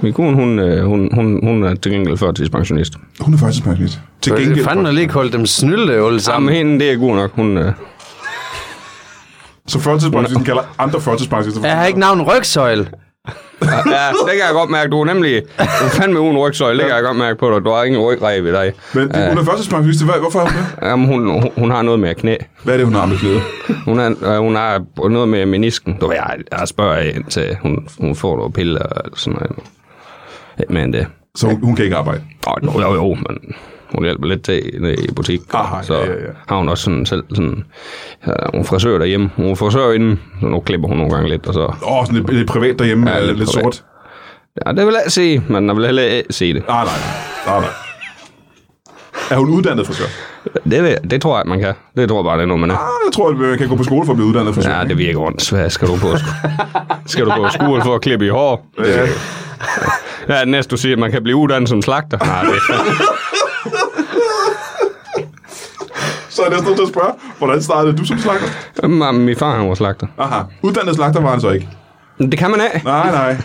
Speaker 17: Min kone, hun, øh, hun, hun, hun er til gengæld førtidspensionist.
Speaker 1: Hun er førtidspensionist. Til gengæld.
Speaker 5: Fanden har lige holdt dem snylde alle sammen.
Speaker 17: Jamen, hende, det er god nok. Hun, øh,
Speaker 1: Så førtidspensionisten kalder andre førtidspensionister. for-
Speaker 5: Jeg har ikke navn Rygsøjle.
Speaker 17: ja, det kan jeg godt mærke. Du er nemlig du er fandme uden rygsøjle. Det kan jeg godt mærke på dig. Du har ingen rygræb i dig.
Speaker 1: Men det- hun er førtidspensionist. Hvad- Hvorfor er hun det?
Speaker 17: Jamen, hun, hun, hun har noget med knæ.
Speaker 1: Hvad er det, hun har med knæet?
Speaker 17: Hun, er, øh, hun har noget med menisken. Du, ved, jeg, jeg spørger af, indtil hun, hun får noget piller og sådan noget. Men det...
Speaker 1: Så hun, hun kan ikke arbejde?
Speaker 17: Nå, jo, jo, jo, men hun hjælper lidt til nede i butik. Aha, så ja, ja, ja. har hun også sådan selv sådan... Ja, hun er frisør derhjemme. Hun er frisør inden, så nu klipper hun nogle gange lidt, og så...
Speaker 1: Åh, oh, sådan lidt, lidt privat derhjemme,
Speaker 4: øh,
Speaker 1: ja, lidt, lidt
Speaker 17: privat.
Speaker 1: sort.
Speaker 17: Øh, Ja, det vil jeg ikke se, men jeg vil heller ikke se det.
Speaker 1: Nej, nej, nej, nej. Er hun uddannet frisør?
Speaker 17: Det, ved- det tror jeg, man kan. Det tror jeg bare, det er noget, man er.
Speaker 1: Ah, jeg tror, at man kan gå på skole for at blive uddannet frisør.
Speaker 17: Ja, det virker rundt. Hvad skal du på? Skal du på skole for at klippe i hår? Øh,
Speaker 1: Ja.
Speaker 17: Ja, næste du siger, at man kan blive uddannet som slagter. Nej, det er
Speaker 4: Så er det sådan til at spørge, hvordan startede du som slagter?
Speaker 17: Jamen, Min far han var slagter.
Speaker 4: Aha, uddannet slagter var han så ikke.
Speaker 17: Det kan man af.
Speaker 4: Nej, nej.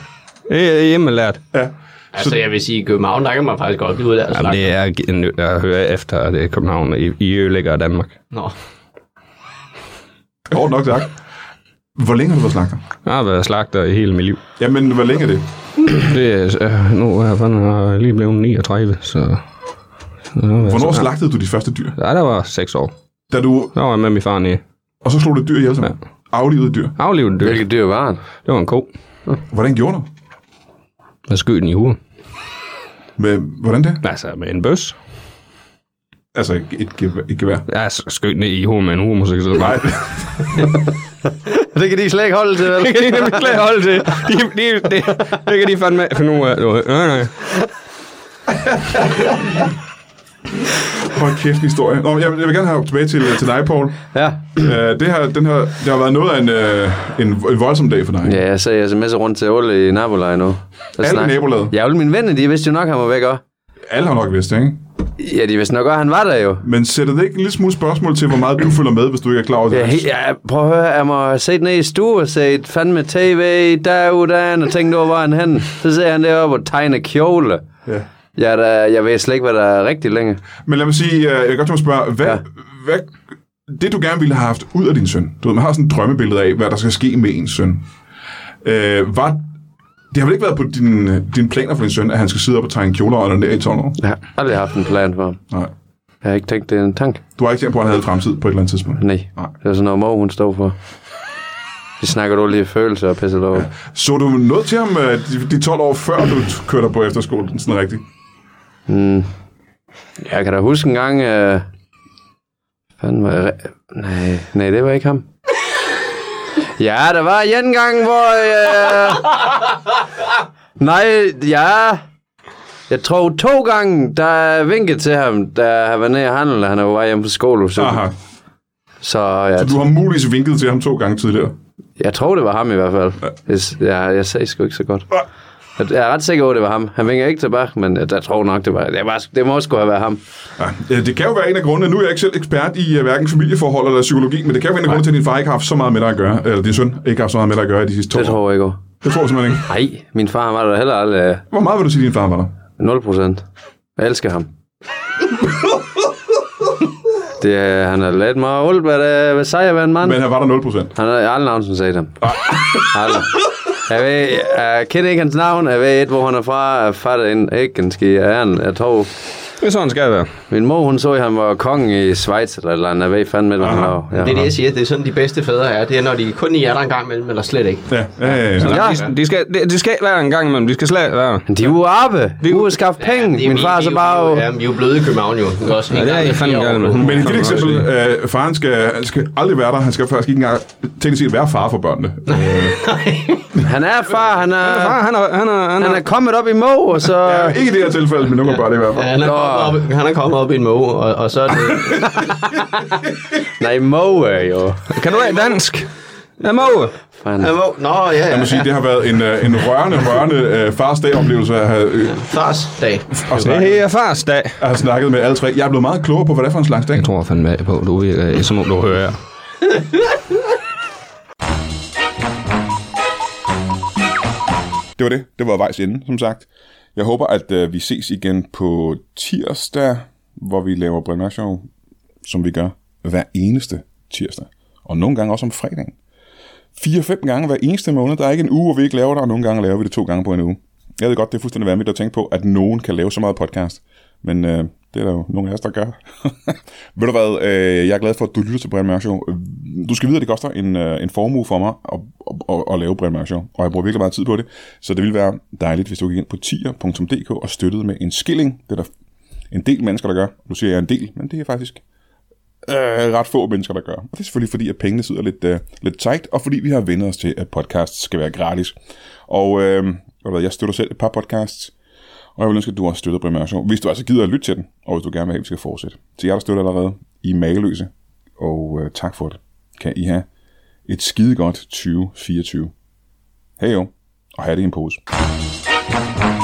Speaker 17: Det er hjemmelært.
Speaker 4: Ja.
Speaker 16: Altså, jeg vil sige, i København, der kan man faktisk godt blive udlært.
Speaker 17: Jamen, det er g- nødt at høre efter, at det er København i, i ødelægger Danmark.
Speaker 16: Nå.
Speaker 4: Hårdt nok sagt. Hvor længe har du været slagter?
Speaker 17: Jeg har været slagter i hele mit liv.
Speaker 4: Jamen, hvor længe er det?
Speaker 17: det er, øh, nu er jeg fandme lige blevet 39, så...
Speaker 4: Hvornår slagtede du de første dyr?
Speaker 17: Ja, der var 6 år.
Speaker 4: Da du...
Speaker 17: Der var jeg med min far nede.
Speaker 4: Og så slog du et dyr ihjel, ja. Aflivet dyr?
Speaker 17: Aflivet dyr.
Speaker 4: Hvilket
Speaker 17: dyr var det? Det var en ko.
Speaker 4: Hvordan gjorde du?
Speaker 17: Jeg skød den i hovedet.
Speaker 4: Med, hvordan det?
Speaker 17: Altså, med en bøs.
Speaker 4: Altså, et, gevær, et gevær?
Speaker 17: Ja, så skød den i hovedet med en homoseksuel. Nej.
Speaker 5: Det kan de slet ikke holde til, vel?
Speaker 17: det kan de nemlig slet ikke holde til. De, de, de, det kan de fandme... For nu er det... Nej, nej.
Speaker 4: Hold kæft historie. Nå, jeg, jeg vil gerne have tilbage til, til dig, Paul.
Speaker 5: Ja.
Speaker 4: Øh, det, her, den her, det har været noget af en, øh, en, en voldsom dag for dig.
Speaker 5: Ja, jeg sagde sms'er rundt til alle i nabolaget nu.
Speaker 4: Alle i nabolaget?
Speaker 5: Ja, alle mine venner, de vidste jo nok, han var væk også.
Speaker 4: Alle har nok vidst det, ikke?
Speaker 5: Ja, de vidste nok også, han var der jo.
Speaker 4: Men sætter det ikke en lille smule spørgsmål til, hvor meget du følger med, hvis du ikke er klar over det?
Speaker 5: Ja, he- ja prøv at høre, jeg må have set ned i stue og set fandme tv derudad, og tænkte over, hvor han hen. Så ser han deroppe og tegner kjole.
Speaker 4: Ja.
Speaker 5: Jeg, er da, jeg ved slet ikke, hvad der er rigtigt længe.
Speaker 4: Men lad mig sige, øh, jeg kan godt tænke mig at spørge, hvad, ja. hvad, det du gerne ville have haft ud af din søn, du ved, man har sådan et drømmebillede af, hvad der skal ske med ens søn, øh, var, det har vel ikke været på dine din planer for din søn, at han skal sidde op og tegne kjoler og ned i 12 år?
Speaker 5: Jeg har aldrig haft en plan for ham.
Speaker 4: Nej.
Speaker 5: Jeg har ikke tænkt, det er en tank.
Speaker 4: Du har ikke tænkt på, at han havde fremtid på et eller andet tidspunkt?
Speaker 5: Nej.
Speaker 4: Nej.
Speaker 5: Det er sådan noget, mor hun står for. Vi snakker dog lige følelser og pisse lov. Ja.
Speaker 4: Så du noget til ham øh, de, de 12 år før, du t- kørte dig på efterskolen, sådan rigtigt?
Speaker 5: Mm. Jeg kan da huske en gang... Øh... Fanden var jeg... re- Nej, nej, det var ikke ham. Ja, der var en gang, hvor... Øh... Nej, ja... Jeg tror to gange, der er vinket til ham, da han var nede i handel, han er jo vej hjem på skole. Så,
Speaker 4: Aha.
Speaker 5: så, jeg,
Speaker 4: Så du har muligvis vinket til ham to gange tidligere?
Speaker 5: jeg tror, det var ham i hvert fald. Hvis- Jeg, jeg sagde sgu ikke så godt. Jeg jeg er ret sikker på, at det var ham. Han vinker ikke tilbage, men jeg, jeg tror nok, det var, det, var, det må sgu have været ham.
Speaker 4: Ja, øh, det kan jo være en af grundene, nu er jeg ikke selv ekspert i øh, hverken familieforhold eller psykologi, men det kan jo være en af grundene til, at din far ikke har haft så meget med dig at gøre, eller din søn ikke har haft så meget med dig at gøre i de sidste to
Speaker 5: Det tror jeg ikke.
Speaker 4: Det tror jeg simpelthen ikke.
Speaker 5: Nej, min far han var der heller aldrig. øh.
Speaker 4: Hvor meget vil du sige, din far var der?
Speaker 5: 0 procent. Jeg elsker ham. Det, er- han har lavet mig alt, hvad, det, hvad sejr var en mand.
Speaker 4: Men han var der 0 procent. Ah.
Speaker 5: Han har aldrig navn, som sagde ham. Aldrig. Jeg, ved, jeg kender ikke hans navn, jeg ved ikke, hvor han er fra, jeg fatter en, ikke en ski, jeg, han, jeg tror...
Speaker 17: Det er sådan, skal det være.
Speaker 5: Min mor, hun så, at han var konge i Schweiz eller et eller andet, jeg ved fandme, hvad han var.
Speaker 16: Det er det, jeg siger. Det er sådan, de bedste fædre er. Det er, når de kun i er der en gang imellem, eller slet ikke.
Speaker 4: Ja, ja, ja.
Speaker 17: Så de, de, skal, de, de skal være en gang imellem. De skal slet være.
Speaker 5: De er jo oppe. De er jo skaffe penge.
Speaker 16: Min far så bare... Ja, vi er jo bløde i København jo. Det er også en
Speaker 17: Ja, det er
Speaker 16: gang
Speaker 17: jeg
Speaker 16: i
Speaker 17: fandme
Speaker 16: fire år.
Speaker 17: gerne med.
Speaker 4: Men i dit eksempel, øh, faren skal, skal aldrig være der. Han skal faktisk ikke engang teknisk set være far for børnene.
Speaker 5: Han er far, han er... Han er,
Speaker 17: far, han er, han er, han
Speaker 5: er kommet op i må, og så...
Speaker 4: ja, ikke i det her tilfælde, men nu kan bare det i hvert fald.
Speaker 16: Ja, han, er kommet op, han er kommet op i en måge, og, og så er det...
Speaker 5: Nej, måge er jo...
Speaker 17: Kan du være dansk? Ja, måge.
Speaker 5: Fanden.
Speaker 16: Ja, måge. Nå, ja,
Speaker 4: Jeg
Speaker 16: ja.
Speaker 4: må sige, det har været en, øh, en rørende, rørende øh, fars dag-oplevelse at have... Øh,
Speaker 16: Fars dag.
Speaker 4: Og
Speaker 17: Det er fars dag.
Speaker 4: Jeg har snakket med alle tre. Jeg er blevet meget klogere på, hvad det er for en slags dag.
Speaker 17: Jeg tror fandme på, du øh, virker som om du hører.
Speaker 1: Det var det. Det var vejs ende, som sagt. Jeg håber, at øh, vi ses igen på tirsdag, hvor vi laver Brennershow, som vi gør hver eneste tirsdag. Og nogle gange også om fredagen. 4-5 gange hver eneste måned. Der er ikke en uge, hvor vi ikke laver det, og nogle gange laver vi det to gange på en uge. Jeg ved godt, det er fuldstændig vanvittigt at tænke på, at nogen kan lave så meget podcast. Men øh, det er der jo nogle af os, der gør. ved du hvad, øh, jeg er glad for, at du lytter til Brian Mørk Show. Øh, Du skal vide, at det koster en, øh, en formue for mig at, at, at, at lave Brian Mørk Show. Og jeg bruger virkelig meget tid på det. Så det ville være dejligt, hvis du gik ind på tier.dk og støttede med en skilling. Det er der en del mennesker, der gør. Nu siger jeg en del, men det er faktisk øh, ret få mennesker, der gør. Og det er selvfølgelig fordi, at pengene sidder lidt, øh, lidt tight, og fordi vi har vendt os til, at podcasts skal være gratis. Og øh, ved du hvad, jeg støtter selv et par podcasts, og jeg vil ønske, at du også støtter Brian Mørk Show, hvis du altså gider at lytte til den, og hvis du gerne vil have, at vi skal fortsætte. Til jer, der støtter allerede, I er mageløse, og øh, tak for det. Kan I have et skide godt 2024. Hej jo, og have det i en pose.
Speaker 18: Thank you.